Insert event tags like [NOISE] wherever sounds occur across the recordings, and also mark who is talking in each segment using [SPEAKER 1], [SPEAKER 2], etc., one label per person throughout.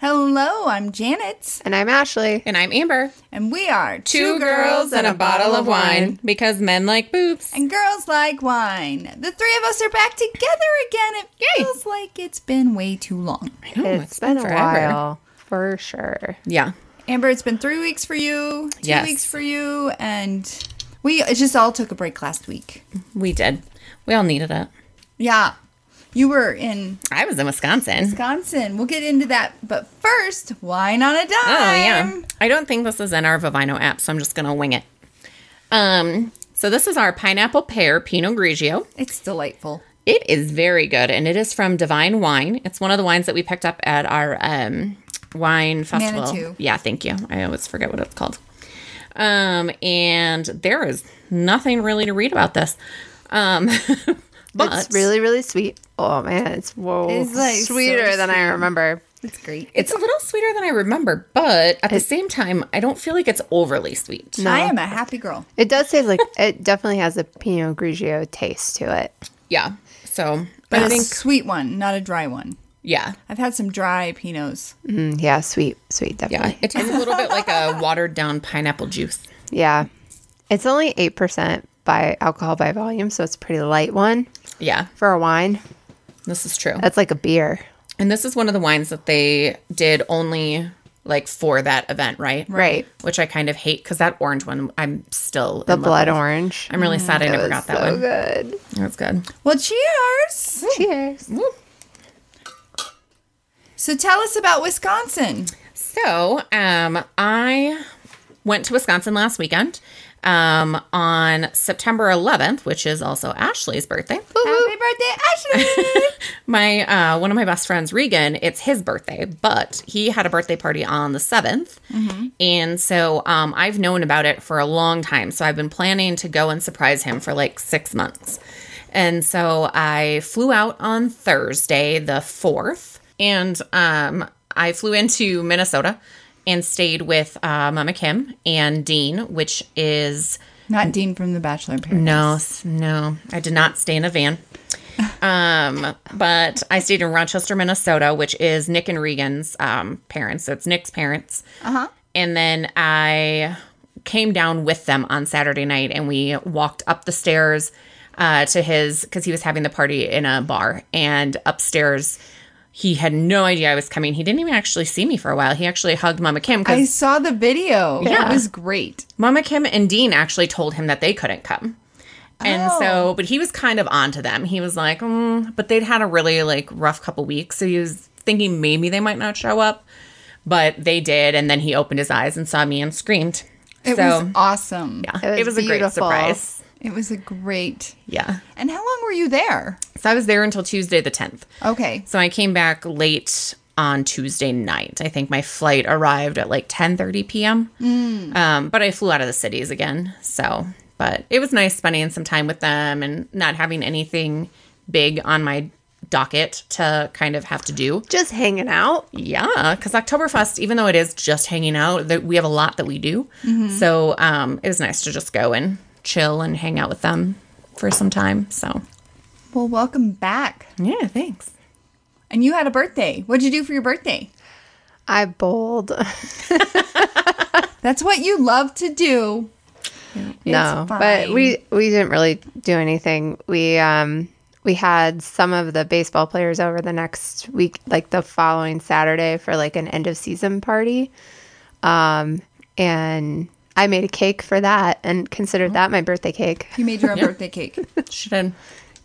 [SPEAKER 1] Hello, I'm Janet,
[SPEAKER 2] And I'm Ashley.
[SPEAKER 3] And I'm Amber.
[SPEAKER 1] and we are
[SPEAKER 3] because men like boobs.
[SPEAKER 1] And girls like wine. The three of us are back together again. It
[SPEAKER 3] Yay.
[SPEAKER 1] feels like it's been way too long.
[SPEAKER 3] Oh,
[SPEAKER 2] it's been, a
[SPEAKER 3] forever.
[SPEAKER 2] while for sure.
[SPEAKER 3] Yeah.
[SPEAKER 1] Amber, it's been three weeks for you, two
[SPEAKER 3] Yes.
[SPEAKER 1] weeks for you, and we it just all took a break last week.
[SPEAKER 3] We did. We all needed it.
[SPEAKER 1] Yeah. You were in
[SPEAKER 3] I was in Wisconsin.
[SPEAKER 1] Wisconsin. We'll get into that, but first, wine on a dime.
[SPEAKER 3] Oh yeah. I don't think this is in our Vivino app, so I'm just gonna wing it. Um, so this is our pineapple pear Pinot Grigio.
[SPEAKER 1] It's delightful.
[SPEAKER 3] It is very good, and it is from Divine Wine. It's one of the wines that we picked up at our um, wine festival.
[SPEAKER 1] Manitou.
[SPEAKER 3] Yeah, thank you. I always forget what it's called. Um, and there is nothing really to read about this. Um, [LAUGHS] but
[SPEAKER 2] It's really, really sweet. Oh man, it's whoa
[SPEAKER 1] It's, like, so
[SPEAKER 2] sweeter than I remember.
[SPEAKER 1] It's great.
[SPEAKER 3] it's a little sweeter than I remember, but at the same time, I don't feel like it's overly sweet.
[SPEAKER 1] I am a happy girl.
[SPEAKER 2] It does taste like [LAUGHS] it definitely has a Pinot Grigio taste to it.
[SPEAKER 3] Yeah. So
[SPEAKER 1] But
[SPEAKER 3] I
[SPEAKER 1] a
[SPEAKER 3] think
[SPEAKER 1] sweet one, not a dry one.
[SPEAKER 3] yeah.
[SPEAKER 1] I've had some dry pinots.
[SPEAKER 2] Mm, yeah, sweet, sweet,
[SPEAKER 3] Yeah.
[SPEAKER 2] definitely.
[SPEAKER 3] It tastes a little bit like a watered down pineapple juice.
[SPEAKER 2] Yeah, it's only eight percent by alcohol by volume, so it's a pretty light one
[SPEAKER 3] Yeah.
[SPEAKER 2] for a wine.
[SPEAKER 3] This is true.
[SPEAKER 2] That's like a beer,
[SPEAKER 3] And this is one of the wines that they did only like for that event, right?
[SPEAKER 2] right?
[SPEAKER 3] Which I kind of hate because that orange one, I'm still
[SPEAKER 2] The
[SPEAKER 3] in love
[SPEAKER 2] blood
[SPEAKER 3] with.
[SPEAKER 2] orange.
[SPEAKER 3] I'm really sad I never
[SPEAKER 2] was
[SPEAKER 3] got that
[SPEAKER 2] so
[SPEAKER 3] one.
[SPEAKER 2] good.
[SPEAKER 3] That's good.
[SPEAKER 1] Well, cheers.
[SPEAKER 2] Cheers.
[SPEAKER 3] Woo.
[SPEAKER 1] So tell us about Wisconsin.
[SPEAKER 3] So, um, I went to Wisconsin last weekend um, on September 11th, which is also Ashley's birthday.
[SPEAKER 1] Happy birthday, Ashley.
[SPEAKER 3] my uh, one of my best friends regan it's his birthday but he had a birthday party on the 7th and so um, i've known about it for a long time so i've been planning to go and surprise him for like six months and so i flew out on thursday the 4th and um, i flew into minnesota and stayed with uh, mama kim and dean which is
[SPEAKER 1] Not Dean from The Bachelor in Paradise.
[SPEAKER 3] no, s- no, I did not stay in a van. Um, but I stayed in Rochester, Minnesota, which is Nick and Regan's um parents. So it's Nick's parents. Uh-huh. And then I came down with them on Saturday night and we walked up the stairs uh to his because he was having the party in a bar and upstairs he had no idea I was coming. He didn't even actually see me for a while. He actually hugged Mama Kim
[SPEAKER 1] I
[SPEAKER 3] because
[SPEAKER 1] saw the video. It was great.
[SPEAKER 3] Mama Kim and Dean actually told him that they couldn't come. And
[SPEAKER 1] Oh.
[SPEAKER 3] so, but he was kind of onto them. He was like, mm, but they'd had a really like rough couple weeks. So he was thinking maybe they might not show up, but they did. And then he opened his eyes and saw me and screamed.
[SPEAKER 1] It
[SPEAKER 3] so
[SPEAKER 1] was awesome.
[SPEAKER 3] yeah,
[SPEAKER 2] It
[SPEAKER 3] it was,
[SPEAKER 2] was
[SPEAKER 3] a great
[SPEAKER 2] beautiful.
[SPEAKER 3] surprise.
[SPEAKER 1] It was a great.
[SPEAKER 3] Yeah.
[SPEAKER 1] And how long were you there?
[SPEAKER 3] So I was there until Tuesday the 10th.
[SPEAKER 1] Okay.
[SPEAKER 3] So I came back late on Tuesday night. I think my flight arrived at like 10:30 p.m. Um, but I flew out of the cities again. So, but it was nice spending some time with them and not having anything big on my docket to kind of have to do.
[SPEAKER 2] Just hanging out.
[SPEAKER 3] Yeah, because Oktoberfest, even though it is just hanging out, that we have a lot that we do. So um, it was nice to just go and chill and hang out with them for some time. So
[SPEAKER 1] Well, welcome back.
[SPEAKER 3] yeah, thanks.
[SPEAKER 1] And you had a birthday. What'd you do for your birthday?
[SPEAKER 2] I bowled.
[SPEAKER 1] That's what you love to do.
[SPEAKER 2] no,
[SPEAKER 1] It's
[SPEAKER 2] but
[SPEAKER 1] fine.
[SPEAKER 2] we we didn't really do anything. We um we had some of the baseball players over the next week, like the following Saturday, for like an end of season party. Um, and I made a cake for that and considered that my birthday cake.
[SPEAKER 1] You made
[SPEAKER 2] [LAUGHS]
[SPEAKER 1] your own birthday cake.
[SPEAKER 3] She did.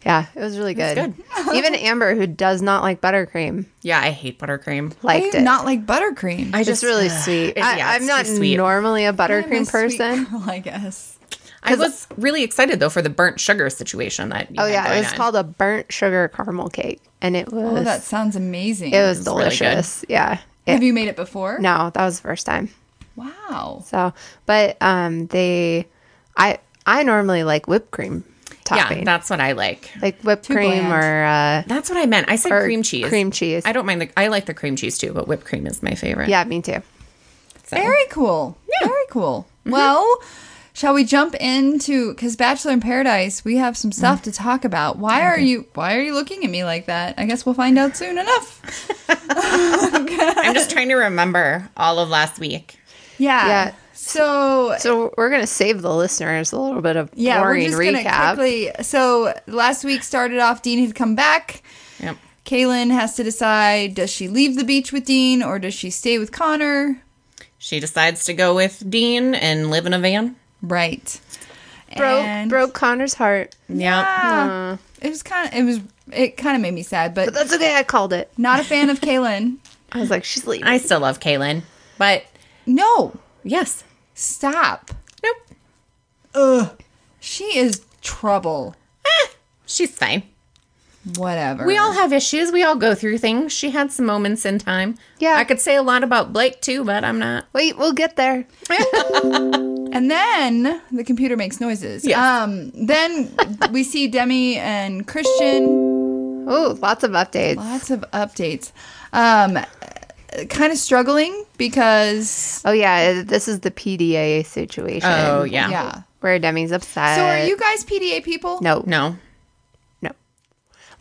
[SPEAKER 2] Yeah, it was really good. Even Amber, who does not like buttercream,
[SPEAKER 3] Yeah, I hate [LAUGHS] buttercream.
[SPEAKER 1] I
[SPEAKER 2] liked
[SPEAKER 1] do
[SPEAKER 2] it.
[SPEAKER 1] not like buttercream.
[SPEAKER 3] I
[SPEAKER 2] it's
[SPEAKER 1] [SIGHS]
[SPEAKER 3] just
[SPEAKER 2] [SIGHS] really sweet. I,
[SPEAKER 3] yeah,
[SPEAKER 2] I'm
[SPEAKER 3] it's
[SPEAKER 2] not
[SPEAKER 3] too sweet.
[SPEAKER 2] normally a
[SPEAKER 1] I'm a
[SPEAKER 2] buttercream
[SPEAKER 1] sweet
[SPEAKER 2] person.
[SPEAKER 1] girl, I guess.
[SPEAKER 3] I was really excited though for the burnt sugar situation that. You
[SPEAKER 2] Oh
[SPEAKER 3] had
[SPEAKER 2] yeah,
[SPEAKER 3] going
[SPEAKER 2] it was
[SPEAKER 3] on.
[SPEAKER 2] called a burnt sugar caramel cake, and it was
[SPEAKER 1] Oh, that sounds amazing.
[SPEAKER 2] It was
[SPEAKER 3] really good.
[SPEAKER 2] delicious. yeah.
[SPEAKER 1] Have you made it before?
[SPEAKER 2] No, that was the first time.
[SPEAKER 1] Wow.
[SPEAKER 2] So, but um, they, I I normally like whipped cream topping,
[SPEAKER 3] Yeah, that's what I like.
[SPEAKER 2] like whipped cream
[SPEAKER 1] bland.
[SPEAKER 2] or, uh,
[SPEAKER 3] That's what I meant. I said
[SPEAKER 2] or
[SPEAKER 3] cream cheese.
[SPEAKER 2] Cream cheese.
[SPEAKER 3] I don't mind the. I like the cream cheese too, but whipped cream is my favorite.
[SPEAKER 2] yeah, me too.
[SPEAKER 3] So.
[SPEAKER 1] Very cool. Very cool.
[SPEAKER 2] Mm-hmm.
[SPEAKER 1] Well, shall we jump into cuz Bachelor in Paradise, we have some stuff
[SPEAKER 2] Mm.
[SPEAKER 1] to talk about. Why are you why are you looking at me like that? I guess we'll find out soon enough.
[SPEAKER 3] I'm just trying to remember all of last week.
[SPEAKER 1] Yeah.
[SPEAKER 2] [LAUGHS] Yeah.
[SPEAKER 1] So
[SPEAKER 2] So we're gonna save the listeners a little bit of
[SPEAKER 1] yeah, we're
[SPEAKER 2] boring
[SPEAKER 1] just
[SPEAKER 2] recap.
[SPEAKER 1] gonna quickly. So last week started off. Dean had come back.
[SPEAKER 3] Yep.
[SPEAKER 1] Kaylin has to decide: does she leave the beach with Dean or does she stay with Connor?
[SPEAKER 3] She decides to go with Dean and live in a van.
[SPEAKER 1] Right.
[SPEAKER 2] broke
[SPEAKER 1] And-
[SPEAKER 2] broke Connor's heart.
[SPEAKER 3] Yeah.
[SPEAKER 1] Ah, it was kind of it was it kind of made me sad, but
[SPEAKER 2] But that's okay. I called it.
[SPEAKER 1] not a
[SPEAKER 2] [LAUGHS]
[SPEAKER 1] fan of Kaylin.
[SPEAKER 2] I was like, she's leaving.
[SPEAKER 3] I still love Kaylin, but
[SPEAKER 1] No,
[SPEAKER 3] yes.
[SPEAKER 1] stop.
[SPEAKER 3] Nope.
[SPEAKER 1] Ugh, she is trouble.
[SPEAKER 3] She's fine.
[SPEAKER 1] Whatever.
[SPEAKER 3] We all have issues. We all go through things. She had some moments in time.
[SPEAKER 2] Yeah.
[SPEAKER 3] I could say a lot about Blake too, but I'm not.
[SPEAKER 2] Wait, we'll get there.
[SPEAKER 1] And then the computer makes noises.
[SPEAKER 3] Yes.
[SPEAKER 1] Um. Then we see Demi and Christian.
[SPEAKER 2] Oh, lots of updates.
[SPEAKER 1] Lots of updates. Um, kind of struggling because
[SPEAKER 2] Oh yeah, this is the PDA situation.
[SPEAKER 3] Oh yeah.
[SPEAKER 1] yeah.
[SPEAKER 2] where Demi's upset.
[SPEAKER 1] So are you guys PDA people?
[SPEAKER 2] No,
[SPEAKER 3] No.
[SPEAKER 2] no.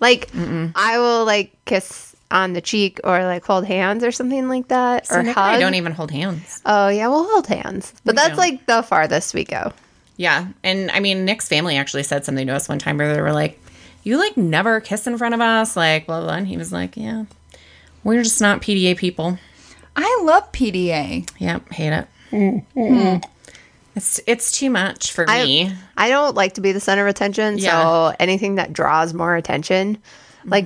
[SPEAKER 2] Like I will like kiss on the cheek or like hold hands or something like that
[SPEAKER 3] Or
[SPEAKER 2] or
[SPEAKER 3] I
[SPEAKER 2] hug.
[SPEAKER 3] don't even hold hands.
[SPEAKER 2] oh yeah, we'll hold hands, but that's
[SPEAKER 3] don't.
[SPEAKER 2] like the farthest we go.
[SPEAKER 3] Yeah. And I mean, Nick's family actually said something to us one time where they were like, "You like never kiss in front of us," like blah blah. blah. And he was like, "Yeah, we're just not PDA people."
[SPEAKER 1] I love PDA.
[SPEAKER 3] Yep, hate it. Mm-hmm. It's it's too much for me.
[SPEAKER 2] I, I don't like to be the center of attention,
[SPEAKER 3] Yeah. Mm-hmm.
[SPEAKER 2] so anything that draws more attention, like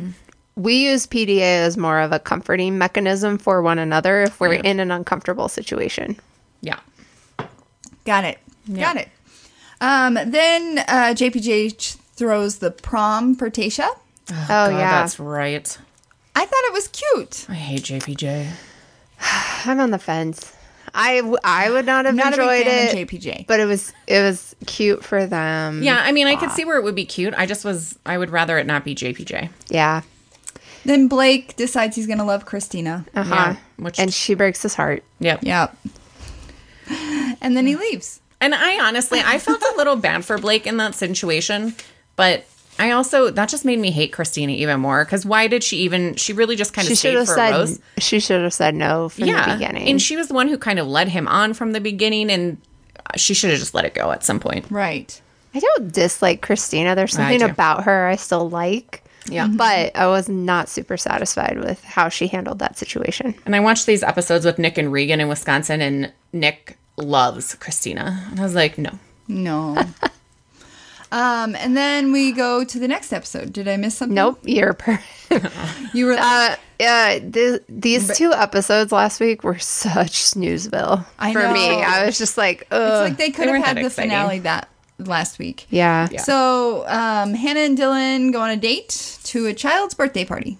[SPEAKER 2] we use PDA as more of a comforting mechanism for one another if we're in an uncomfortable situation.
[SPEAKER 3] yeah.
[SPEAKER 1] Got it. Got it. Um, then uh, JPJ throws the prom for Tasha.
[SPEAKER 2] Oh,
[SPEAKER 3] God,
[SPEAKER 2] yeah,
[SPEAKER 3] that's right.
[SPEAKER 1] I thought it was cute.
[SPEAKER 3] I hate JPJ.
[SPEAKER 2] I'm on the fence. I w- I would not have
[SPEAKER 1] Not a big
[SPEAKER 2] enjoyed
[SPEAKER 1] fan of
[SPEAKER 2] it,
[SPEAKER 1] JPJ.
[SPEAKER 2] but it was it was cute for them.
[SPEAKER 3] Yeah, I mean, I could see where it would be cute. I just was. I would rather it not be JPJ.
[SPEAKER 2] yeah,
[SPEAKER 1] Then Blake decides he's gonna love Christina.
[SPEAKER 2] uh huh.
[SPEAKER 3] Yeah, Uh-huh. which-
[SPEAKER 2] and she breaks his heart.
[SPEAKER 3] Yep.
[SPEAKER 1] Yep. And then he leaves.
[SPEAKER 3] And I honestly, I felt a little bad for Blake in that situation, but I also that just made me hate Christina even more because why did she even? She really just kind
[SPEAKER 2] She
[SPEAKER 3] of
[SPEAKER 2] should
[SPEAKER 3] stayed
[SPEAKER 2] have
[SPEAKER 3] for
[SPEAKER 2] said
[SPEAKER 3] Rose.
[SPEAKER 2] she should have said no from
[SPEAKER 3] Yeah,
[SPEAKER 2] the beginning.
[SPEAKER 3] and she was the one who kind of led him on from the beginning, and she should have just let it go at some point.
[SPEAKER 1] Right.
[SPEAKER 2] I don't dislike Christina. There's
[SPEAKER 3] I
[SPEAKER 2] something
[SPEAKER 3] do.
[SPEAKER 2] about her I still like.
[SPEAKER 3] Yeah.
[SPEAKER 2] [LAUGHS] But I was not super satisfied with how she handled that situation.
[SPEAKER 3] And I watched these episodes with Nick and Regan in Wisconsin, and Nick loves Christina. And I was like, no.
[SPEAKER 1] No. [LAUGHS] um, and then we go to the next episode. Did I miss something?
[SPEAKER 2] Nope,
[SPEAKER 3] Mm-hmm.
[SPEAKER 2] you're per-
[SPEAKER 1] You were.
[SPEAKER 2] uh, yeah, th- these two episodes last week were such snoozeville
[SPEAKER 1] I
[SPEAKER 2] for
[SPEAKER 1] know.
[SPEAKER 2] me. I was just like,
[SPEAKER 1] It's
[SPEAKER 2] ugh.
[SPEAKER 1] like they could
[SPEAKER 3] they
[SPEAKER 1] have
[SPEAKER 3] weren't
[SPEAKER 1] had
[SPEAKER 3] that
[SPEAKER 1] the
[SPEAKER 3] exciting.
[SPEAKER 1] finale that last week.
[SPEAKER 2] yeah.
[SPEAKER 3] Yeah.
[SPEAKER 1] So um, Hannah and Dylan go on a date to a child's birthday party.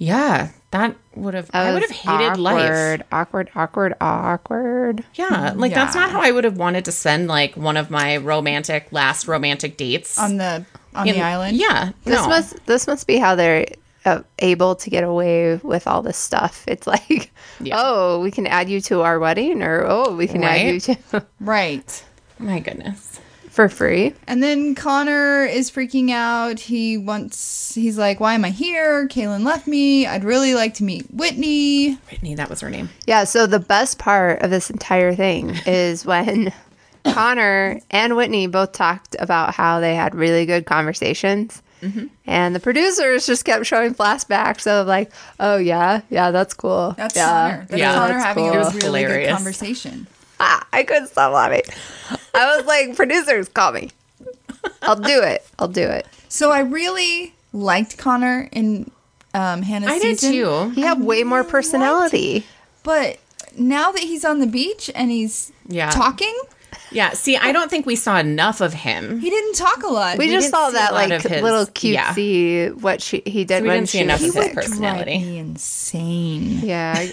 [SPEAKER 3] Yeah, that would have, I would have hated life.
[SPEAKER 2] awkward, Awkward, awkward, awkward.
[SPEAKER 3] Yeah, like that's
[SPEAKER 1] Yeah.
[SPEAKER 3] not how I would have wanted to spend like one of my romantic, last romantic dates
[SPEAKER 1] on the on
[SPEAKER 3] In-
[SPEAKER 1] the island.
[SPEAKER 3] Yeah,
[SPEAKER 2] This
[SPEAKER 3] no.
[SPEAKER 2] must this must be how they're uh, able to get away with all this stuff. It's [LAUGHS] like,
[SPEAKER 3] Yeah.
[SPEAKER 2] oh, we can add you to our wedding, or oh, we can add you
[SPEAKER 3] Right.
[SPEAKER 2] to [LAUGHS]
[SPEAKER 1] Right.
[SPEAKER 3] my goodness.
[SPEAKER 2] for free.
[SPEAKER 1] And then Connor is freaking out. He wants he's like, Why am I here? Kaylin left me. I'd really like to meet Whitney.
[SPEAKER 3] Whitney, that was her name.
[SPEAKER 2] Yeah. So the best part of this entire thing is [LAUGHS] when Connor and Whitney both talked about how they had really good conversations.
[SPEAKER 3] Mm-hmm.
[SPEAKER 2] And the producers just kept showing flashbacks of like, oh yeah, yeah, that's cool.
[SPEAKER 1] That's
[SPEAKER 2] yeah,
[SPEAKER 1] Connor. That's
[SPEAKER 3] Yeah,
[SPEAKER 1] Connor
[SPEAKER 3] that's
[SPEAKER 1] having
[SPEAKER 3] cool. It
[SPEAKER 1] a
[SPEAKER 3] was
[SPEAKER 1] really good
[SPEAKER 3] hilarious.
[SPEAKER 1] conversation.
[SPEAKER 2] Ah, [LAUGHS] I couldn't stop laughing. I was like, producers, call me. I'll do it. I'll do it.
[SPEAKER 1] So I really liked Connor in um, Hannah's
[SPEAKER 3] I did
[SPEAKER 1] season.
[SPEAKER 3] too.
[SPEAKER 2] He had way more personality.
[SPEAKER 1] But now that he's on the beach and he's
[SPEAKER 3] Yeah.
[SPEAKER 1] talking,
[SPEAKER 3] Yeah, see, I don't think we saw enough of him.
[SPEAKER 1] he didn't talk a lot.
[SPEAKER 2] We, just
[SPEAKER 3] didn't
[SPEAKER 2] saw
[SPEAKER 3] see a
[SPEAKER 2] that
[SPEAKER 3] lot
[SPEAKER 2] like
[SPEAKER 3] of his-
[SPEAKER 2] little
[SPEAKER 3] yeah.
[SPEAKER 2] cutesy what she he did
[SPEAKER 3] we
[SPEAKER 2] when
[SPEAKER 3] didn't see
[SPEAKER 2] she
[SPEAKER 3] enough
[SPEAKER 2] was
[SPEAKER 3] of his
[SPEAKER 2] sick.
[SPEAKER 3] personality. [LAUGHS]
[SPEAKER 1] Drive me insane.
[SPEAKER 2] Yeah.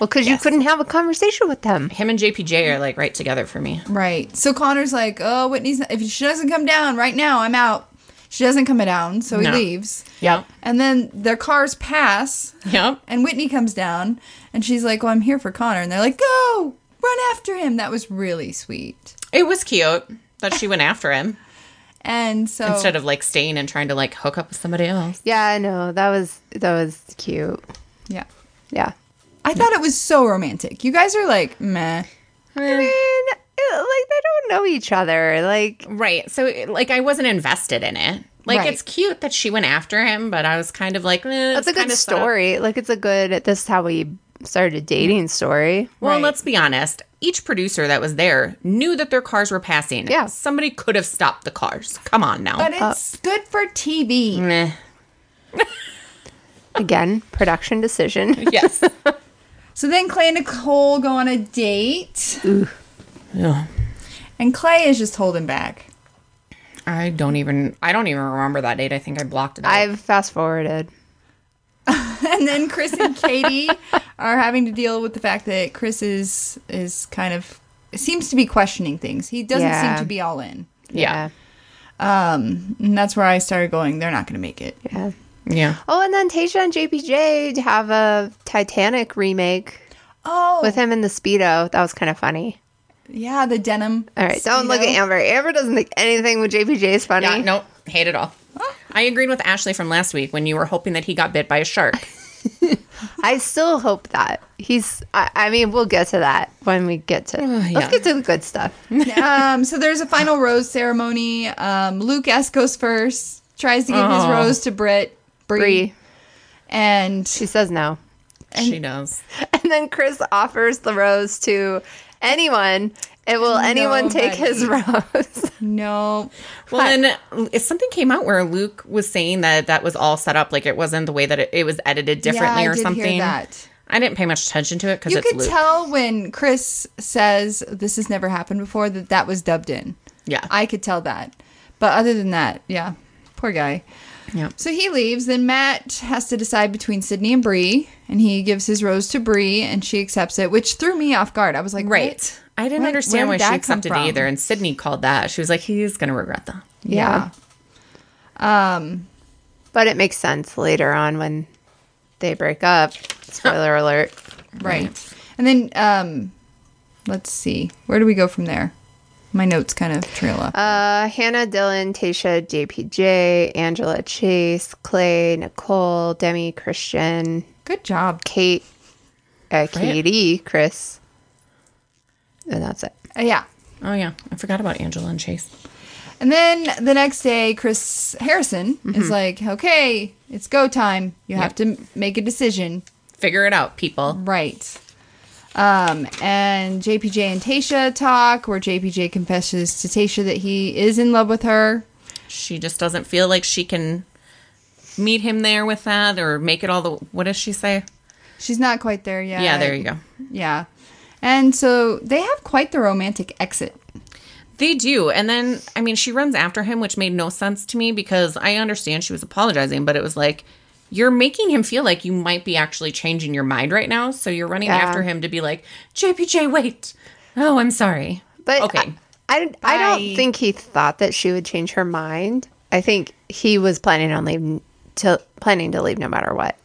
[SPEAKER 2] Well, because you couldn't have a conversation with them.
[SPEAKER 3] Him and JPJ are like right together for me.
[SPEAKER 1] Right. So Connor's like, oh, Whitney's, if she doesn't come down right now, I'm out. She doesn't come down, so he
[SPEAKER 3] No.
[SPEAKER 1] leaves.
[SPEAKER 3] Yep.
[SPEAKER 1] And then their cars pass,
[SPEAKER 3] Yep.
[SPEAKER 1] and Whitney comes down, and she's like, well, I'm here for Connor. And they're like, go, run after him. That was really sweet.
[SPEAKER 3] It was cute that she went after him
[SPEAKER 1] And so.
[SPEAKER 3] instead of like staying and trying to like hook up with somebody else.
[SPEAKER 2] Yeah, I know. That was that was cute.
[SPEAKER 1] yeah.
[SPEAKER 2] Yeah.
[SPEAKER 1] I thought it was so romantic. You guys are like, meh.
[SPEAKER 2] I mean, it- like they don't know each other. Like
[SPEAKER 3] Right. So like I wasn't invested in it. Like
[SPEAKER 1] Right.
[SPEAKER 3] it's cute that she went after him, but I was kind of like, eh, it
[SPEAKER 2] that's a
[SPEAKER 3] was
[SPEAKER 2] good
[SPEAKER 3] kinda set up.
[SPEAKER 2] story. Like it's a good. This is how we started dating story.
[SPEAKER 3] Well,
[SPEAKER 1] Right.
[SPEAKER 3] let's be honest. Each producer that was there knew that their cars were passing.
[SPEAKER 2] Yeah.
[SPEAKER 3] Somebody could have stopped the cars. Come on now.
[SPEAKER 1] But it's good for TV.
[SPEAKER 3] Meh.
[SPEAKER 2] Again, production decision.
[SPEAKER 3] [LAUGHS] yes.
[SPEAKER 1] So then Clay and Nicole go on a date,
[SPEAKER 3] Ugh.
[SPEAKER 1] and Clay is just holding back. [LAUGHS]
[SPEAKER 3] I don't even I don't even remember that date. I think I blocked it. out.
[SPEAKER 2] I've fast forwarded.
[SPEAKER 1] And then Chris and Katie are having to deal with the fact that Chris is is kind of seems to be questioning things. He doesn't
[SPEAKER 2] Yeah.
[SPEAKER 1] seem to be all in. Ah.
[SPEAKER 3] yeah.
[SPEAKER 1] Um, and that's where I started going. They're not going to make it.
[SPEAKER 2] Yeah.
[SPEAKER 3] Yeah.
[SPEAKER 2] Oh, and then Tasha and JPJ have a Titanic remake
[SPEAKER 1] Oh,
[SPEAKER 2] with him in the speedo. That was kind of funny.
[SPEAKER 1] yeah, the denim.
[SPEAKER 2] All right, don't look at
[SPEAKER 1] speedo.
[SPEAKER 2] Amber. Amber doesn't think anything with JPJ is funny.
[SPEAKER 3] Yeah, nope. Hate it all. I agreed with Ashley from last week when you were hoping that he got bit by
[SPEAKER 1] [LAUGHS]
[SPEAKER 3] a shark.
[SPEAKER 2] I still hope that he's. I, I mean, we'll get to that when we get to.
[SPEAKER 1] Oh,
[SPEAKER 3] yeah.
[SPEAKER 2] Let's get to the good stuff. [LAUGHS]
[SPEAKER 1] um, so there's a final rose ceremony. Um, Luke S goes first, tries to give his
[SPEAKER 3] Oh.
[SPEAKER 1] rose to Britt. Bree.
[SPEAKER 2] Bree,
[SPEAKER 1] And
[SPEAKER 2] she says no, [LAUGHS]
[SPEAKER 3] she
[SPEAKER 1] [LAUGHS]
[SPEAKER 3] does.
[SPEAKER 2] and then Chris offers the rose to anyone. And will anyone take his [LAUGHS] rose?
[SPEAKER 1] no,
[SPEAKER 3] Well, then if something came out where Luke was saying that that was all set up, like it wasn't the way that it, it was edited differently
[SPEAKER 1] I
[SPEAKER 3] or
[SPEAKER 1] did hear
[SPEAKER 3] something.
[SPEAKER 1] that.
[SPEAKER 3] I didn't pay much attention to it because
[SPEAKER 1] You
[SPEAKER 3] it's
[SPEAKER 1] could
[SPEAKER 3] Luke.
[SPEAKER 1] tell when Chris says this has never happened before that that was dubbed in.
[SPEAKER 3] yeah.
[SPEAKER 1] I could tell that. But other than that, yeah, poor guy.
[SPEAKER 3] Yep.
[SPEAKER 1] So he leaves. Then Matt has to decide between Sydney and Bree, and he gives his rose to Bree, and she accepts it, which threw me off guard. I was like,
[SPEAKER 3] Right.
[SPEAKER 1] what?
[SPEAKER 3] I didn't
[SPEAKER 1] Where-
[SPEAKER 3] understand
[SPEAKER 1] where
[SPEAKER 3] why
[SPEAKER 1] did that
[SPEAKER 3] she
[SPEAKER 1] come
[SPEAKER 3] accepted it
[SPEAKER 1] from?
[SPEAKER 3] either. And Sydney called that. She was like, he's going to regret that.
[SPEAKER 1] Yeah. Um.
[SPEAKER 2] But it makes sense later on when they break up. Spoiler alert.
[SPEAKER 1] Right. And then, um, let's see. Where do we go from there? My notes kind of trail off.
[SPEAKER 2] Uh, Hannah, Dylan, Tasha, JPJ, Angela, Chase, Clay, Nicole, Demi, Christian,
[SPEAKER 1] Good job.
[SPEAKER 2] Kate, uh, Katie, Chris. And that's it.
[SPEAKER 1] Uh, yeah.
[SPEAKER 3] Oh, yeah. I forgot about Angela and Chase.
[SPEAKER 1] And then the next day, Chris Harrison is like, okay, it's go time. You have to m- make a decision.
[SPEAKER 3] Figure it out, people.
[SPEAKER 1] Right. Um, and JPJ and Tasha talk, where JPJ confesses to Tasha that he is in love with her.
[SPEAKER 3] She just doesn't feel like she can meet him there with that or make it all the. What does she say?
[SPEAKER 1] She's not quite there yet.
[SPEAKER 3] yeah, there you go.
[SPEAKER 1] Yeah. And so they have quite the romantic exit.
[SPEAKER 3] They do. And then, I mean, she runs after him, which made no sense to me because I understand she was apologizing, but it was like, you're making him feel like you might be actually changing your mind right now. So you're running
[SPEAKER 2] Yeah.
[SPEAKER 3] after him to be like, JPJ, wait. Oh, I'm sorry.
[SPEAKER 2] But
[SPEAKER 3] okay.
[SPEAKER 2] I, I, I
[SPEAKER 1] Bye.
[SPEAKER 2] don't think he thought that she would change her mind. I think he was planning on leaving to planning to leave no matter what.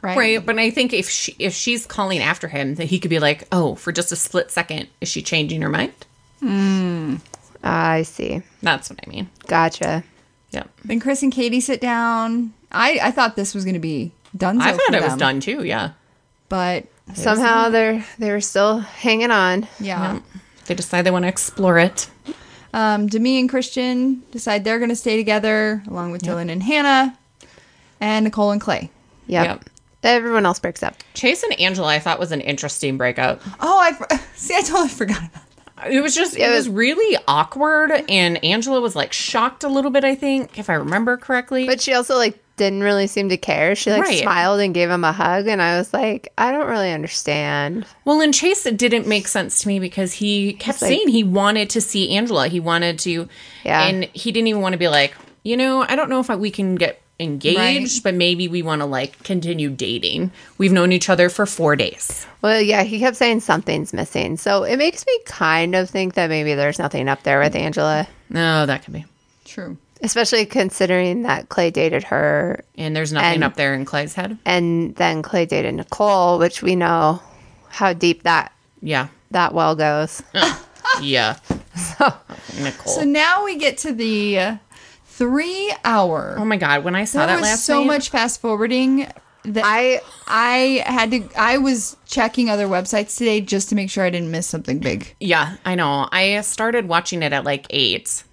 [SPEAKER 1] Right.
[SPEAKER 3] Right, but I think if she if she's calling after him, that he could be like, "Oh, for just a split second, is she changing her mind?"
[SPEAKER 2] Ah, I see.
[SPEAKER 3] That's what I mean.
[SPEAKER 2] Gotcha.
[SPEAKER 3] Yep.
[SPEAKER 1] Then Chris and Katie sit down. I, I thought this was going to be done.
[SPEAKER 3] I thought it was done too. Yeah.
[SPEAKER 1] But
[SPEAKER 2] Somehow they're they're still hanging on.
[SPEAKER 3] Uh,
[SPEAKER 1] yeah.
[SPEAKER 3] They decide they want to explore it.
[SPEAKER 1] Um, Demi and Christian decide they're going to stay together along with Dylan and Hannah and Nicole and Clay.
[SPEAKER 2] Yep.
[SPEAKER 3] Yep.
[SPEAKER 2] Everyone else breaks up.
[SPEAKER 3] Chase and Angela, I thought was an interesting breakup.
[SPEAKER 1] Oh, I for- [LAUGHS] see. I totally forgot about that.
[SPEAKER 3] It was just it was really awkward, and Angela was like shocked a little bit. I think, if I remember correctly.
[SPEAKER 2] But she also like didn't really seem to care. She like
[SPEAKER 3] Right.
[SPEAKER 2] smiled and gave him a hug, and I was like, I don't really understand.
[SPEAKER 3] Well, in Chase, it didn't make sense to me because he kept saying he wanted to see Angela. He wanted to,
[SPEAKER 2] Yeah.
[SPEAKER 3] and he didn't even want to be like, you know, I don't know if I, we can get engaged, but maybe we want to like continue dating. We've known each other for four days.
[SPEAKER 2] Well, yeah, he kept saying something's missing. So it makes me kind of think that maybe there's nothing up there with Angela,
[SPEAKER 3] No, Oh, that could be.
[SPEAKER 1] True.
[SPEAKER 2] especially considering that Clay dated her
[SPEAKER 3] And there's nothing
[SPEAKER 2] And-
[SPEAKER 3] up there in Clay's head.
[SPEAKER 2] and then Clay dated Nicole, which we know how deep that
[SPEAKER 3] Yeah.
[SPEAKER 2] that well goes.
[SPEAKER 3] Yeah. Nicole.
[SPEAKER 1] So now we get to the uh, three hour.
[SPEAKER 3] oh my God. When I saw
[SPEAKER 1] there
[SPEAKER 3] that
[SPEAKER 1] was
[SPEAKER 3] last
[SPEAKER 1] so
[SPEAKER 3] night-
[SPEAKER 1] much fast forwarding that I
[SPEAKER 2] I
[SPEAKER 1] I had to. I was checking other websites today just to make sure I didn't miss something big.
[SPEAKER 3] Yeah, I know. I started watching it at like eight,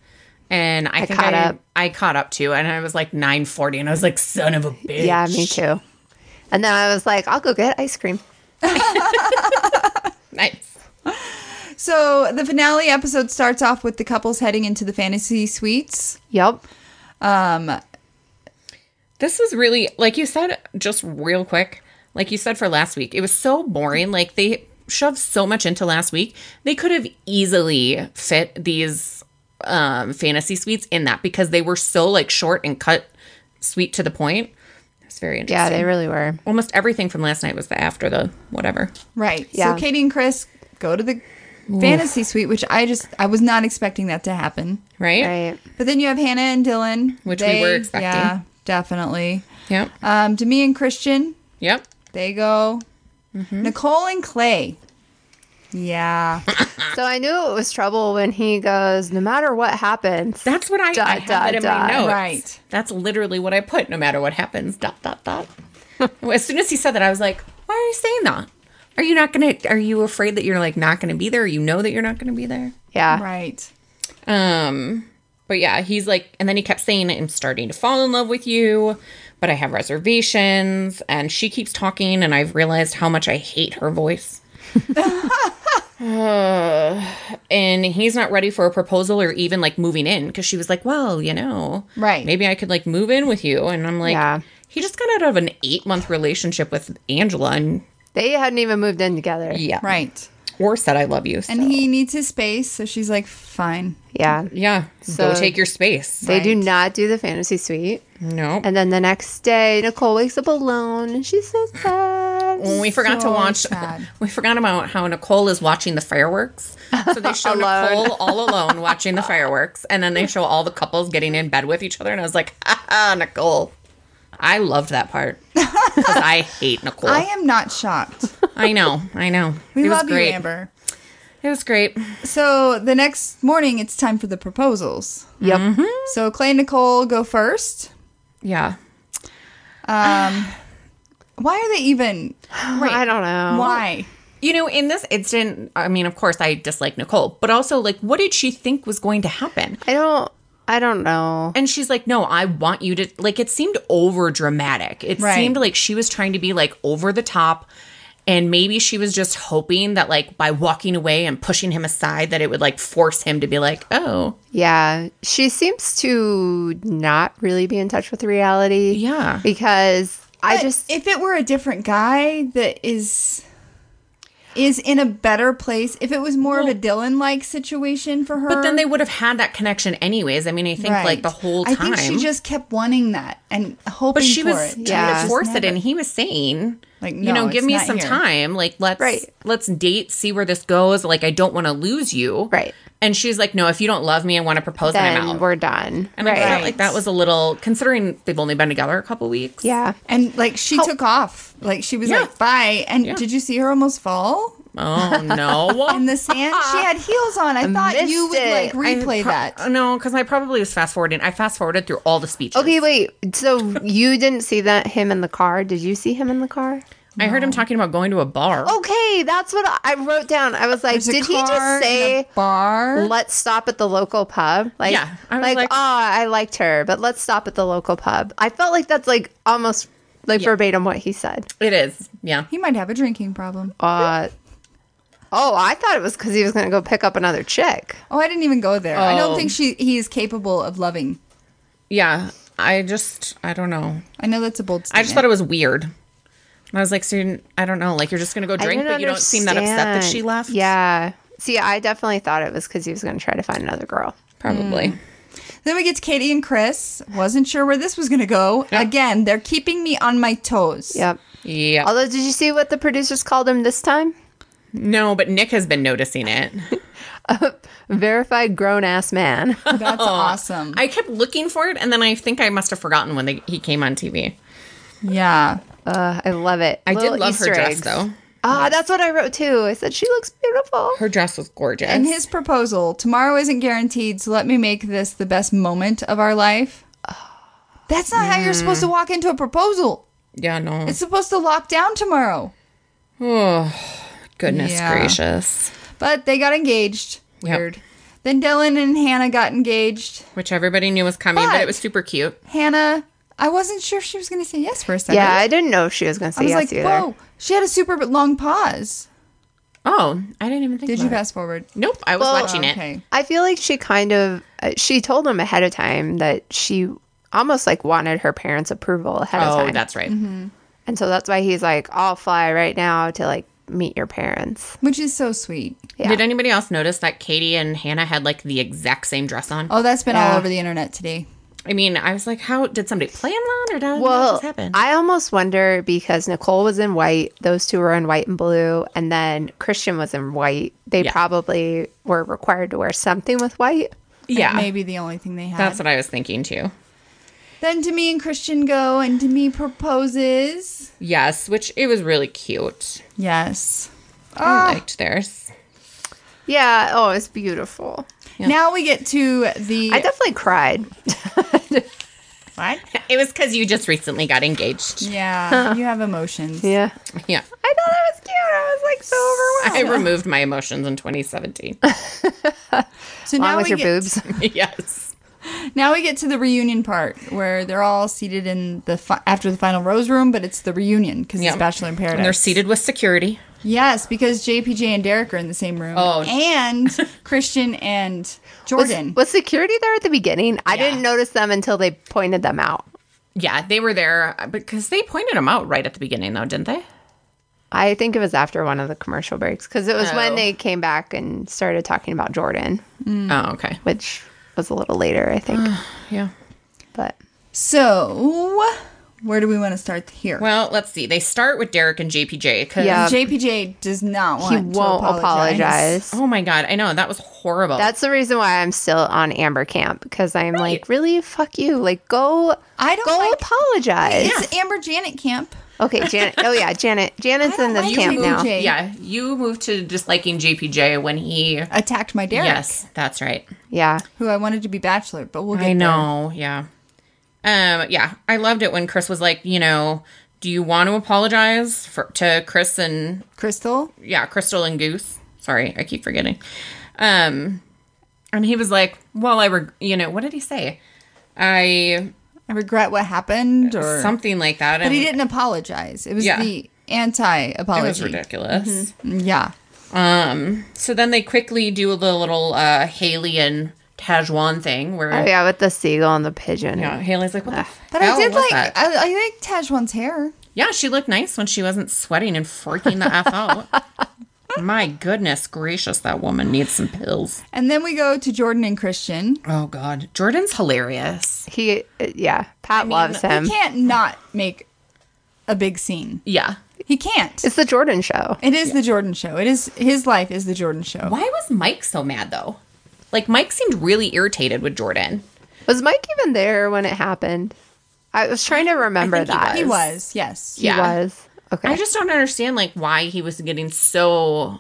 [SPEAKER 3] and I, think
[SPEAKER 2] caught
[SPEAKER 3] I,
[SPEAKER 2] up.
[SPEAKER 3] I caught up too, and I was like nine forty, and I was like, "Son of a bitch!"
[SPEAKER 2] yeah, me too. And then I was like, I'll go get ice cream.
[SPEAKER 3] Nice.
[SPEAKER 1] So the finale episode starts off with the couples heading into the fantasy suites.
[SPEAKER 2] Yup.
[SPEAKER 1] Um,
[SPEAKER 3] This was really, like you said, just real quick. Like you said for last week, it was so boring. Like they shoved so much into last week. They could have easily fit these um, fantasy suites in that because they were so like short and cut, sweet to the point. It's very
[SPEAKER 2] Yeah,
[SPEAKER 3] interesting.
[SPEAKER 2] they really were.
[SPEAKER 3] Almost everything from last night was the after the whatever.
[SPEAKER 1] right.
[SPEAKER 2] Yeah.
[SPEAKER 1] So Katie and Chris go to the fantasy suite, which I just I was not expecting that to happen.
[SPEAKER 3] Right?
[SPEAKER 2] Right.
[SPEAKER 1] But then you have Hannah and Dylan,
[SPEAKER 3] Which we were expecting.
[SPEAKER 1] Yeah, definitely.
[SPEAKER 3] Yep.
[SPEAKER 1] Um, to me and Christian,
[SPEAKER 3] Yep.
[SPEAKER 1] they go.
[SPEAKER 3] Mm-hmm.
[SPEAKER 1] Nicole and Clay.
[SPEAKER 3] [LAUGHS]
[SPEAKER 1] Yeah.
[SPEAKER 2] So I knew it was trouble when he goes, no matter what happens.
[SPEAKER 3] That's what I,
[SPEAKER 2] Dot,
[SPEAKER 3] I had
[SPEAKER 2] dot,
[SPEAKER 3] that in
[SPEAKER 2] dot.
[SPEAKER 3] my notes.
[SPEAKER 1] Right.
[SPEAKER 3] That's literally what I put. No matter what happens, dot dot
[SPEAKER 2] [LAUGHS]
[SPEAKER 3] dot. Well, as soon as he said that, I was like, "Why are you saying that? Are you not gonna? Are you afraid that you're like not gonna be there? You know that you're not gonna be there."
[SPEAKER 2] Yeah.
[SPEAKER 1] Right.
[SPEAKER 3] Um. But yeah, he's like, and then he kept saying, "I'm starting to fall in love with you, but I have reservations." And she keeps talking, and I've realized how much I hate her voice. Uh, and he's not ready for a proposal or even like moving in because she was like, "Well, you know,
[SPEAKER 1] Right.
[SPEAKER 3] Maybe I could like move in with you." And I'm like,
[SPEAKER 2] Yeah.
[SPEAKER 3] "He just got out of an eight month relationship with Angela, and
[SPEAKER 2] They hadn't even moved in together.
[SPEAKER 3] yeah,
[SPEAKER 1] Right.
[SPEAKER 3] or said I love you."
[SPEAKER 1] And
[SPEAKER 3] so-
[SPEAKER 1] he needs his space, so she's like, fine.
[SPEAKER 2] Yeah.
[SPEAKER 3] yeah,
[SPEAKER 2] So-
[SPEAKER 3] go take your space.
[SPEAKER 2] They do
[SPEAKER 1] Right.
[SPEAKER 2] not do the fantasy suite.
[SPEAKER 3] no,
[SPEAKER 2] And then the next day, Nicole wakes up alone and she's so sad.
[SPEAKER 3] When we forgot
[SPEAKER 1] so
[SPEAKER 3] to watch [LAUGHS]
[SPEAKER 1] sad.
[SPEAKER 3] we forgot about how Nicole is watching the fireworks. So they show
[SPEAKER 2] [LAUGHS] Alone.
[SPEAKER 3] Nicole all alone
[SPEAKER 2] [LAUGHS]
[SPEAKER 3] watching the fireworks and then they show all the couples getting in bed with each other and I was like, "Ha ha, Nicole." I loved that
[SPEAKER 1] [LAUGHS]
[SPEAKER 3] part cuz I hate Nicole.
[SPEAKER 1] I
[SPEAKER 3] I,
[SPEAKER 1] am not
[SPEAKER 3] [LAUGHS]
[SPEAKER 1] shocked.
[SPEAKER 3] know. [LAUGHS] I know.
[SPEAKER 1] We
[SPEAKER 3] it was
[SPEAKER 1] love you,
[SPEAKER 3] great.
[SPEAKER 1] Amber.
[SPEAKER 3] It was great.
[SPEAKER 1] So the next morning, it's time for the proposals.
[SPEAKER 2] Yep.
[SPEAKER 3] Mm-hmm.
[SPEAKER 1] So Clay and Nicole go first. Um,
[SPEAKER 3] Yeah. [SIGHS]
[SPEAKER 1] Why are they even?
[SPEAKER 2] Oh, I don't know.
[SPEAKER 1] Why?
[SPEAKER 3] You know, in this instant, I mean, of course I dislike Nicole, but also like what did she think was going to happen?
[SPEAKER 2] I don't. I don't know.
[SPEAKER 3] And she's like, no, I want you to like it seemed over dramatic. It
[SPEAKER 1] Right.
[SPEAKER 3] seemed like she was trying to be like over the top. And maybe she was just hoping that like by walking away and pushing him aside that it would like force him to be like, oh,
[SPEAKER 2] Yeah, she seems to not really be in touch with reality.
[SPEAKER 3] Yeah.
[SPEAKER 2] because I
[SPEAKER 1] But
[SPEAKER 2] just
[SPEAKER 1] if it were a different guy that is is in a better place, if it was more of a Dylan like situation for her,
[SPEAKER 3] but then they would have had that connection anyways. I mean, I think like the whole time.
[SPEAKER 1] I think she just kept wanting that and hoping
[SPEAKER 3] but she
[SPEAKER 1] for
[SPEAKER 3] was
[SPEAKER 1] it.
[SPEAKER 3] trying
[SPEAKER 2] Yeah.
[SPEAKER 3] to
[SPEAKER 1] Just
[SPEAKER 3] force it
[SPEAKER 1] never-
[SPEAKER 3] and he was saying
[SPEAKER 1] Like,
[SPEAKER 3] you
[SPEAKER 1] no,
[SPEAKER 3] know give
[SPEAKER 1] it's
[SPEAKER 3] me
[SPEAKER 1] not
[SPEAKER 3] some
[SPEAKER 1] here.
[SPEAKER 3] time like let's
[SPEAKER 2] Right.
[SPEAKER 3] let's date see where this goes like i don't want to lose you
[SPEAKER 2] Right.
[SPEAKER 3] and she's like no if you don't love me and want to propose then, i'm
[SPEAKER 2] then
[SPEAKER 3] out
[SPEAKER 2] we're done.
[SPEAKER 3] And I felt
[SPEAKER 1] Right.
[SPEAKER 3] like that was a little considering they've only been together a couple weeks.
[SPEAKER 2] Yeah,
[SPEAKER 1] And like she took off, like she was
[SPEAKER 3] Yeah.
[SPEAKER 1] like bye. And did you see her almost fall
[SPEAKER 3] Oh
[SPEAKER 2] [LAUGHS]
[SPEAKER 3] no.
[SPEAKER 1] in the
[SPEAKER 3] [LAUGHS]
[SPEAKER 1] sand? she had heels on. I, thought you
[SPEAKER 2] missed
[SPEAKER 1] would like
[SPEAKER 2] it.
[SPEAKER 3] I
[SPEAKER 1] replay
[SPEAKER 3] pro-
[SPEAKER 1] that.
[SPEAKER 3] No, because I probably was fast forwarding. I fast forwarded through all the speeches.
[SPEAKER 2] Okay, wait. So you didn't see that him in the car? Did you see him in the car?
[SPEAKER 3] I heard him talking about going to a bar.
[SPEAKER 2] Oh. Okay, that's what I wrote down. I was like,
[SPEAKER 1] There's a
[SPEAKER 2] did he
[SPEAKER 1] car
[SPEAKER 2] just
[SPEAKER 1] and a
[SPEAKER 2] say
[SPEAKER 1] bar?
[SPEAKER 2] let's stop at the local pub? Like,
[SPEAKER 3] Yeah, I was
[SPEAKER 2] like,
[SPEAKER 3] like-
[SPEAKER 2] oh, I liked her, but let's stop at the local pub. I felt like that's like almost like verbatim what he said.
[SPEAKER 3] It is. Yeah.
[SPEAKER 1] He might have a drinking problem.
[SPEAKER 2] Uh, oh, I thought it was because he was going to go pick up another chick.
[SPEAKER 1] Oh, I didn't even go there. I don't
[SPEAKER 3] Oh.
[SPEAKER 1] think she he is capable of loving.
[SPEAKER 3] Yeah. I just I don't know.
[SPEAKER 1] I know that's a bold
[SPEAKER 3] I
[SPEAKER 1] statement.
[SPEAKER 3] just thought it was weird. And I was like, so you- I don't know, like you're just gonna go
[SPEAKER 2] I
[SPEAKER 3] drink,
[SPEAKER 2] didn't
[SPEAKER 3] but you don't seem that upset that she
[SPEAKER 2] understand.
[SPEAKER 3] left.
[SPEAKER 2] Yeah. See, I definitely thought it was because he was going to try to find another girl.
[SPEAKER 3] Probably.
[SPEAKER 1] Then we get to Katie and Chris. Wasn't sure where this was going to go. Again, they're keeping me on my toes.
[SPEAKER 2] Yep.
[SPEAKER 3] Yeah.
[SPEAKER 2] Although, did you see what the producers called him this time?
[SPEAKER 3] no, but Nick has been noticing it.
[SPEAKER 2] Verified grown ass man. [LAUGHS]
[SPEAKER 3] [LAUGHS]
[SPEAKER 1] That's awesome.
[SPEAKER 3] I kept looking for it, and then I think I must have forgotten when they, he came on TV.
[SPEAKER 1] yeah.
[SPEAKER 2] Uh, I love it.
[SPEAKER 3] I
[SPEAKER 2] Little
[SPEAKER 3] did love
[SPEAKER 2] Easter
[SPEAKER 3] her
[SPEAKER 2] eggs.
[SPEAKER 3] dress, though.
[SPEAKER 2] Ah, that's what I wrote too. I said she looks beautiful.
[SPEAKER 3] Her dress was gorgeous.
[SPEAKER 1] And his proposal tomorrow isn't guaranteed, so let me make this the best moment of our life. [SIGHS] That's not how you're supposed to walk into a proposal.
[SPEAKER 3] yeah, no.
[SPEAKER 1] It's supposed to lock down tomorrow.
[SPEAKER 3] Oh, goodness
[SPEAKER 1] Yeah.
[SPEAKER 3] gracious.
[SPEAKER 1] But they got engaged.
[SPEAKER 3] Yep.
[SPEAKER 1] Weird. Then Dylan and Hannah got engaged.
[SPEAKER 3] Which everybody knew was coming, but,
[SPEAKER 1] But-
[SPEAKER 3] it was super cute.
[SPEAKER 1] Hannah, I wasn't sure if she was going to say yes for a second.
[SPEAKER 2] Yeah, I didn't know if she was going
[SPEAKER 1] I
[SPEAKER 2] to say
[SPEAKER 1] was
[SPEAKER 2] yes
[SPEAKER 1] like,
[SPEAKER 2] either.
[SPEAKER 1] whoa. She had a super long pause.
[SPEAKER 3] Oh, I didn't even think
[SPEAKER 1] Did you
[SPEAKER 3] about it.
[SPEAKER 1] fast forward?
[SPEAKER 3] Nope, I was
[SPEAKER 2] Well,
[SPEAKER 3] watching it.
[SPEAKER 1] Okay.
[SPEAKER 2] I feel like she kind of uh, she told him ahead of time that she almost like wanted her parents' approval ahead of
[SPEAKER 3] Oh,
[SPEAKER 2] time,
[SPEAKER 3] that's right.
[SPEAKER 2] and so that's why he's like, "I'll fly right now to like meet your parents."
[SPEAKER 1] Which is so sweet.
[SPEAKER 2] Yeah.
[SPEAKER 3] Did anybody else notice that Katie and Hannah had like the exact same dress on?
[SPEAKER 1] Oh, that's been all
[SPEAKER 2] Yeah.
[SPEAKER 1] over the internet today.
[SPEAKER 3] I mean, I was like, how did somebody plan that or did that
[SPEAKER 2] Well,
[SPEAKER 3] just happen?
[SPEAKER 2] I almost wonder because Nicole was in white, those two were in white and blue, and then Christian was in white. They
[SPEAKER 3] Yeah.
[SPEAKER 2] probably were required to wear something with white.
[SPEAKER 3] yeah,
[SPEAKER 1] Maybe the only thing they had.
[SPEAKER 3] that's what I was thinking too.
[SPEAKER 1] Then Demi and Christian go, and Demi proposes.
[SPEAKER 3] Yes, which it was really cute.
[SPEAKER 1] Yes. Ah.
[SPEAKER 3] I
[SPEAKER 2] Oh,
[SPEAKER 3] liked theirs. [LAUGHS]
[SPEAKER 2] Yeah. Oh, it's beautiful.
[SPEAKER 1] Now we get to the.
[SPEAKER 2] I definitely cried.
[SPEAKER 1] what?
[SPEAKER 3] It was because you just recently got engaged. [LAUGHS]
[SPEAKER 1] Yeah, you have emotions.
[SPEAKER 2] Yeah.
[SPEAKER 3] Yeah.
[SPEAKER 2] [LAUGHS] I thought that was cute. I was like so overwhelmed.
[SPEAKER 3] I removed my emotions in 2017.
[SPEAKER 1] So
[SPEAKER 2] Along
[SPEAKER 1] now
[SPEAKER 2] with
[SPEAKER 1] we
[SPEAKER 2] your
[SPEAKER 1] get,
[SPEAKER 2] boobs.
[SPEAKER 3] [LAUGHS] yes.
[SPEAKER 1] Now we get to the reunion part where they're all seated in the fi- after the final rose room, but it's the reunion because
[SPEAKER 3] Yeah.
[SPEAKER 1] it's Bachelor in Paradise.
[SPEAKER 3] And they're seated with security.
[SPEAKER 1] Yes, because JPJ and Derek are in the same room.
[SPEAKER 3] Oh.
[SPEAKER 1] and
[SPEAKER 2] [LAUGHS]
[SPEAKER 1] Christian and Jordan.
[SPEAKER 2] Was security there at the beginning? I didn't notice them until they pointed them out.
[SPEAKER 3] Yeah, they were there uh, because they pointed them out right at the beginning, though, didn't they?
[SPEAKER 2] I think it was after one of the commercial breaks because it was
[SPEAKER 3] Oh.
[SPEAKER 2] when they came back and started talking about Jordan,
[SPEAKER 3] Oh, okay.
[SPEAKER 2] which was a little later, I think.
[SPEAKER 3] Yeah.
[SPEAKER 2] but
[SPEAKER 1] so where do we want to start here?
[SPEAKER 3] Well, let's see. They start with Derek and JPJ because
[SPEAKER 2] Yeah.
[SPEAKER 1] JPJ does not want
[SPEAKER 2] uh, he
[SPEAKER 1] to
[SPEAKER 2] won't apologize.
[SPEAKER 3] Oh my god, I know that was horrible.
[SPEAKER 2] That's the reason why I'm still on Amber Camp because I'm like, really, fuck you. Like, go,
[SPEAKER 1] I don't
[SPEAKER 2] go
[SPEAKER 1] like-
[SPEAKER 2] apologize.
[SPEAKER 1] It's Amber Janet Camp.
[SPEAKER 2] Okay, Janet. Oh yeah, Janet. Janet's in this
[SPEAKER 1] like
[SPEAKER 2] camp
[SPEAKER 1] you,
[SPEAKER 2] now.
[SPEAKER 1] Jan-
[SPEAKER 3] yeah. You moved to disliking JPJ when he.
[SPEAKER 1] Attacked my Derek,
[SPEAKER 3] Yes, that's right.
[SPEAKER 2] Yeah,
[SPEAKER 1] who I wanted to be bachelor, but we'll get
[SPEAKER 3] I know. Yeah. Um. Yeah, I loved it when Chris was like, you know, do you want to apologize for to Chris and
[SPEAKER 1] there. Crystal.
[SPEAKER 3] yeah, Crystal and Goose. Sorry, I keep forgetting. Um, and he was like, well, I reg- you know, what did he say? I
[SPEAKER 1] I regret what happened, or
[SPEAKER 3] something like that.
[SPEAKER 1] but
[SPEAKER 3] and
[SPEAKER 1] he didn't apologize. It was
[SPEAKER 3] Yeah.
[SPEAKER 1] the anti-apology. Mm,
[SPEAKER 3] It was ridiculous.
[SPEAKER 1] Mm-hmm. Yeah.
[SPEAKER 3] Um, so then they quickly do the little uh, Haley and Tajwan thing where
[SPEAKER 2] oh
[SPEAKER 3] yeah.
[SPEAKER 2] yeah, with the seagull and the pigeon.
[SPEAKER 3] Haley's like, what the
[SPEAKER 1] But
[SPEAKER 3] hell
[SPEAKER 1] I did
[SPEAKER 3] was
[SPEAKER 1] like
[SPEAKER 3] that?
[SPEAKER 1] I, I like Tajwan's hair.
[SPEAKER 3] yeah, she looked nice when she wasn't sweating and freaking the f out.
[SPEAKER 1] [LAUGHS]
[SPEAKER 3] My goodness gracious, that woman needs some pills.
[SPEAKER 1] And then we go to Jordan and Christian.
[SPEAKER 3] Oh God, Jordan's hilarious.
[SPEAKER 2] He, yeah, Pat loves him.
[SPEAKER 3] Um,
[SPEAKER 1] He can't not make a big scene.
[SPEAKER 3] Yeah.
[SPEAKER 1] He can't.
[SPEAKER 2] It's the Jordan show.
[SPEAKER 1] It is the Jordan show. It is his life is the Jordan show.
[SPEAKER 3] Why was Mike so mad though? Like Mike seemed really irritated with Jordan.
[SPEAKER 2] Was Mike even there when it happened? I was trying to remember
[SPEAKER 3] think he
[SPEAKER 2] that.
[SPEAKER 1] He was, yes.
[SPEAKER 2] He
[SPEAKER 3] Yeah.
[SPEAKER 2] was. Okay.
[SPEAKER 3] I just don't understand like why he was getting so.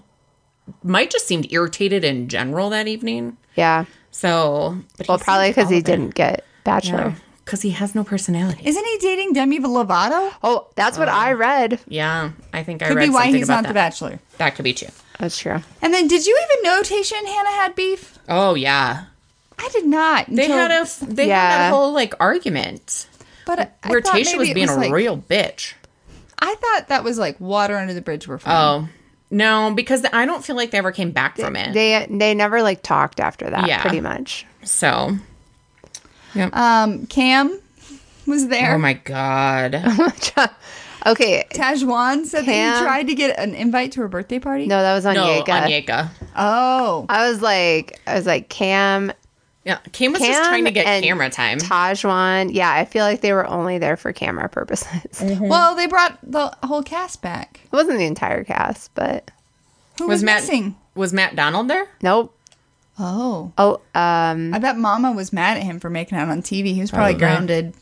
[SPEAKER 3] Mike just seemed irritated in general that evening.
[SPEAKER 2] yeah.
[SPEAKER 3] So, but
[SPEAKER 2] Well, probably because he didn't get Bachelor.
[SPEAKER 3] Because he has no personality.
[SPEAKER 1] Isn't he dating Demi Lovato?
[SPEAKER 2] Oh, that's what I read.
[SPEAKER 3] Yeah, I think I
[SPEAKER 1] Could
[SPEAKER 3] read
[SPEAKER 1] be why
[SPEAKER 3] something
[SPEAKER 1] he's
[SPEAKER 3] about
[SPEAKER 1] not the
[SPEAKER 3] that.
[SPEAKER 1] bachelor.
[SPEAKER 3] That could be too.
[SPEAKER 2] That's true.
[SPEAKER 1] And then did you even know Tayshia and Hannah had beef?
[SPEAKER 3] Oh yeah,
[SPEAKER 1] I did not.
[SPEAKER 3] they had a they had
[SPEAKER 2] Yeah.
[SPEAKER 3] a whole like argument
[SPEAKER 1] but I- I
[SPEAKER 3] where
[SPEAKER 1] thought
[SPEAKER 3] Tasha
[SPEAKER 1] maybe
[SPEAKER 3] was
[SPEAKER 1] it
[SPEAKER 3] being a
[SPEAKER 1] like-
[SPEAKER 3] real bitch.
[SPEAKER 1] I thought that was like water under the bridge. We're fine.
[SPEAKER 3] Oh no, because I don't feel like they ever came back from it.
[SPEAKER 2] They they never like talked after that.
[SPEAKER 3] Yeah.
[SPEAKER 2] Pretty much. [LAUGHS]
[SPEAKER 3] so, oh
[SPEAKER 1] Um, Cam was there.
[SPEAKER 3] oh my god,
[SPEAKER 2] okay.
[SPEAKER 1] Tajwan said that
[SPEAKER 2] Cam-
[SPEAKER 1] he tried to get an invite to her birthday party.
[SPEAKER 2] No, that was on
[SPEAKER 3] no,
[SPEAKER 2] Yeka.
[SPEAKER 3] Onyeka.
[SPEAKER 1] Oh,
[SPEAKER 2] I was like, I was like, Cam
[SPEAKER 3] Yeah, Cam was just trying to get
[SPEAKER 2] and
[SPEAKER 3] camera time.
[SPEAKER 2] Tajwan. Yeah, I feel like they were only there for camera purposes.
[SPEAKER 3] Mm-hmm.
[SPEAKER 2] it
[SPEAKER 1] Well, they brought the whole cast back.
[SPEAKER 2] wasn't the entire cast, but
[SPEAKER 1] Who was,
[SPEAKER 3] was Matt
[SPEAKER 1] missing?
[SPEAKER 3] was Matt Donald there?
[SPEAKER 2] nope.
[SPEAKER 1] Oh,
[SPEAKER 2] Oh, um,
[SPEAKER 1] I bet Mama was mad at him for making out on TV. He was probably
[SPEAKER 3] Probably.
[SPEAKER 1] grounded.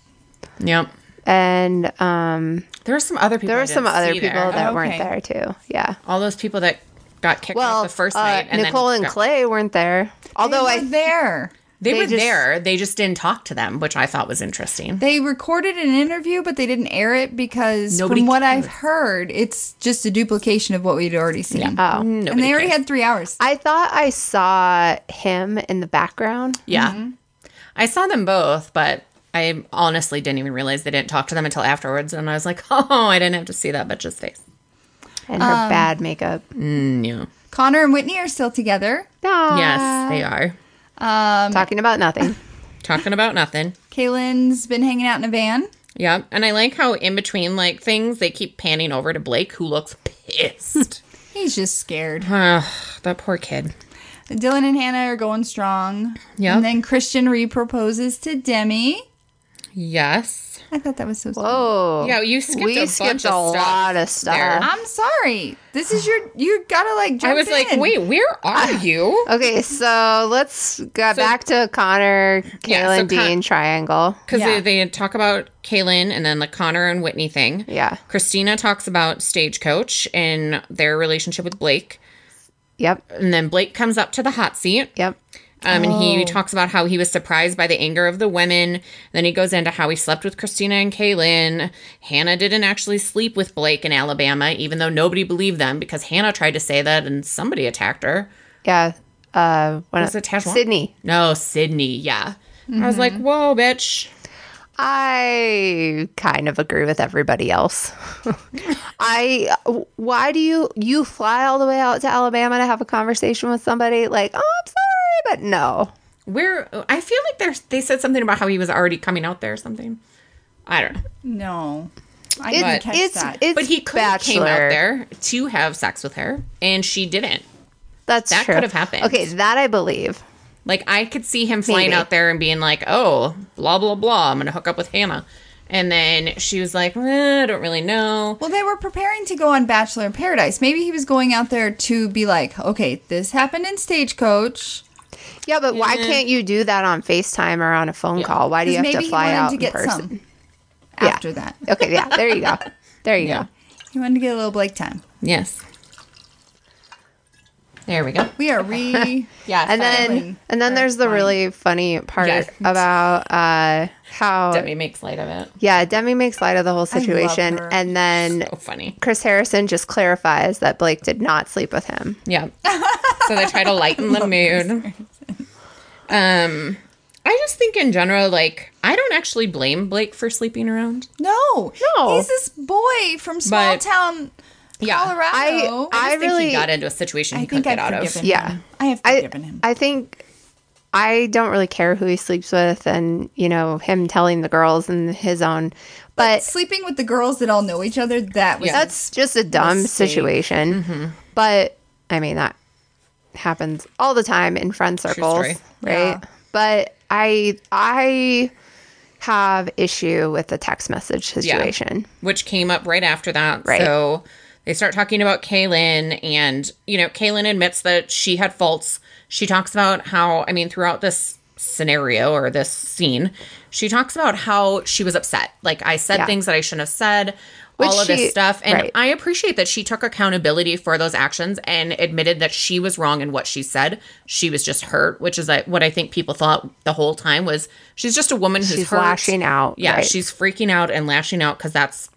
[SPEAKER 3] Yep.
[SPEAKER 2] and um,
[SPEAKER 3] There were some other people.
[SPEAKER 2] there
[SPEAKER 3] I
[SPEAKER 2] were some
[SPEAKER 3] didn't
[SPEAKER 2] other
[SPEAKER 3] see
[SPEAKER 2] people
[SPEAKER 3] there. Oh,
[SPEAKER 2] that
[SPEAKER 1] Okay.
[SPEAKER 2] weren't there too. Yeah.
[SPEAKER 3] all those people that got kicked
[SPEAKER 2] Well,
[SPEAKER 3] off the first
[SPEAKER 2] uh,
[SPEAKER 3] night. And
[SPEAKER 2] Nicole
[SPEAKER 3] then
[SPEAKER 2] and
[SPEAKER 3] got-
[SPEAKER 2] Clay weren't there. Although
[SPEAKER 1] they
[SPEAKER 2] I
[SPEAKER 1] were there.
[SPEAKER 3] they,
[SPEAKER 2] they
[SPEAKER 3] were
[SPEAKER 2] just-
[SPEAKER 3] there. They just didn't talk to them, which I thought was interesting.
[SPEAKER 1] They recorded an interview, but they didn't air it because,
[SPEAKER 3] Nobody
[SPEAKER 1] from what I've
[SPEAKER 3] cares.
[SPEAKER 1] heard, it's just a duplication of what we'd already seen.
[SPEAKER 2] Oh.
[SPEAKER 3] Nobody
[SPEAKER 1] and they already
[SPEAKER 3] cared.
[SPEAKER 1] had three hours.
[SPEAKER 2] I thought I saw him in the background.
[SPEAKER 3] Yeah.
[SPEAKER 2] Mm-hmm.
[SPEAKER 3] I saw them both, but I honestly didn't even realize they didn't talk to them until afterwards. And I was like, [LAUGHS] oh, I didn't have to see that bitch's face. Mm,
[SPEAKER 2] and her
[SPEAKER 3] Um,
[SPEAKER 2] bad makeup.
[SPEAKER 3] No.
[SPEAKER 1] Connor and Whitney are still together.
[SPEAKER 2] No.
[SPEAKER 3] Yes,
[SPEAKER 2] Ah.
[SPEAKER 3] they are.
[SPEAKER 1] Um,
[SPEAKER 2] Talking about nothing.
[SPEAKER 3] Talking about nothing.
[SPEAKER 1] Kaylin's been hanging out in a van.
[SPEAKER 3] Yep. And I like how in between like things, they keep panning over to Blake, who looks
[SPEAKER 2] [LAUGHS]
[SPEAKER 3] pissed.
[SPEAKER 1] He's just scared.
[SPEAKER 3] Ugh, that poor kid.
[SPEAKER 1] Dylan and Hannah are going strong.
[SPEAKER 3] Yep.
[SPEAKER 1] And then Christian reproposes to Demi.
[SPEAKER 3] Yes.
[SPEAKER 1] I thought that was so. sweet.
[SPEAKER 2] Oh.
[SPEAKER 3] Yeah, you skipped
[SPEAKER 2] we
[SPEAKER 3] a bunch
[SPEAKER 2] skipped
[SPEAKER 3] of
[SPEAKER 2] a
[SPEAKER 3] stuff
[SPEAKER 2] lot of
[SPEAKER 3] there.
[SPEAKER 2] stuff.
[SPEAKER 1] I'm sorry. This is your. You gotta like. Jump
[SPEAKER 3] I was like,
[SPEAKER 1] in.
[SPEAKER 3] wait, where
[SPEAKER 2] [LAUGHS]
[SPEAKER 3] are you?
[SPEAKER 2] Okay, so let's go back to Connor, Kaylin,
[SPEAKER 3] Yeah, so Con-
[SPEAKER 2] Dean triangle.
[SPEAKER 3] Because
[SPEAKER 1] Yeah.
[SPEAKER 3] they, they talk about Kaylin and then the Connor and Whitney thing.
[SPEAKER 2] Yeah.
[SPEAKER 3] Christina talks about Stagecoach and their relationship with Blake.
[SPEAKER 2] Yep.
[SPEAKER 3] And then Blake comes up to the hot seat.
[SPEAKER 2] Yep.
[SPEAKER 3] Um, And
[SPEAKER 2] Oh.
[SPEAKER 3] he talks about how he was surprised by the anger of the women. Then he goes into how he slept with Christina and Kaylin. Hannah didn't actually sleep with Blake in Alabama, even though nobody believed them because Hannah tried to say that and somebody attacked her.
[SPEAKER 2] Yeah. Uh, when
[SPEAKER 3] Was it Tajwan?
[SPEAKER 2] Sydney. Mm-hmm.
[SPEAKER 3] No, Sydney. Yeah. I was like, whoa, bitch.
[SPEAKER 2] I kind of agree with everybody else. [LAUGHS] I why do you you fly all the way out to Alabama to have a conversation with somebody like, "Oh, I'm sorry, but no."
[SPEAKER 3] Where I feel like there's they said something about how he was already coming out there or something. I don't know.
[SPEAKER 1] No. I
[SPEAKER 2] It's
[SPEAKER 1] didn't catch
[SPEAKER 2] it's
[SPEAKER 1] that.
[SPEAKER 2] it's
[SPEAKER 3] But he could have came
[SPEAKER 2] bachelor.
[SPEAKER 3] out there to have sex with her and she didn't.
[SPEAKER 2] That's
[SPEAKER 3] That
[SPEAKER 2] true.
[SPEAKER 3] could have happened.
[SPEAKER 2] Okay, that I believe.
[SPEAKER 3] Like I could see him flying
[SPEAKER 2] Maybe.
[SPEAKER 3] out there and being like, "Oh, blah blah blah, I'm going to hook up with Hannah." And then she was like, eh, "I don't really know."
[SPEAKER 1] well, they were preparing to go on Bachelor in Paradise. Maybe he was going out there to be like, okay, this happened in Stagecoach.
[SPEAKER 2] Yeah, but
[SPEAKER 3] Mm-hmm.
[SPEAKER 2] why can't you do that on FaceTime or on a phone call? Why do you
[SPEAKER 1] Because
[SPEAKER 2] have
[SPEAKER 1] maybe
[SPEAKER 2] to
[SPEAKER 1] he
[SPEAKER 2] fly
[SPEAKER 1] wanted
[SPEAKER 2] out
[SPEAKER 1] to
[SPEAKER 2] in
[SPEAKER 1] get
[SPEAKER 2] person?
[SPEAKER 1] some [LAUGHS]
[SPEAKER 2] Yeah.
[SPEAKER 1] after that.
[SPEAKER 2] [LAUGHS] Okay, yeah, there you go.
[SPEAKER 1] [LAUGHS]
[SPEAKER 2] There you go.
[SPEAKER 1] He wanted to get a little Blake time.
[SPEAKER 3] Yes. There we go.
[SPEAKER 1] We are
[SPEAKER 2] [LAUGHS]
[SPEAKER 1] re.
[SPEAKER 3] Yeah.
[SPEAKER 2] And
[SPEAKER 1] Filing.
[SPEAKER 2] then and then there's the really funny part
[SPEAKER 3] Yes.
[SPEAKER 2] about uh how
[SPEAKER 3] Demi makes light of it.
[SPEAKER 2] yeah, Demi makes light of the whole
[SPEAKER 1] love
[SPEAKER 2] situation
[SPEAKER 1] her.
[SPEAKER 2] and then
[SPEAKER 3] So Oh, funny.
[SPEAKER 2] Chris Harrison just clarifies that Blake did not sleep with him.
[SPEAKER 3] Yeah. so they
[SPEAKER 1] [LAUGHS]
[SPEAKER 3] try to lighten the mood. Um I just think in general, like, I don't actually blame Blake for sleeping around.
[SPEAKER 1] No,
[SPEAKER 2] No.
[SPEAKER 1] He's this boy from small
[SPEAKER 3] But-
[SPEAKER 1] town
[SPEAKER 3] Yeah.
[SPEAKER 1] Colorado.
[SPEAKER 2] I-
[SPEAKER 3] I,
[SPEAKER 2] I
[SPEAKER 3] just think
[SPEAKER 2] really-
[SPEAKER 3] he got into a situation
[SPEAKER 1] I
[SPEAKER 3] he couldn't
[SPEAKER 1] think I've
[SPEAKER 3] get out of.
[SPEAKER 1] forgiven
[SPEAKER 2] Yeah.
[SPEAKER 1] him. I have
[SPEAKER 2] I
[SPEAKER 1] forgiven him.
[SPEAKER 2] I think I don't really care who he sleeps with and you know him telling the girls and his own but
[SPEAKER 1] Sleeping with the girls that all know each other, that was
[SPEAKER 3] Yeah.
[SPEAKER 2] that's just a dumb
[SPEAKER 1] Mistake.
[SPEAKER 2] situation.
[SPEAKER 3] Mm-hmm.
[SPEAKER 2] But I mean that happens all the time in friend circles,
[SPEAKER 3] story.
[SPEAKER 2] right?
[SPEAKER 1] Yeah.
[SPEAKER 2] But I I have issue with the text message situation.
[SPEAKER 3] which came up right after that.
[SPEAKER 2] Right.
[SPEAKER 3] So they start talking about Kaylin, and you know, Kaylin admits that she had faults. She talks about how, I mean, throughout this scenario or this scene, she talks about how she was upset. Like I said
[SPEAKER 2] Yeah.
[SPEAKER 3] things that I shouldn't have said.
[SPEAKER 2] Which
[SPEAKER 3] all of
[SPEAKER 2] she-
[SPEAKER 3] this stuff. And
[SPEAKER 2] right.
[SPEAKER 3] I appreciate that she took accountability for those actions and admitted that she was wrong in what she said. She was just hurt, which is like what I think people thought the whole time was she's just a woman who's
[SPEAKER 2] She's
[SPEAKER 3] hurt.
[SPEAKER 2] lashing out,
[SPEAKER 3] Yeah,
[SPEAKER 2] right.
[SPEAKER 3] she's freaking out and lashing out because that's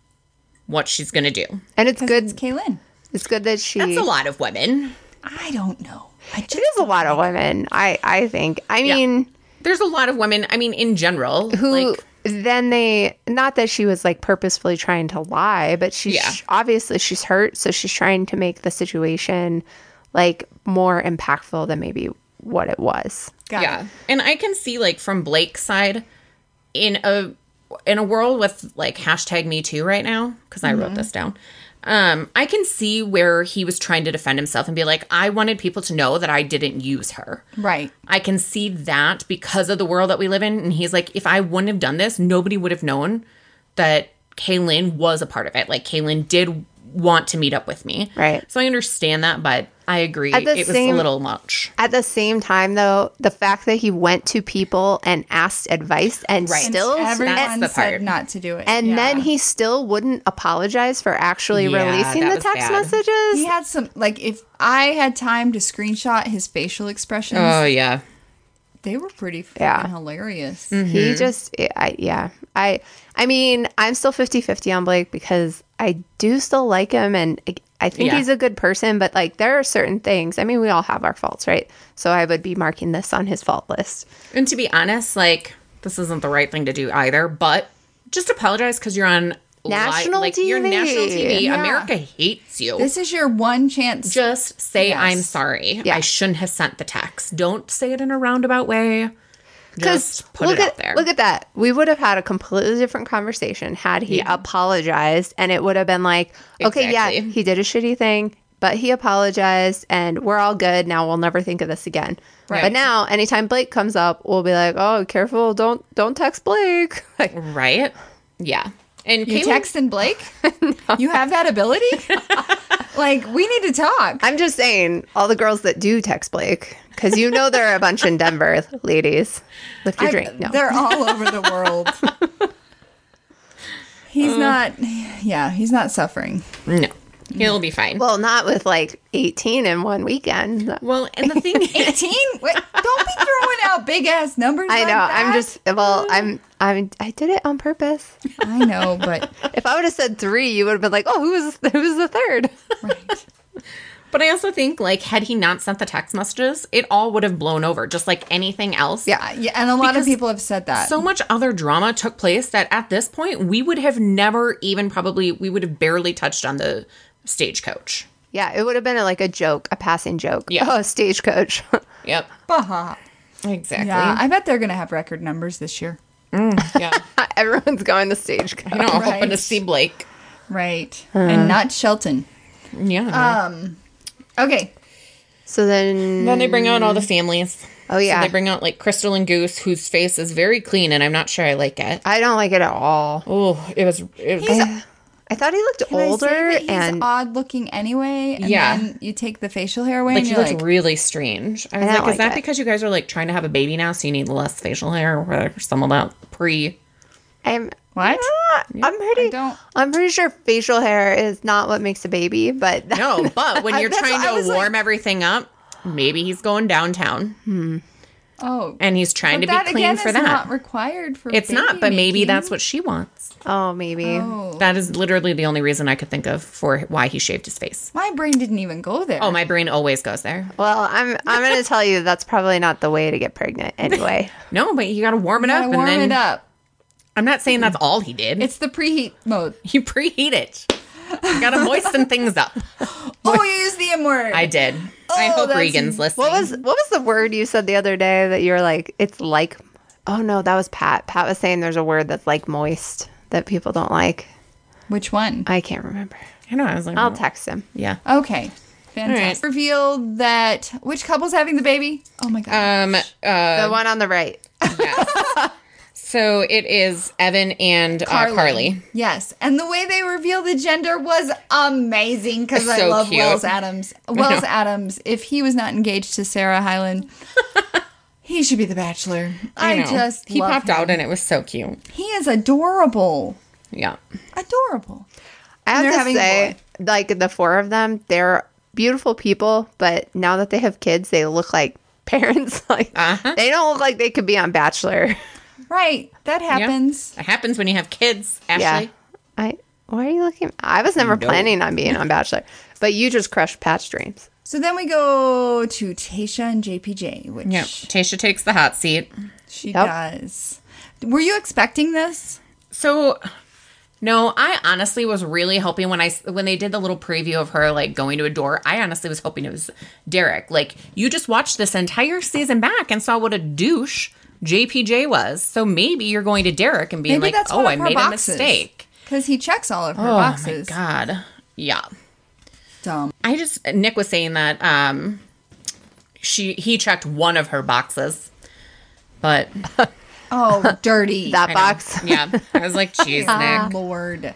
[SPEAKER 3] what she's going to do.
[SPEAKER 2] And it's good
[SPEAKER 1] It's Kaylin.
[SPEAKER 2] it's good that she
[SPEAKER 3] That's a
[SPEAKER 2] It
[SPEAKER 3] lot of women.
[SPEAKER 1] I don't know. I just
[SPEAKER 2] is a lot of women. I I think. I mean,
[SPEAKER 3] There's a lot of women. I mean, in general,
[SPEAKER 2] who
[SPEAKER 3] like,
[SPEAKER 2] then they not that she was like purposefully trying to lie, but she's
[SPEAKER 3] Yeah.
[SPEAKER 2] obviously she's hurt, so she's trying to make the situation like more impactful than maybe what it was.
[SPEAKER 1] got
[SPEAKER 3] yeah.
[SPEAKER 1] it.
[SPEAKER 3] And I can see like from Blake's side
[SPEAKER 2] Mm-hmm.
[SPEAKER 3] in a in a world with like hashtag me too right now because I wrote this down. Um, I can see where he was trying to defend himself and be like, I wanted people to know that I didn't use her.
[SPEAKER 1] Right.
[SPEAKER 3] I can see that because of the world that we live in. And he's like, if I wouldn't have done this, nobody would have known that Kaylin was a part of it. Like Kaylin did want to meet up with me.
[SPEAKER 2] Right.
[SPEAKER 3] So I understand that, but I agree.
[SPEAKER 2] At the
[SPEAKER 3] It was a
[SPEAKER 2] same-
[SPEAKER 3] little much.
[SPEAKER 2] At the same time, though, the fact that he went to people and asked advice and
[SPEAKER 3] Right.
[SPEAKER 2] still
[SPEAKER 1] Everyone
[SPEAKER 3] the
[SPEAKER 1] said
[SPEAKER 3] part.
[SPEAKER 1] not to do it.
[SPEAKER 2] and
[SPEAKER 1] Yeah.
[SPEAKER 2] then he still wouldn't apologize for actually
[SPEAKER 3] Yeah,
[SPEAKER 2] releasing
[SPEAKER 3] that
[SPEAKER 2] the
[SPEAKER 3] was
[SPEAKER 2] text
[SPEAKER 3] bad.
[SPEAKER 2] messages.
[SPEAKER 1] he had some like if I had time to screenshot his facial expressions,
[SPEAKER 3] Oh, yeah.
[SPEAKER 1] they were pretty fucking
[SPEAKER 2] Uh, Yeah. Mm.
[SPEAKER 1] hilarious.
[SPEAKER 2] He just I, yeah. I I mean, I'm still 50-50 on Blake because I do still like him and I- I think
[SPEAKER 3] Yeah.
[SPEAKER 2] he's a good person, but like there are certain things. I mean, we all have our faults, right? So I would be marking this on his fault list.
[SPEAKER 3] And to be honest, like this isn't the right thing to do either, but just apologize because you're on li-
[SPEAKER 2] National
[SPEAKER 3] like you're
[SPEAKER 2] TV.
[SPEAKER 3] national TV.
[SPEAKER 1] Yeah.
[SPEAKER 3] America hates you.
[SPEAKER 1] This is your one chance.
[SPEAKER 3] just say
[SPEAKER 1] Yes.
[SPEAKER 3] I'm sorry.
[SPEAKER 2] Yeah.
[SPEAKER 3] I shouldn't have sent the text. Don't say it in a roundabout way.
[SPEAKER 2] Because
[SPEAKER 3] Just put
[SPEAKER 2] look
[SPEAKER 3] it
[SPEAKER 2] at
[SPEAKER 3] out there.
[SPEAKER 2] look at that. We would have had a completely different conversation had he apologized, and it would have been like, okay, yeah,
[SPEAKER 3] Exactly.
[SPEAKER 2] he did a shitty thing, but he apologized, and we're all good. Now we'll never think of this again. But
[SPEAKER 3] Right.
[SPEAKER 2] now, anytime Blake comes up, we'll be like, oh, careful, don't don't text Blake. [LAUGHS] Like,
[SPEAKER 3] right? Yeah. And
[SPEAKER 1] You
[SPEAKER 3] Caitlin,
[SPEAKER 1] texting Blake?
[SPEAKER 2] [LAUGHS]
[SPEAKER 1] You have that ability? like we need to talk.
[SPEAKER 2] I'm just saying, all the girls that do text Blake, because you know there are a bunch in Denver, [LAUGHS] ladies. Lift your
[SPEAKER 1] I-
[SPEAKER 2] drink. No,
[SPEAKER 1] They're all over the world.
[SPEAKER 2] [LAUGHS] Uh.
[SPEAKER 1] He's not yeah, he's not suffering.
[SPEAKER 3] no, he'll be fine. Well,
[SPEAKER 2] well, not with like 18 in one weekend.
[SPEAKER 3] and the thing [LAUGHS] is,
[SPEAKER 1] 18? Wait, don't be throwing out big ass numbers.
[SPEAKER 2] I
[SPEAKER 1] like
[SPEAKER 2] know. I'm
[SPEAKER 1] that.
[SPEAKER 2] just well. I'm. I'm. I did it on purpose.
[SPEAKER 1] I know,
[SPEAKER 2] [LAUGHS]
[SPEAKER 1] but
[SPEAKER 2] If I would have said three, you would have been like, "Oh, who was who was the third? [LAUGHS]
[SPEAKER 3] but I also think like had he not sent the text messages, it all would have blown over, just like anything else.
[SPEAKER 1] yeah, yeah, and a lot
[SPEAKER 3] Because
[SPEAKER 1] of people have said that.
[SPEAKER 3] so much other drama took place that at this point we would have never even probably we would have barely touched on the stagecoach.
[SPEAKER 2] Yeah, it would have been like a joke, a passing joke.
[SPEAKER 3] Yeah.
[SPEAKER 2] Oh, stagecoach. [LAUGHS]
[SPEAKER 3] Yep.
[SPEAKER 1] Bah.
[SPEAKER 3] Exactly.
[SPEAKER 1] Yeah, [LAUGHS] I bet they're going to have record numbers this year.
[SPEAKER 3] yeah.
[SPEAKER 2] Everyone's going to stagecoach.
[SPEAKER 3] You know, hoping to
[SPEAKER 1] Right.
[SPEAKER 3] see Blake.
[SPEAKER 1] Right.
[SPEAKER 3] Uh.
[SPEAKER 1] and not Shelton.
[SPEAKER 3] Yeah.
[SPEAKER 1] Okay.
[SPEAKER 2] So then,
[SPEAKER 3] then they bring out all the families.
[SPEAKER 2] Oh, yeah.
[SPEAKER 3] So they bring out like Crystal and Goose, whose face is very clean, and I'm not sure I like it.
[SPEAKER 2] I don't like it at all.
[SPEAKER 3] Oh, it was. It was
[SPEAKER 2] I thought he looked
[SPEAKER 1] Can I say
[SPEAKER 2] older,
[SPEAKER 1] that he's
[SPEAKER 2] and
[SPEAKER 1] odd looking anyway. And
[SPEAKER 3] Yeah.
[SPEAKER 1] Then you take the facial hair away
[SPEAKER 3] like
[SPEAKER 1] and
[SPEAKER 3] he
[SPEAKER 1] you're
[SPEAKER 3] looked
[SPEAKER 1] like,
[SPEAKER 3] really strange. I was
[SPEAKER 2] don't
[SPEAKER 3] like,
[SPEAKER 2] like
[SPEAKER 3] is that
[SPEAKER 2] it.
[SPEAKER 3] because you guys are like trying to have a baby now, so you need less facial hair or whatever? Some of that pre.
[SPEAKER 2] I'm.
[SPEAKER 1] what?
[SPEAKER 2] Ah, I'm pretty.
[SPEAKER 1] I don't-
[SPEAKER 2] I'm pretty sure facial hair is not what makes a baby, but
[SPEAKER 3] No, but when you're
[SPEAKER 2] That's
[SPEAKER 3] trying
[SPEAKER 2] what I
[SPEAKER 3] to
[SPEAKER 2] was like-
[SPEAKER 3] warm everything up, maybe he's going downtown
[SPEAKER 1] Oh.
[SPEAKER 3] and he's trying
[SPEAKER 1] but
[SPEAKER 3] to be clean for
[SPEAKER 1] is
[SPEAKER 3] that.
[SPEAKER 1] not required for
[SPEAKER 3] it's not,
[SPEAKER 1] baby
[SPEAKER 3] but maybe
[SPEAKER 1] making.
[SPEAKER 3] that's what she wants.
[SPEAKER 2] [LAUGHS] oh, maybe.
[SPEAKER 1] Oh.
[SPEAKER 3] That is literally the only reason I could think of for why he shaved his face.
[SPEAKER 1] My brain didn't even go there.
[SPEAKER 3] Oh, my brain always goes there.
[SPEAKER 2] Well, I'm. I'm going to tell you that's probably not the way to get pregnant [LAUGHS] anyway.
[SPEAKER 3] No, but you got to warm it
[SPEAKER 1] Gotta
[SPEAKER 3] up,
[SPEAKER 1] warm
[SPEAKER 3] and then
[SPEAKER 1] it up.
[SPEAKER 3] I'm not saying that's all he did. [LAUGHS]
[SPEAKER 1] It's the preheat mode.
[SPEAKER 3] you preheat it. You got to moisten things up.
[SPEAKER 1] Oh, you used the M word.
[SPEAKER 3] I did. I
[SPEAKER 1] Oh,
[SPEAKER 3] hope
[SPEAKER 1] that's-
[SPEAKER 3] Regan's listening.
[SPEAKER 2] What was what was the word you said the other day that you were like it's like oh no that was Pat Pat was saying there's a word that's like moist that people don't like
[SPEAKER 1] Which one?
[SPEAKER 2] I can't remember
[SPEAKER 3] I know. I was like,
[SPEAKER 2] I'll
[SPEAKER 3] oh,
[SPEAKER 2] text him
[SPEAKER 3] yeah.
[SPEAKER 1] Okay. Fantastic. Revealed that which couple's having the baby? Oh my god.
[SPEAKER 3] Um. Uh.
[SPEAKER 2] the one on the right
[SPEAKER 3] So it is Evan and uh, Carly.
[SPEAKER 1] Yes. And the way they revealed the gender was amazing because I
[SPEAKER 3] So
[SPEAKER 1] love
[SPEAKER 3] cute.
[SPEAKER 1] Wells
[SPEAKER 3] [LAUGHS]
[SPEAKER 1] Adams. Wells
[SPEAKER 3] know.
[SPEAKER 1] Adams, if he was not engaged to Sarah
[SPEAKER 3] [LAUGHS]
[SPEAKER 1] Hyland, he should be the bachelor. I,
[SPEAKER 3] know.
[SPEAKER 1] just
[SPEAKER 3] he
[SPEAKER 1] love
[SPEAKER 3] popped
[SPEAKER 1] him.
[SPEAKER 3] out and it was so cute.
[SPEAKER 1] He is adorable.
[SPEAKER 3] Yeah.
[SPEAKER 1] Adorable.
[SPEAKER 2] I
[SPEAKER 1] They're
[SPEAKER 2] have to
[SPEAKER 1] having a
[SPEAKER 2] say like the four of them they're beautiful people but now that they have kids they look like [LAUGHS] parents like
[SPEAKER 3] Uh-huh.
[SPEAKER 2] they don't look like they could be on Bachelor
[SPEAKER 1] Right. That happens.
[SPEAKER 3] Yeah. It happens when you have kids,
[SPEAKER 2] yeah
[SPEAKER 3] Ashley.
[SPEAKER 2] I why are you looking I was never planning on being on Bachelor but you just crushed Pat's dreams
[SPEAKER 1] So then we go to Tasha and JPJ, which
[SPEAKER 3] Yeah. Tasha takes the hot seat.
[SPEAKER 1] she
[SPEAKER 2] Yep.
[SPEAKER 1] does. Were you expecting this?
[SPEAKER 3] So no, I honestly was really hoping when I when they did the little preview of her like going to a door, I honestly was hoping it was Derek. Like you just watched this entire season back and saw what a douche JPJ was. So maybe you're going to Derek and being
[SPEAKER 1] Maybe
[SPEAKER 3] like,
[SPEAKER 1] that's
[SPEAKER 3] "Oh,
[SPEAKER 1] one of
[SPEAKER 3] I
[SPEAKER 1] her
[SPEAKER 3] made
[SPEAKER 1] boxes.
[SPEAKER 3] a mistake."
[SPEAKER 1] Because he checks all of her
[SPEAKER 3] Oh
[SPEAKER 1] boxes.
[SPEAKER 3] my god. Yeah.
[SPEAKER 1] Dumb.
[SPEAKER 3] I just Nick was saying that um she he checked one of her boxes. But
[SPEAKER 1] Oh, [LAUGHS] dirty.
[SPEAKER 2] That
[SPEAKER 3] I know.
[SPEAKER 2] box.
[SPEAKER 3] Yeah. I was like,
[SPEAKER 1] [LAUGHS]
[SPEAKER 3] "Jeez,
[SPEAKER 1] Oh,
[SPEAKER 3] Nick."
[SPEAKER 1] Lord.
[SPEAKER 3] Ah.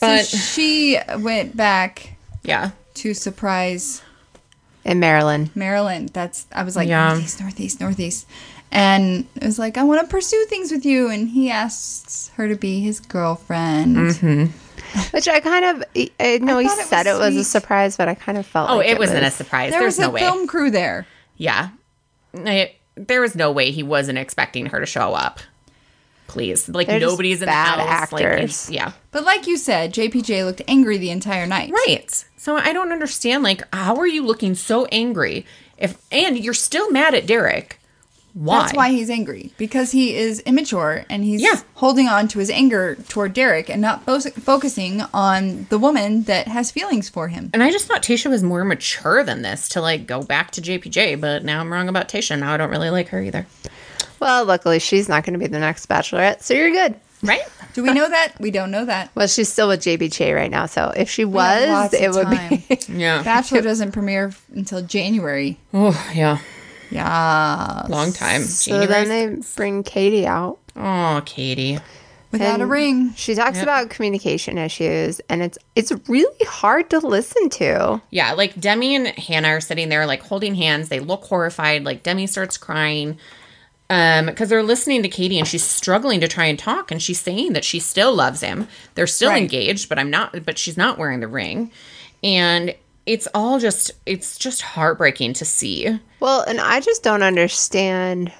[SPEAKER 3] But-
[SPEAKER 1] so she went back
[SPEAKER 3] Yeah.
[SPEAKER 1] to surprise
[SPEAKER 2] In Maryland.
[SPEAKER 1] Maryland. That's I was like
[SPEAKER 3] Yeah.
[SPEAKER 1] northeast, northeast, northeast, and it was like I want to pursue things with you. And he asks her to be his girlfriend.
[SPEAKER 3] Mm-hmm.
[SPEAKER 2] Which I kind of, I- I know he
[SPEAKER 1] thought it
[SPEAKER 2] said
[SPEAKER 1] was
[SPEAKER 2] it was a
[SPEAKER 1] sweet.
[SPEAKER 2] surprise, but I kind of felt
[SPEAKER 3] Oh,
[SPEAKER 2] like
[SPEAKER 3] it wasn't a surprise.
[SPEAKER 1] There
[SPEAKER 3] There's
[SPEAKER 1] was a
[SPEAKER 3] no way.
[SPEAKER 1] film crew there.
[SPEAKER 3] Yeah. I- there was no way he wasn't expecting her to show up. Please. Like
[SPEAKER 2] They're just
[SPEAKER 3] nobody's in
[SPEAKER 2] bad
[SPEAKER 3] the house. Like, it's-
[SPEAKER 2] actors.
[SPEAKER 3] yeah.
[SPEAKER 1] But like you said, JPJ looked angry the entire night.
[SPEAKER 3] Right. So I don't understand. Like, how are you looking so angry? If and you're still mad at Derek. Why?
[SPEAKER 1] That's why he's angry because he is immature and he's
[SPEAKER 3] Yeah.
[SPEAKER 1] holding on to his anger toward Derek and not fo- focusing on the woman that has feelings for him.
[SPEAKER 3] And I just thought Tasha was more mature than this to like go back to JPJ, but now I'm wrong about Tasha. Now I don't really like her either.
[SPEAKER 2] Well, luckily she's not going to be the next bachelorette, so you're good. [SIGHS]
[SPEAKER 3] Right?
[SPEAKER 1] Do we know that? We don't know that.
[SPEAKER 2] Well, she's still with JB Che right now, so if she
[SPEAKER 1] have
[SPEAKER 2] was,
[SPEAKER 1] lots of
[SPEAKER 2] it would
[SPEAKER 1] time.
[SPEAKER 2] be.
[SPEAKER 1] [LAUGHS]
[SPEAKER 3] Yeah.
[SPEAKER 1] Bachelor
[SPEAKER 3] [LAUGHS]
[SPEAKER 1] doesn't premiere f- until January.
[SPEAKER 3] oh, yeah.
[SPEAKER 1] Yeah.
[SPEAKER 3] Long time.
[SPEAKER 2] [LAUGHS] so then
[SPEAKER 3] January.
[SPEAKER 2] they bring Katie out.
[SPEAKER 3] Oh, Katie.
[SPEAKER 1] Without a
[SPEAKER 2] And
[SPEAKER 1] ring.
[SPEAKER 2] She talks about communication issues, and it's it's really hard to listen to.
[SPEAKER 3] Yeah, like Demi and Hannah are sitting there like holding hands. They look horrified. Like Demi starts crying um because they're listening to Katie and she's struggling to try and talk and she's saying that she still loves him. They're still
[SPEAKER 1] Right.
[SPEAKER 3] engaged, but I'm not but she's not wearing the ring. And it's all just it's just heartbreaking to see.
[SPEAKER 2] Well, and I just don't understand.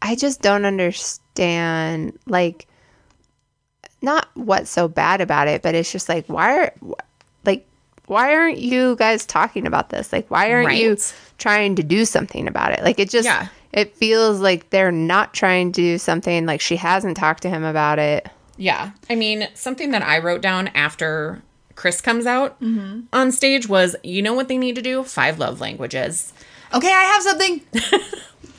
[SPEAKER 2] I just don't understand, like, not what's so bad about it, but it's just like, why are, wh- like, why aren't you guys talking about this? Like, why aren't you
[SPEAKER 3] Right.
[SPEAKER 2] trying to do something about it? Like, it just,
[SPEAKER 3] Yeah.
[SPEAKER 2] it feels like they're not trying to do something. Like, she hasn't talked to him about it.
[SPEAKER 3] Yeah. I mean, something that I wrote down after Chris comes out on stage was you know what they need to do? Five love languages.
[SPEAKER 1] Okay, I have something.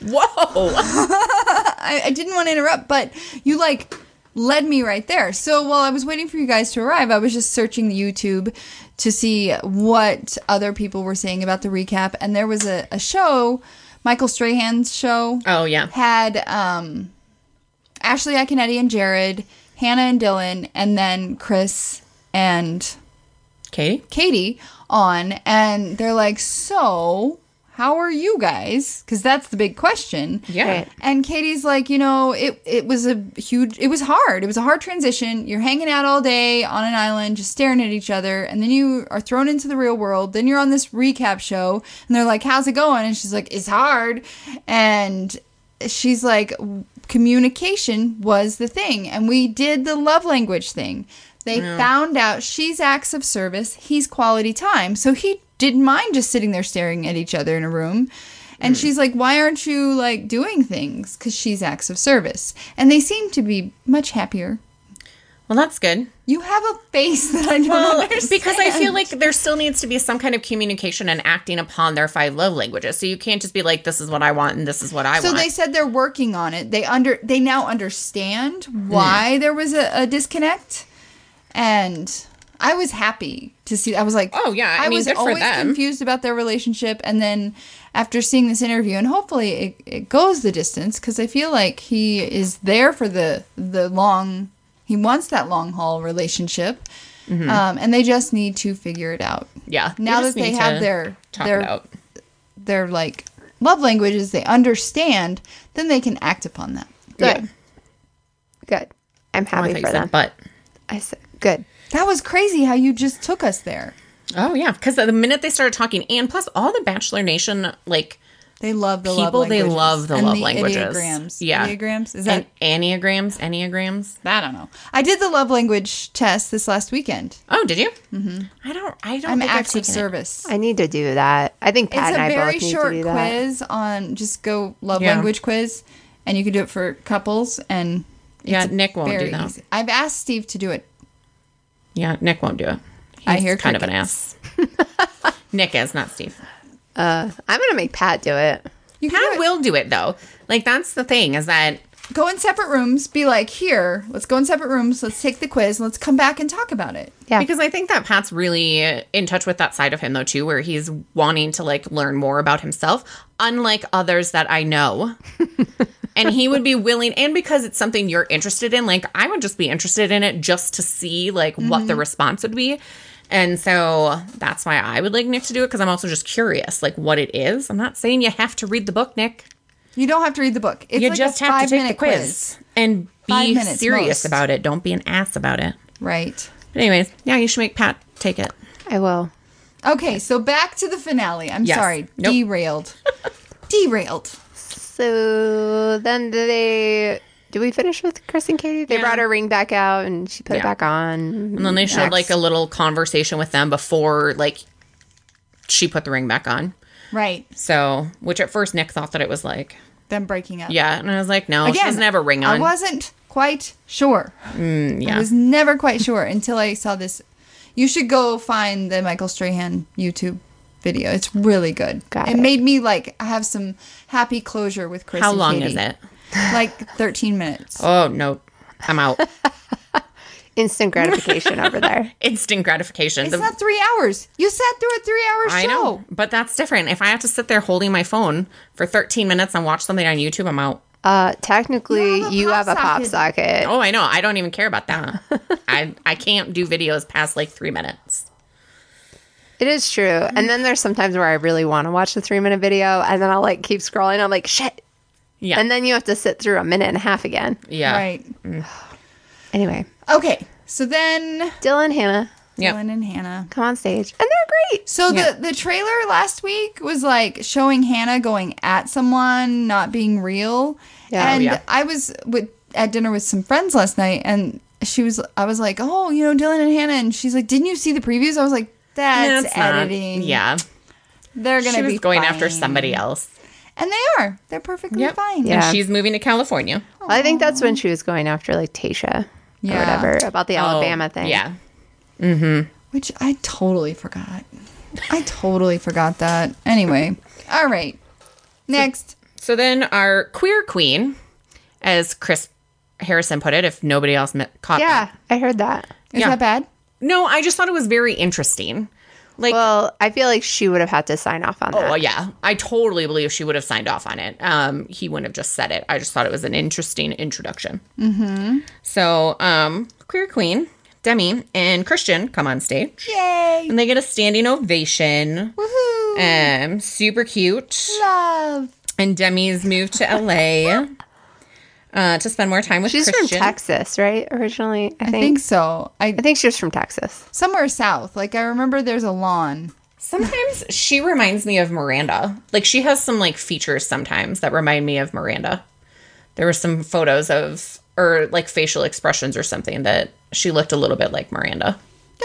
[SPEAKER 3] Whoa.
[SPEAKER 1] I, I didn't want to interrupt, but you like led me right there. So while I was waiting for you guys to arrive, I was just searching the YouTube to see what other people were saying about the recap, and there was a, a show, Michael Strahan's show.
[SPEAKER 3] Oh, yeah.
[SPEAKER 1] had um, Ashley Akinetti and Jared, Hannah and Dylan, and then Chris and
[SPEAKER 3] Katie?
[SPEAKER 1] Katie on, and they're like, "So, how are you guys?" Because that's the big question.
[SPEAKER 3] Yeah.
[SPEAKER 2] Right.
[SPEAKER 1] And Katie's like, you know, it it was a huge, it was hard. It was a hard transition. You're hanging out all day on an island, just staring at each other, and then you are thrown into the real world. Then you're on this recap show, and they're like, "How's it going?" And she's like, "It's hard," and she's like, "Communication was the thing, and we did the love language thing." They found out she's acts of service, he's quality time, so he didn't mind just sitting there staring at each other in a room. And
[SPEAKER 3] Hmm.
[SPEAKER 1] she's like, "Why aren't you like doing things?" Because she's acts of service, and they seem to be much happier.
[SPEAKER 3] Well, that's good.
[SPEAKER 1] You have a face [LAUGHS] that I don't understand.
[SPEAKER 3] because I feel
[SPEAKER 1] [LAUGHS]
[SPEAKER 3] like there still needs to be some kind of communication and acting upon their five love languages. So you can't just be like, this is what I want and this is what I
[SPEAKER 1] so
[SPEAKER 3] want.
[SPEAKER 1] they said they're working on it. They under they now understand why
[SPEAKER 3] Hmm.
[SPEAKER 1] there was a, a disconnect, and I was happy to see. I was like,
[SPEAKER 3] Oh, yeah. I mean,
[SPEAKER 1] was
[SPEAKER 3] good for
[SPEAKER 1] always
[SPEAKER 3] them.
[SPEAKER 1] confused about their relationship, and then after seeing this interview, and hopefully it, it goes the distance because I feel like he is there for the the long. He wants that long haul relationship,
[SPEAKER 3] Mm-hmm.
[SPEAKER 1] um, and they just need to figure it out.
[SPEAKER 3] yeah.
[SPEAKER 1] now
[SPEAKER 3] just
[SPEAKER 1] that they
[SPEAKER 3] need
[SPEAKER 1] have
[SPEAKER 3] to
[SPEAKER 1] their-
[SPEAKER 3] Talk
[SPEAKER 1] their-
[SPEAKER 3] it out.
[SPEAKER 1] They're like love languages they understand, then they can act upon that.
[SPEAKER 2] Good. Good. I'm
[SPEAKER 3] Oh, I
[SPEAKER 2] happy
[SPEAKER 3] thought
[SPEAKER 2] for
[SPEAKER 3] you said
[SPEAKER 2] them.
[SPEAKER 3] but.
[SPEAKER 2] I said, good.
[SPEAKER 1] That was crazy how you just took us there.
[SPEAKER 3] Oh, yeah. Because the minute they started talking, and plus all the Bachelor Nation, like,
[SPEAKER 1] They love the love
[SPEAKER 3] people they
[SPEAKER 1] languages.
[SPEAKER 3] love the
[SPEAKER 1] And
[SPEAKER 3] love languages.
[SPEAKER 1] Ideograms.
[SPEAKER 3] Yeah.
[SPEAKER 1] Ideograms? Is that
[SPEAKER 3] and enneagrams, enneagrams.
[SPEAKER 1] I don't know. I did the love language test this last weekend.
[SPEAKER 3] Oh, did you? Mm-hmm. I don't. I don't.
[SPEAKER 1] I'm
[SPEAKER 3] think I've
[SPEAKER 1] acts of
[SPEAKER 3] taken it.
[SPEAKER 1] service.
[SPEAKER 2] I need to do that. I think Pat
[SPEAKER 1] it's
[SPEAKER 2] and
[SPEAKER 1] a
[SPEAKER 2] I
[SPEAKER 1] very
[SPEAKER 2] both need to
[SPEAKER 1] short
[SPEAKER 2] do that.
[SPEAKER 1] quiz on just go love
[SPEAKER 3] Yeah.
[SPEAKER 1] language quiz and you can do it for couples and it's
[SPEAKER 3] Yeah, Nick won't do
[SPEAKER 1] very
[SPEAKER 3] that.
[SPEAKER 1] easy. I've asked Steve to do it.
[SPEAKER 3] Yeah, Nick won't do it. He's
[SPEAKER 1] I hear
[SPEAKER 3] kind of an ass.
[SPEAKER 1] crickets.
[SPEAKER 3] [LAUGHS] Nick is not
[SPEAKER 1] [LAUGHS]
[SPEAKER 3] Steve.
[SPEAKER 2] I'm gonna make Pat do it.
[SPEAKER 1] You can do
[SPEAKER 3] Pat
[SPEAKER 1] it.
[SPEAKER 3] will do it though. Like that's the thing is that
[SPEAKER 1] go in separate rooms, be like, here, let's go in separate rooms, let's take the quiz, let's come back and talk about it.
[SPEAKER 2] Yeah.
[SPEAKER 3] Because I think that Pat's really in touch with that side of him though too, where he's wanting to like learn more about himself, unlike others that I know.
[SPEAKER 1] [LAUGHS]
[SPEAKER 3] and he would be willing and because it's something you're interested in, like I would just be interested in it just to see like what the
[SPEAKER 1] Mm-hmm.
[SPEAKER 3] response would be. And so that's why I would like Nick to do it because I'm also just curious like what it is. I'm not saying you have to read the book, Nick.
[SPEAKER 1] You don't have to read the book. It's
[SPEAKER 3] You
[SPEAKER 1] like
[SPEAKER 3] just
[SPEAKER 1] a
[SPEAKER 3] have to take the
[SPEAKER 1] five-minute
[SPEAKER 3] quiz, and
[SPEAKER 1] Five
[SPEAKER 3] be
[SPEAKER 1] minutes
[SPEAKER 3] serious
[SPEAKER 1] most.
[SPEAKER 3] about it. Don't be an ass about it.
[SPEAKER 1] Right.
[SPEAKER 3] But anyways, yeah, you should make Pat take it.
[SPEAKER 2] I will.
[SPEAKER 1] Okay, so back to the finale. I'm
[SPEAKER 3] Yes.
[SPEAKER 1] sorry.
[SPEAKER 3] Nope.
[SPEAKER 1] Derailed.
[SPEAKER 3] [LAUGHS]
[SPEAKER 1] Derailed.
[SPEAKER 2] So then do they do we finish with Chris and Katie? They
[SPEAKER 3] Yeah.
[SPEAKER 2] brought her ring back out and she put
[SPEAKER 3] Yeah.
[SPEAKER 2] it back on.
[SPEAKER 3] And then they showed like a little conversation with them before like she put the ring back on.
[SPEAKER 1] Right.
[SPEAKER 3] So, which at first Nick thought that it was like,
[SPEAKER 1] Them breaking up.
[SPEAKER 3] yeah, and I was like, no, she doesn't have a ring
[SPEAKER 1] I
[SPEAKER 3] on. Mm,
[SPEAKER 1] wasn't quite sure. I
[SPEAKER 3] yeah.
[SPEAKER 1] was never quite sure until I saw this. You should go find the Michael Strahan YouTube video. It's really good.
[SPEAKER 2] Got
[SPEAKER 1] it,
[SPEAKER 2] it.
[SPEAKER 1] made me like have some happy closure with Chris.
[SPEAKER 3] How
[SPEAKER 1] and
[SPEAKER 3] long
[SPEAKER 1] Katie.
[SPEAKER 3] is it?
[SPEAKER 1] [LAUGHS] Like 13 minutes.
[SPEAKER 3] Oh no, I'm out. [LAUGHS]
[SPEAKER 2] instant gratification over there.
[SPEAKER 3] Instant gratification.
[SPEAKER 1] it's
[SPEAKER 3] The-
[SPEAKER 1] not three hours. You sat through a three-hour show.
[SPEAKER 3] I know, but that's different. If I have to sit there holding my phone for 13 minutes and watch something on YouTube, I'm out.
[SPEAKER 2] Uh, technically,
[SPEAKER 1] You
[SPEAKER 2] you
[SPEAKER 1] have
[SPEAKER 2] have
[SPEAKER 1] a
[SPEAKER 2] a
[SPEAKER 1] pop
[SPEAKER 2] pop socket.
[SPEAKER 3] Oh, I know. I don't even care about
[SPEAKER 1] [LAUGHS]
[SPEAKER 3] that. I I can't do videos past like three minutes.
[SPEAKER 2] It is true.
[SPEAKER 1] Mm-hmm.
[SPEAKER 2] And then there's sometimes where I really want to watch the three minute video, and then I'll like keep scrolling. I'm like, shit.
[SPEAKER 3] Yeah.
[SPEAKER 2] And then you have to sit through a minute and a half again.
[SPEAKER 3] Yeah.
[SPEAKER 1] Right.
[SPEAKER 2] Anyway,
[SPEAKER 1] Okay. So then
[SPEAKER 2] Dylan, Hannah,
[SPEAKER 3] Yep.
[SPEAKER 1] Dylan and Hannah.
[SPEAKER 2] come on stage, and they're great.
[SPEAKER 1] So
[SPEAKER 3] Yeah.
[SPEAKER 1] the the trailer last week was like showing Hannah going at someone, not being real.
[SPEAKER 2] Yeah.
[SPEAKER 1] and
[SPEAKER 3] Yeah.
[SPEAKER 1] I was with at dinner with some friends last night, and she was. I was like, oh, you know, Dylan and Hannah, and she's like, didn't you see the previews? I was like, that's
[SPEAKER 3] That's not-
[SPEAKER 1] editing.
[SPEAKER 3] yeah.
[SPEAKER 1] they're gonna
[SPEAKER 3] She was
[SPEAKER 1] be
[SPEAKER 3] going after
[SPEAKER 1] fine."
[SPEAKER 3] somebody else.
[SPEAKER 1] and they are. They're perfectly
[SPEAKER 3] Yep.
[SPEAKER 1] fine.
[SPEAKER 2] Yeah.
[SPEAKER 3] And she's moving to California.
[SPEAKER 2] I think that's when she was going after like Tasha
[SPEAKER 1] Yeah.
[SPEAKER 2] or whatever about the
[SPEAKER 3] Oh,
[SPEAKER 2] Alabama thing.
[SPEAKER 3] Yeah.
[SPEAKER 1] Which I totally forgot. I totally forgot that. Anyway, all right. Next,
[SPEAKER 3] So then our queer queen, as Chris Harrison put it, if nobody else mi- caught
[SPEAKER 2] Yeah,
[SPEAKER 3] that.
[SPEAKER 2] I heard that.
[SPEAKER 1] is
[SPEAKER 3] Yeah.
[SPEAKER 1] that bad?
[SPEAKER 3] No, I just thought it was very interesting. Like,
[SPEAKER 2] Well, I feel like she would have had to sign off on that.
[SPEAKER 3] oh yeah, I totally believe she would have signed off on it. Um, he wouldn't have just said it. I just thought it was an interesting introduction. Mm-hmm. So, um, queer queen Demi and Christian come on stage,
[SPEAKER 1] Yay!
[SPEAKER 3] and they get a standing ovation.
[SPEAKER 1] Woohoo!
[SPEAKER 3] Um, super cute.
[SPEAKER 1] Love.
[SPEAKER 3] And Demi's moved to LA uh, to spend more time with
[SPEAKER 2] She's
[SPEAKER 3] Christian.
[SPEAKER 2] from Texas, right? Originally, I think.
[SPEAKER 1] I think so. I
[SPEAKER 2] I think she was from Texas.
[SPEAKER 1] somewhere south. Like I remember there's a lawn.
[SPEAKER 3] Sometimes she reminds me of Miranda. Like she has some like features sometimes that remind me of Miranda. There were some photos of or like facial expressions or something that she looked a little bit like Miranda.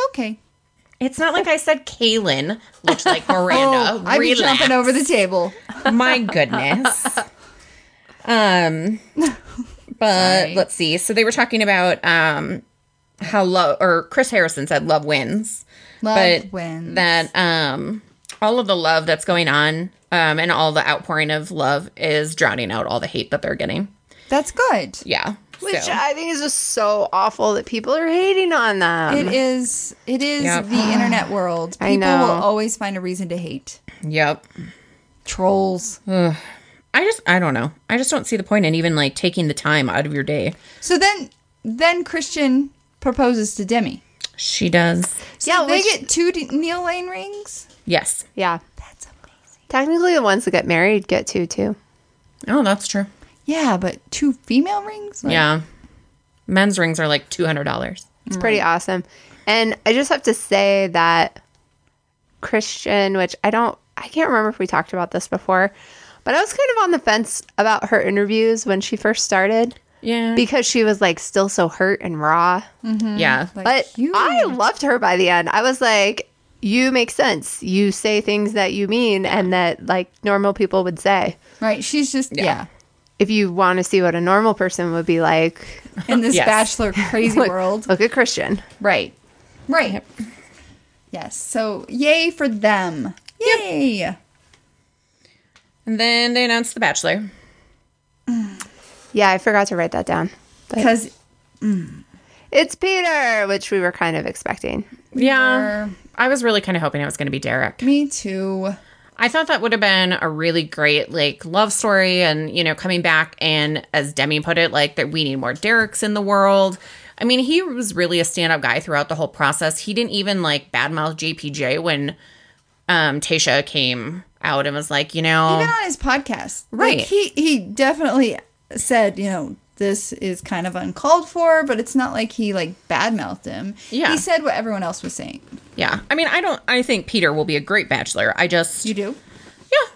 [SPEAKER 1] Okay.
[SPEAKER 3] It's not like I said Kaylin looked [LAUGHS] like Miranda.
[SPEAKER 1] Oh, I'd be
[SPEAKER 3] Oh, Relax.
[SPEAKER 1] jumping over the table.
[SPEAKER 3] My goodness. Um but
[SPEAKER 1] Sorry.
[SPEAKER 3] let's see. So they were talking about um how love or Chris Harrison said love wins.
[SPEAKER 1] Love
[SPEAKER 3] but
[SPEAKER 1] wins.
[SPEAKER 3] that um all of the love that's going on um and all the outpouring of love is drowning out all the hate that they're getting.
[SPEAKER 1] That's good.
[SPEAKER 3] Yeah.
[SPEAKER 2] Which
[SPEAKER 3] so,
[SPEAKER 2] I think is just so awful that people are hating on them.
[SPEAKER 1] It is. It is
[SPEAKER 3] Yep.
[SPEAKER 1] the internet world. People
[SPEAKER 2] I know.
[SPEAKER 1] will always find a reason to hate.
[SPEAKER 3] yep.
[SPEAKER 1] Trolls.
[SPEAKER 3] I just I don't know. I just don't see the point in even like taking the time out of your day.
[SPEAKER 1] So then, then Christian proposes to Demi.
[SPEAKER 3] She does.
[SPEAKER 1] So
[SPEAKER 2] Yeah,
[SPEAKER 1] they
[SPEAKER 2] which-
[SPEAKER 1] get two D- Neil Lane rings.
[SPEAKER 3] Yes.
[SPEAKER 2] yeah. That's amazing. Technically, the ones that get married get two, too.
[SPEAKER 3] Oh, that's true.
[SPEAKER 1] Yeah, but two female rings. Like,
[SPEAKER 3] Yeah. Men's rings are like $200.
[SPEAKER 2] It's pretty awesome. And I just have to say that Christian, which I don't, I can't remember if we talked about this before, but I was kind of on the fence about her interviews when she first started
[SPEAKER 3] Yeah. Mm-hmm.
[SPEAKER 2] because she was like still so hurt and raw.
[SPEAKER 3] yeah.
[SPEAKER 1] like
[SPEAKER 2] But
[SPEAKER 1] huge.
[SPEAKER 2] I loved her by the end. I was like, you make sense. You say things that you mean and that like normal people would say.
[SPEAKER 1] right. She's just yeah.
[SPEAKER 2] If you want to see what a normal person would be like,
[SPEAKER 1] In this
[SPEAKER 3] Yes.
[SPEAKER 1] bachelor crazy
[SPEAKER 2] look,
[SPEAKER 1] world.
[SPEAKER 2] look at Christian.
[SPEAKER 1] Right. Right. Yes. So yay for them. Yay.
[SPEAKER 3] and then they announced The Bachelor.
[SPEAKER 2] Yeah, I forgot to write that down. But
[SPEAKER 1] because
[SPEAKER 2] it's Peter, which we were kind of expecting. Uh.
[SPEAKER 3] Yeah. I was really kind of hoping it was going to be Derek.
[SPEAKER 1] me too.
[SPEAKER 3] I thought that would have been a really great like love story and you know coming back and as Demi put it like that we need more Derek's in the world. I mean, he was really a stand-up guy throughout the whole process. He didn't even like badmouth JPJ when um Tasha came out and was like, you know,
[SPEAKER 1] Even on his podcast, Like,
[SPEAKER 3] Right.
[SPEAKER 1] he he definitely said, you know, this is kind of uncalled for, but it's not like he like badmouthed him.
[SPEAKER 3] Yeah.
[SPEAKER 1] he said what everyone else was saying.
[SPEAKER 3] yeah. I mean, I don't I think Peter will be a great bachelor. I just
[SPEAKER 1] You do.
[SPEAKER 3] yeah.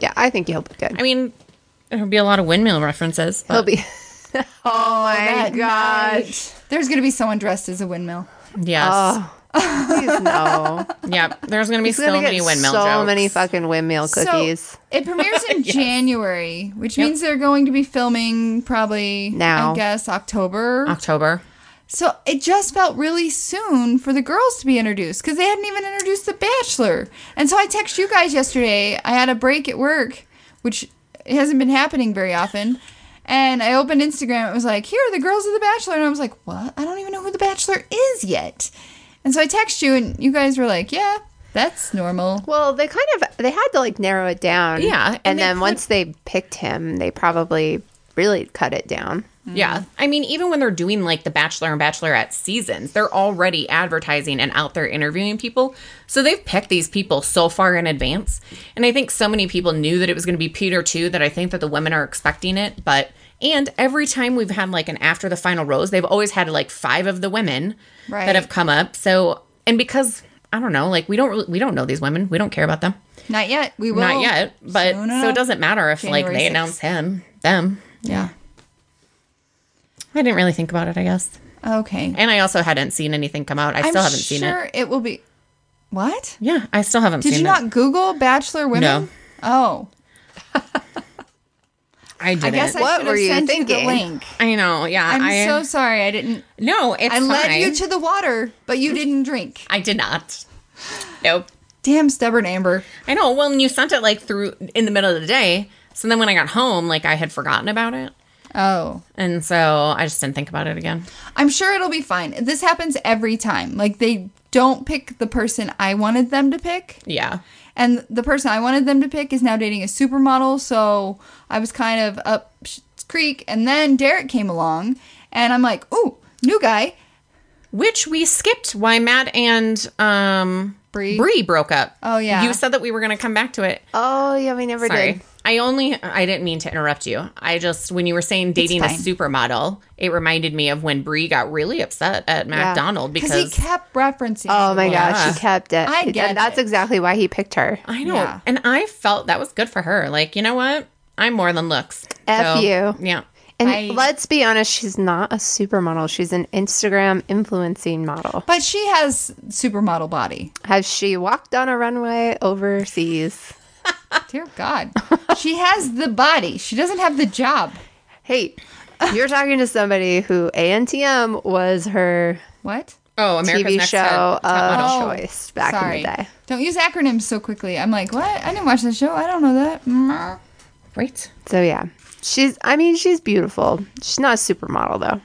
[SPEAKER 2] Yeah, I think he'll be good.
[SPEAKER 3] I mean, there'll be a lot of windmill references.
[SPEAKER 2] He'll
[SPEAKER 3] But
[SPEAKER 2] be. [LAUGHS] oh my
[SPEAKER 1] That
[SPEAKER 2] gosh!
[SPEAKER 1] night, there's gonna be someone dressed as a windmill.
[SPEAKER 3] yes.
[SPEAKER 2] Oh, please [LAUGHS] no.
[SPEAKER 3] yeah. There's going to be
[SPEAKER 2] He's gonna
[SPEAKER 3] so
[SPEAKER 2] get
[SPEAKER 3] many windmill
[SPEAKER 2] so
[SPEAKER 3] jokes.
[SPEAKER 2] many fucking windmill cookies
[SPEAKER 1] So it premieres
[SPEAKER 2] [LAUGHS]
[SPEAKER 1] in January, which means they're going to be filming probably
[SPEAKER 2] Now.
[SPEAKER 1] I guess October.
[SPEAKER 3] October.
[SPEAKER 1] So it just felt really soon for the girls to be introduced because they hadn't even introduced The Bachelor. And so I texted you guys yesterday. I had a break at work, which it hasn't been happening very often. And I opened Instagram. It was like, here are the girls of The Bachelor. And I was like, what? I don't even know who The Bachelor is yet. And so I texted you, and you guys were like, yeah, that's normal.
[SPEAKER 2] Well, they kind of they had to like narrow it down.
[SPEAKER 3] Yeah,
[SPEAKER 2] and,
[SPEAKER 3] and they
[SPEAKER 2] then
[SPEAKER 3] could-
[SPEAKER 2] once they picked him, they probably really cut it down.
[SPEAKER 3] Yeah. I mean, even when they're doing like the Bachelor and Bachelorette seasons, they're already advertising and out there interviewing people. So they've picked these people so far in advance. And I think so many people knew that it was going to be Peter too that I think that the women are expecting it. But, and every time we've had like an after the final rose, they've always had like five of the women
[SPEAKER 1] Right.
[SPEAKER 3] that have come up. So, and because I don't know, like we don't, really, we don't know these women, we don't care about them.
[SPEAKER 1] Not yet. We will.
[SPEAKER 3] Not yet. But
[SPEAKER 1] soon
[SPEAKER 3] so
[SPEAKER 1] enough.
[SPEAKER 3] it doesn't matter if like
[SPEAKER 1] January
[SPEAKER 3] they
[SPEAKER 1] 6th.
[SPEAKER 3] announce him, them.
[SPEAKER 1] Yeah.
[SPEAKER 3] I didn't really think about it, I guess.
[SPEAKER 1] Okay.
[SPEAKER 3] And I also hadn't seen anything come out. I still haven't seen it.
[SPEAKER 1] sure it will be. What?
[SPEAKER 3] Yeah, I still haven't
[SPEAKER 1] Did
[SPEAKER 3] seen
[SPEAKER 1] you
[SPEAKER 3] it.
[SPEAKER 1] not Google Bachelor Women?
[SPEAKER 3] No.
[SPEAKER 1] Oh,
[SPEAKER 3] I didn't.
[SPEAKER 1] I
[SPEAKER 3] I,
[SPEAKER 1] guess I
[SPEAKER 2] What
[SPEAKER 1] should
[SPEAKER 2] were
[SPEAKER 1] have
[SPEAKER 2] you
[SPEAKER 1] sent you
[SPEAKER 2] thinking?
[SPEAKER 1] the link.
[SPEAKER 3] know. Yeah,
[SPEAKER 1] I'm
[SPEAKER 3] I-
[SPEAKER 1] so sorry. I didn't.
[SPEAKER 3] no. It's
[SPEAKER 1] I led
[SPEAKER 3] fine.
[SPEAKER 1] you to the water, but you didn't drink.
[SPEAKER 3] I did not. Nope.
[SPEAKER 1] Damn stubborn Amber.
[SPEAKER 3] I know. Well, and you sent it like through in the middle of the day. So then when I got home, like I had forgotten about it,
[SPEAKER 1] Oh.
[SPEAKER 3] and so I just didn't think about it again.
[SPEAKER 1] I'm sure it'll be fine. This happens every time. Like they don't pick the person I wanted them to pick.
[SPEAKER 3] Yeah.
[SPEAKER 1] And the person I wanted them to pick is now dating a supermodel, so I was kind of up Schitt's creek and then Derek came along and I'm like, "Ooh, new guy."
[SPEAKER 3] Which we skipped. Why Matt and um
[SPEAKER 1] Bree?
[SPEAKER 3] Bree broke up.
[SPEAKER 1] Oh, yeah.
[SPEAKER 3] You said that we were going to come back to it.
[SPEAKER 2] Oh yeah, we never
[SPEAKER 3] Sorry.
[SPEAKER 2] did.
[SPEAKER 3] I only I didn't mean to interrupt you. I just when you were saying dating a
[SPEAKER 1] fine.
[SPEAKER 3] supermodel, it reminded me of when Brie got really upset at McDonald
[SPEAKER 1] Cuz
[SPEAKER 3] because
[SPEAKER 1] he kept referencing
[SPEAKER 2] Oh my
[SPEAKER 3] Yeah.
[SPEAKER 2] gosh, he kept it.
[SPEAKER 1] I get
[SPEAKER 2] and that's
[SPEAKER 1] it.
[SPEAKER 2] exactly why he picked her.
[SPEAKER 3] I know.
[SPEAKER 1] Yeah.
[SPEAKER 3] And I felt that was good for her. Like, you know what? I'm more than looks.
[SPEAKER 2] F you.
[SPEAKER 3] Yeah.
[SPEAKER 2] And
[SPEAKER 1] I-
[SPEAKER 2] let's be honest, she's not a supermodel. She's an Instagram influencing model.
[SPEAKER 1] But she has supermodel
[SPEAKER 2] [LAUGHS]
[SPEAKER 1] body.
[SPEAKER 2] Has she walked on a runway overseas?
[SPEAKER 1] Dear God. she has the body. She doesn't have the job.
[SPEAKER 2] Hey, you're talking to somebody who ANTM was her
[SPEAKER 1] What?
[SPEAKER 3] Oh, America's
[SPEAKER 2] TV
[SPEAKER 3] Next
[SPEAKER 2] show uh,
[SPEAKER 3] Top- Top Model. Oh,
[SPEAKER 2] of
[SPEAKER 1] Model.
[SPEAKER 2] choice back
[SPEAKER 1] Sorry.
[SPEAKER 2] in the day.
[SPEAKER 1] Don't use acronyms so quickly. I'm like, what? I didn't watch the show. I don't know that. Mm.
[SPEAKER 3] Right.
[SPEAKER 2] So yeah, she's. I mean, she's beautiful. She's not a supermodel though.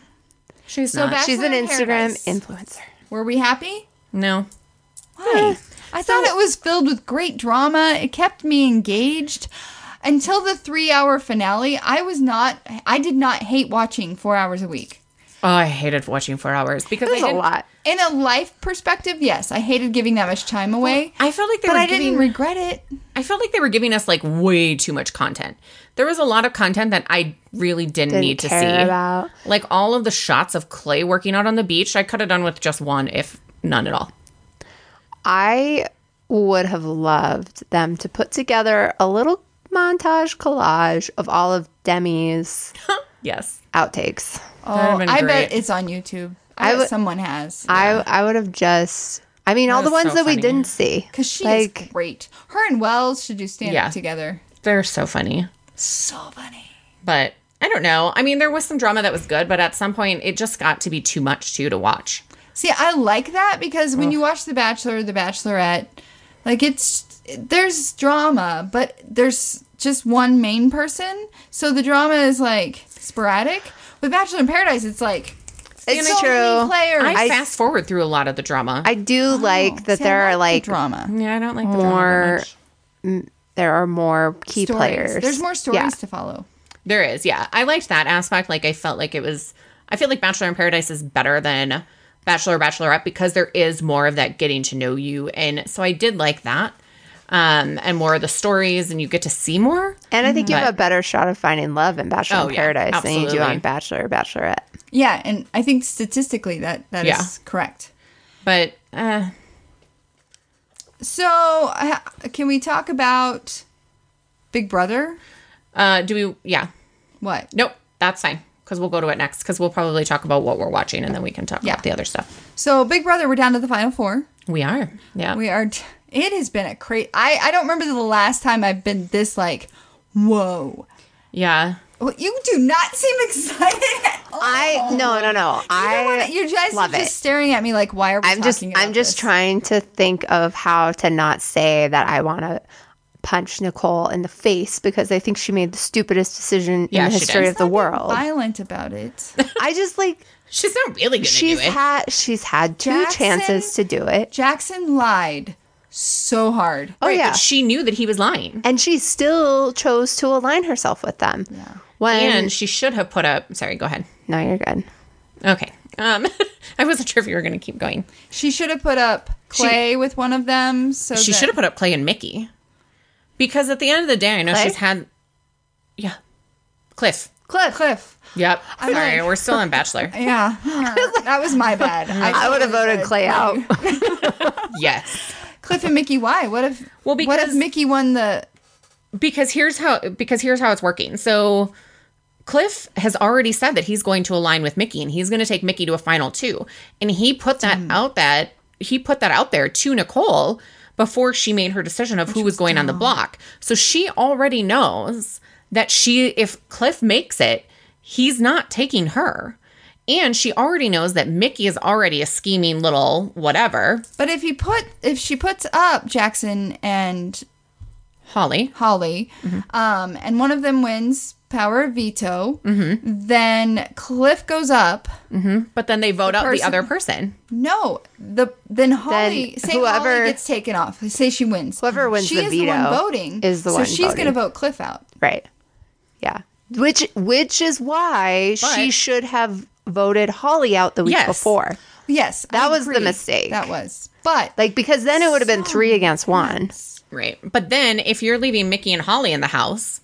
[SPEAKER 3] She's
[SPEAKER 1] So
[SPEAKER 3] not.
[SPEAKER 1] back-
[SPEAKER 2] she's an
[SPEAKER 1] Bachelor in
[SPEAKER 2] Instagram
[SPEAKER 1] Paradise.
[SPEAKER 2] influencer.
[SPEAKER 1] Were we happy?
[SPEAKER 3] no.
[SPEAKER 1] Why? I thought it was filled with great drama. It kept me engaged. Until the three hour finale, I was not, I did not hate watching four hours a week.
[SPEAKER 3] Oh, I hated watching four hours because
[SPEAKER 2] It was
[SPEAKER 3] I
[SPEAKER 2] a
[SPEAKER 3] didn't-
[SPEAKER 2] lot.
[SPEAKER 1] In a life perspective, yes, I hated giving that much time away,
[SPEAKER 3] I felt like they
[SPEAKER 1] but
[SPEAKER 3] were
[SPEAKER 1] I
[SPEAKER 3] giving
[SPEAKER 1] didn't regret it.
[SPEAKER 3] I felt like they were giving us like way too much content. There was a lot of content that I really didn't,
[SPEAKER 2] Didn't
[SPEAKER 3] need to
[SPEAKER 2] care
[SPEAKER 3] see.
[SPEAKER 2] about.
[SPEAKER 3] Like all of the shots of Clay working out on the beach, I could have done with just one, if none at all. [LAUGHS]
[SPEAKER 2] I would have loved them to put together a little montage collage of all of Demi's
[SPEAKER 3] Yes.
[SPEAKER 2] outtakes.
[SPEAKER 1] Oh,
[SPEAKER 3] would've been
[SPEAKER 1] I bet
[SPEAKER 3] great.
[SPEAKER 1] it's on YouTube. I,
[SPEAKER 2] I
[SPEAKER 1] bet
[SPEAKER 2] would-
[SPEAKER 1] someone has.
[SPEAKER 2] I I would have just. I mean, all the
[SPEAKER 3] was
[SPEAKER 2] ones
[SPEAKER 3] so
[SPEAKER 2] that we
[SPEAKER 3] funny.
[SPEAKER 2] didn't see.
[SPEAKER 1] Because she
[SPEAKER 2] like,
[SPEAKER 1] is great. Her and Wells should do stand up
[SPEAKER 3] Yeah.
[SPEAKER 1] together.
[SPEAKER 3] They're so funny.
[SPEAKER 1] So funny.
[SPEAKER 3] But I don't know. I mean, there was some drama that was good, but at some point it just got to be too much too to watch.
[SPEAKER 1] See, I like that because when you watch The Bachelor, The Bachelorette, like it's there's drama, but there's just one main person. So the drama is like sporadic. With Bachelor in Paradise, it's like
[SPEAKER 2] It's
[SPEAKER 1] so
[SPEAKER 2] true.
[SPEAKER 1] many players.
[SPEAKER 3] I,
[SPEAKER 2] I-
[SPEAKER 3] fast forward through a lot of the drama.
[SPEAKER 2] I do like that
[SPEAKER 1] Oh, See, I
[SPEAKER 2] there are
[SPEAKER 1] like
[SPEAKER 2] like
[SPEAKER 1] the drama
[SPEAKER 3] yeah, I don't like the drama that
[SPEAKER 2] more.
[SPEAKER 3] much.
[SPEAKER 2] m- There are more key
[SPEAKER 1] stories.
[SPEAKER 2] players.
[SPEAKER 1] There's more stories
[SPEAKER 2] Yeah.
[SPEAKER 1] to follow.
[SPEAKER 3] There is, yeah. I liked that aspect. Like, I felt like it was. I feel like Bachelor in Paradise is better than Bachelor Bachelorette because there is more of that getting to know you, and so I did like that. Um, and more of the stories, and you get to see more.
[SPEAKER 2] And I think
[SPEAKER 1] Mm-hmm.
[SPEAKER 2] you
[SPEAKER 3] But-
[SPEAKER 2] have a better shot of finding love in Bachelor
[SPEAKER 3] Oh,
[SPEAKER 2] in
[SPEAKER 3] yeah,
[SPEAKER 2] Paradise than you do
[SPEAKER 3] absolutely.
[SPEAKER 2] on Bachelor or Bachelorette.
[SPEAKER 1] Yeah, and I think statistically that that is
[SPEAKER 3] Yeah.
[SPEAKER 1] correct.
[SPEAKER 3] But uh,
[SPEAKER 1] So, ha- can we talk about Big Brother?
[SPEAKER 3] uh, do we? Yeah,
[SPEAKER 1] What?
[SPEAKER 3] nope, that's fine because we'll go to it next because we'll probably talk about what we're watching and then we can talk
[SPEAKER 1] Yeah.
[SPEAKER 3] about the other stuff.
[SPEAKER 1] So, Big Brother, we're down to the final four.
[SPEAKER 3] We are, yeah.
[SPEAKER 1] We are. T- it has been a crazy. I I don't remember the last time I've been this like, whoa.
[SPEAKER 3] Yeah.
[SPEAKER 1] Well, you do not seem excited. [LAUGHS] At all.
[SPEAKER 2] I no no no.
[SPEAKER 1] You know
[SPEAKER 2] I
[SPEAKER 1] what? you're just,
[SPEAKER 2] love
[SPEAKER 1] just
[SPEAKER 2] it.
[SPEAKER 1] staring at me like, why are we
[SPEAKER 2] I'm
[SPEAKER 1] talking
[SPEAKER 2] just
[SPEAKER 1] about
[SPEAKER 2] I'm just
[SPEAKER 1] this?
[SPEAKER 2] trying to think of how to not say that I want to punch Nicole in the face because I think she made the stupidest decision
[SPEAKER 3] Yeah,
[SPEAKER 2] in the
[SPEAKER 3] she
[SPEAKER 2] history
[SPEAKER 3] did.
[SPEAKER 2] of the world.
[SPEAKER 1] Violent about it.
[SPEAKER 2] I just like
[SPEAKER 3] She's not really gonna
[SPEAKER 2] she's
[SPEAKER 3] do it.
[SPEAKER 2] had she's had two
[SPEAKER 1] Jackson-
[SPEAKER 2] chances to do it.
[SPEAKER 1] Jackson lied so hard.
[SPEAKER 2] Oh
[SPEAKER 3] Right,
[SPEAKER 2] yeah.
[SPEAKER 3] but she knew that he was lying,
[SPEAKER 2] and she still chose to align herself with them. Yeah. When
[SPEAKER 3] and she should have put up. Sorry, go ahead.
[SPEAKER 2] No, you're good.
[SPEAKER 3] Okay. Um, [LAUGHS] I wasn't sure if you were going to keep going.
[SPEAKER 1] She should have put up Clay with one of them. So
[SPEAKER 3] She
[SPEAKER 1] that-
[SPEAKER 3] should have put up Clay and Mickey. Because at the end of the day, I know
[SPEAKER 2] Clay?
[SPEAKER 3] she's had. Yeah. Cliff.
[SPEAKER 2] Cliff.
[SPEAKER 1] Cliff.
[SPEAKER 3] Yep. Sorry,
[SPEAKER 1] like-
[SPEAKER 3] we're still on Bachelor.
[SPEAKER 2] [LAUGHS]
[SPEAKER 1] Yeah, [LAUGHS] that was my bad. I,
[SPEAKER 2] I would have voted Clay out.
[SPEAKER 3] yes.
[SPEAKER 1] Cliff and Mickey. Why? What if?
[SPEAKER 3] Well,
[SPEAKER 1] what if
[SPEAKER 3] because-
[SPEAKER 1] Mickey won the?
[SPEAKER 3] Because here's how because here's how it's working. So Cliff has already said that he's going to align with Mickey and he's going to take Mickey to a final two. And he put that out that he put that out there to Nicole before she made her decision of who was going on the block. So she already knows that she if Cliff makes it, he's not taking her. And she already knows that Mickey is already a scheming little whatever,
[SPEAKER 1] But if he put, if she puts up Jackson and
[SPEAKER 3] Holly.
[SPEAKER 1] Holly,
[SPEAKER 2] Mm-hmm.
[SPEAKER 1] um, and one of them wins power of veto,
[SPEAKER 2] Mm-hmm.
[SPEAKER 1] then Cliff goes up.
[SPEAKER 3] But then they vote out the
[SPEAKER 1] person-
[SPEAKER 3] other person.
[SPEAKER 1] No, the then Holly, say
[SPEAKER 2] whoever-
[SPEAKER 1] Holly gets taken off. Say she wins.
[SPEAKER 2] Whoever wins
[SPEAKER 1] she
[SPEAKER 2] the
[SPEAKER 1] is the one
[SPEAKER 2] veto
[SPEAKER 1] voting
[SPEAKER 2] is the
[SPEAKER 1] so
[SPEAKER 2] one
[SPEAKER 1] she's gonna
[SPEAKER 2] voting.
[SPEAKER 1] vote Cliff out.
[SPEAKER 2] Right. Yeah. Which which is why she
[SPEAKER 3] But-
[SPEAKER 2] should have voted Holly out the week
[SPEAKER 3] Yes.
[SPEAKER 2] before.
[SPEAKER 1] Yes,
[SPEAKER 2] That
[SPEAKER 1] I
[SPEAKER 2] was the
[SPEAKER 1] agree.
[SPEAKER 2] mistake.
[SPEAKER 1] That was, but
[SPEAKER 2] Like because then it would have been three against one.
[SPEAKER 3] Right. But then if you're leaving Mickey and Holly in the house,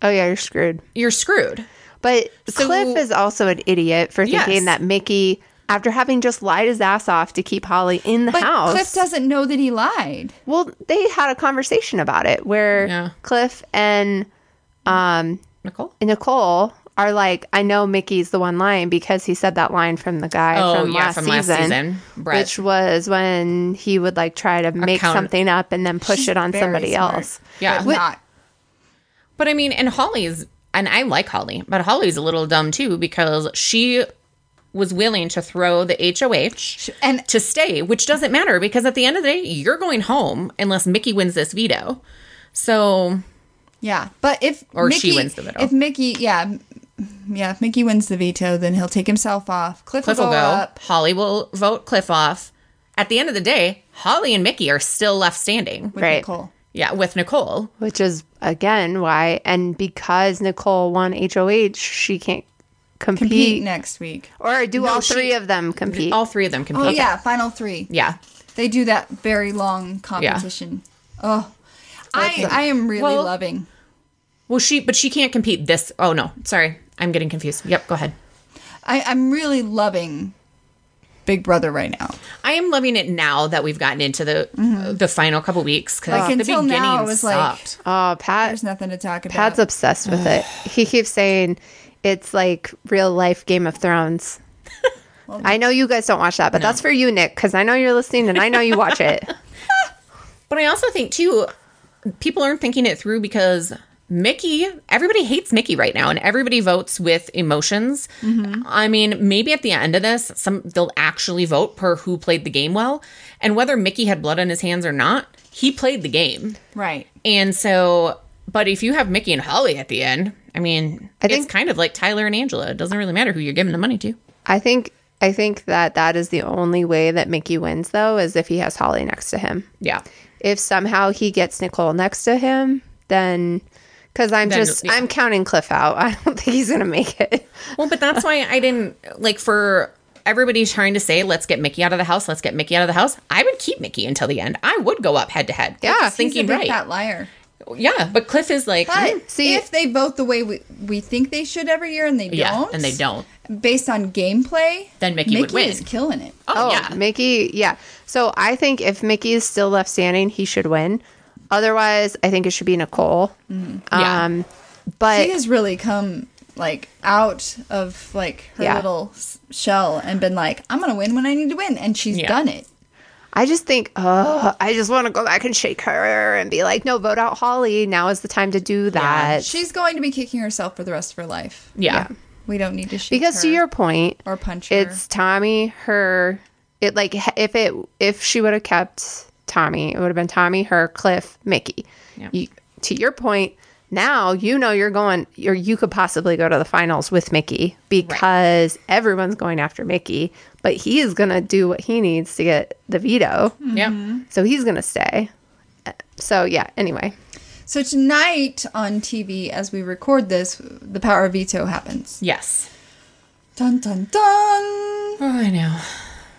[SPEAKER 2] Oh yeah, you're screwed.
[SPEAKER 3] you're screwed.
[SPEAKER 2] But
[SPEAKER 3] So-
[SPEAKER 2] Cliff is also an idiot for thinking
[SPEAKER 3] Yes.
[SPEAKER 2] that Mickey, after having just lied his ass off to keep Holly in the
[SPEAKER 1] but
[SPEAKER 2] house,
[SPEAKER 1] Cliff doesn't know that he lied.
[SPEAKER 2] well, they had a conversation about it where
[SPEAKER 3] Yeah.
[SPEAKER 2] Cliff and um,
[SPEAKER 3] Nicole?
[SPEAKER 2] Nicole are like, I know Mickey's the one lying because he said that line from the guy
[SPEAKER 3] Oh,
[SPEAKER 2] from,
[SPEAKER 3] yeah,
[SPEAKER 2] last,
[SPEAKER 3] from last
[SPEAKER 2] season,
[SPEAKER 3] season, Brett.
[SPEAKER 2] which was when he would like try to make
[SPEAKER 3] Account-
[SPEAKER 2] something up and then push
[SPEAKER 1] She's
[SPEAKER 2] it on
[SPEAKER 1] very
[SPEAKER 2] somebody
[SPEAKER 1] smart,
[SPEAKER 2] else.
[SPEAKER 3] Yeah.
[SPEAKER 1] but
[SPEAKER 3] Wh-
[SPEAKER 1] not
[SPEAKER 3] But I mean, and Holly's, and I like Holly, but Holly's a little dumb too because she was willing to throw the HOH
[SPEAKER 1] and-
[SPEAKER 3] to stay, which doesn't matter because at the end of the day, you're going home unless Mickey wins this veto. So
[SPEAKER 1] Yeah, but if
[SPEAKER 3] Or she wins the veto.
[SPEAKER 1] if Mickey, yeah, m- yeah, if Mickey wins the veto, then he'll take himself off. Cliff,
[SPEAKER 3] Cliff
[SPEAKER 1] will
[SPEAKER 3] will
[SPEAKER 1] go,
[SPEAKER 3] go.
[SPEAKER 1] up.
[SPEAKER 3] Holly will vote Cliff off. At the end of the day, Holly and Mickey are still left standing.
[SPEAKER 1] with
[SPEAKER 2] Right.
[SPEAKER 1] Nicole.
[SPEAKER 3] Yeah, with Nicole.
[SPEAKER 2] Which is again why, and because Nicole won HOH, she can't compete,
[SPEAKER 1] Compete next week.
[SPEAKER 2] or do all
[SPEAKER 3] she-
[SPEAKER 2] three of them compete?
[SPEAKER 3] All three of them compete.
[SPEAKER 1] Oh yeah, final three.
[SPEAKER 3] Yeah.
[SPEAKER 1] They do that very long competition. Oh, I I am really
[SPEAKER 3] Well-
[SPEAKER 1] loving.
[SPEAKER 3] Well, she, but she can't compete this. Oh, no. Sorry. I'm getting confused. Yep. Go ahead.
[SPEAKER 1] I I'm really loving Big Brother right now.
[SPEAKER 3] I am loving it now that we've gotten into the the final couple weeks because
[SPEAKER 1] Mm-hmm. Like,
[SPEAKER 3] the
[SPEAKER 1] until
[SPEAKER 3] beginning
[SPEAKER 1] now, it was like-
[SPEAKER 3] sucked.
[SPEAKER 2] oh, Pat,
[SPEAKER 1] There's nothing to talk about.
[SPEAKER 2] Pat's obsessed with it. He keeps saying it's like real life Game of Thrones. I know you guys don't watch that, but that's for you, Nick, because I know you're listening and I know you watch it.
[SPEAKER 3] but I also think too, people aren't thinking it through because Mickey, everybody hates Mickey right now, and everybody votes with emotions.
[SPEAKER 1] Mm-hmm.
[SPEAKER 3] I mean, maybe at the end of this, some they'll actually vote per who played the game well, and whether Mickey had blood on his hands or not, he played the game.
[SPEAKER 1] right.
[SPEAKER 3] And so, but if you have Mickey and Holly at the end, I mean,
[SPEAKER 2] I think-
[SPEAKER 3] it's kind of like Tyler and Angela. It doesn't really matter who you're giving the money to.
[SPEAKER 2] I think I think that that is the only way that Mickey wins though is if he has Holly next to him.
[SPEAKER 3] Yeah.
[SPEAKER 2] If somehow he gets Nicole next to him, then because I'm
[SPEAKER 3] Then,
[SPEAKER 2] just
[SPEAKER 3] yeah.
[SPEAKER 2] I'm counting Cliff out. [LAUGHS] I don't think he's gonna make it.
[SPEAKER 3] Well, but that's why I didn't like for everybody trying to say, let's get Mickey out of the house, let's get Mickey out of the house. I would keep Mickey until the end. I would go up head to head.
[SPEAKER 2] Yeah,
[SPEAKER 3] That's
[SPEAKER 2] he's
[SPEAKER 1] He's a
[SPEAKER 3] thinking
[SPEAKER 1] big
[SPEAKER 3] right.
[SPEAKER 1] fat liar.
[SPEAKER 3] Yeah, but Cliff is like,
[SPEAKER 1] But
[SPEAKER 2] See-
[SPEAKER 1] if they vote the way we, we think they should every year and they
[SPEAKER 3] yeah,
[SPEAKER 1] don't,
[SPEAKER 3] and they don't.
[SPEAKER 1] based on gameplay,
[SPEAKER 3] Then Mickey would win.
[SPEAKER 1] is killing it.
[SPEAKER 3] Oh,
[SPEAKER 2] Oh,
[SPEAKER 3] yeah.
[SPEAKER 2] Mickey, yeah. So I think if Mickey is still left standing, he should win. Otherwise, I think it should be Nicole.
[SPEAKER 3] Mm, Yeah.
[SPEAKER 2] Um, but
[SPEAKER 1] she has really come like out of like her
[SPEAKER 2] Yeah.
[SPEAKER 1] little s- shell and been like, I'm gonna win when I need to win, and she's
[SPEAKER 3] Yeah.
[SPEAKER 1] done it.
[SPEAKER 2] I just think, oh, I just want to go back and shake her and be like, no, vote out Holly. Now is the time to do that.
[SPEAKER 1] She's going to be kicking herself for the rest of her life.
[SPEAKER 3] yeah.
[SPEAKER 1] We don't need to shake
[SPEAKER 2] because to
[SPEAKER 1] her
[SPEAKER 2] your point,
[SPEAKER 1] or punch her.
[SPEAKER 2] it's Tommy, her. It like h- if it if she would have kept Tommy, it would have been Tommy, her, Cliff, Mickey.
[SPEAKER 3] Yeah.
[SPEAKER 2] You, to your point, now you know you're going, or you could possibly go to the finals with Mickey because everyone's going after Mickey, but he is gonna do what he needs to get the veto,
[SPEAKER 1] Hmm.
[SPEAKER 3] Yeah.
[SPEAKER 2] so he's gonna stay. Uh, So yeah. Anyway,
[SPEAKER 1] so tonight on TV, as we record this, the power of veto happens.
[SPEAKER 3] Yes.
[SPEAKER 1] Dun dun dun.
[SPEAKER 3] Oh, I know.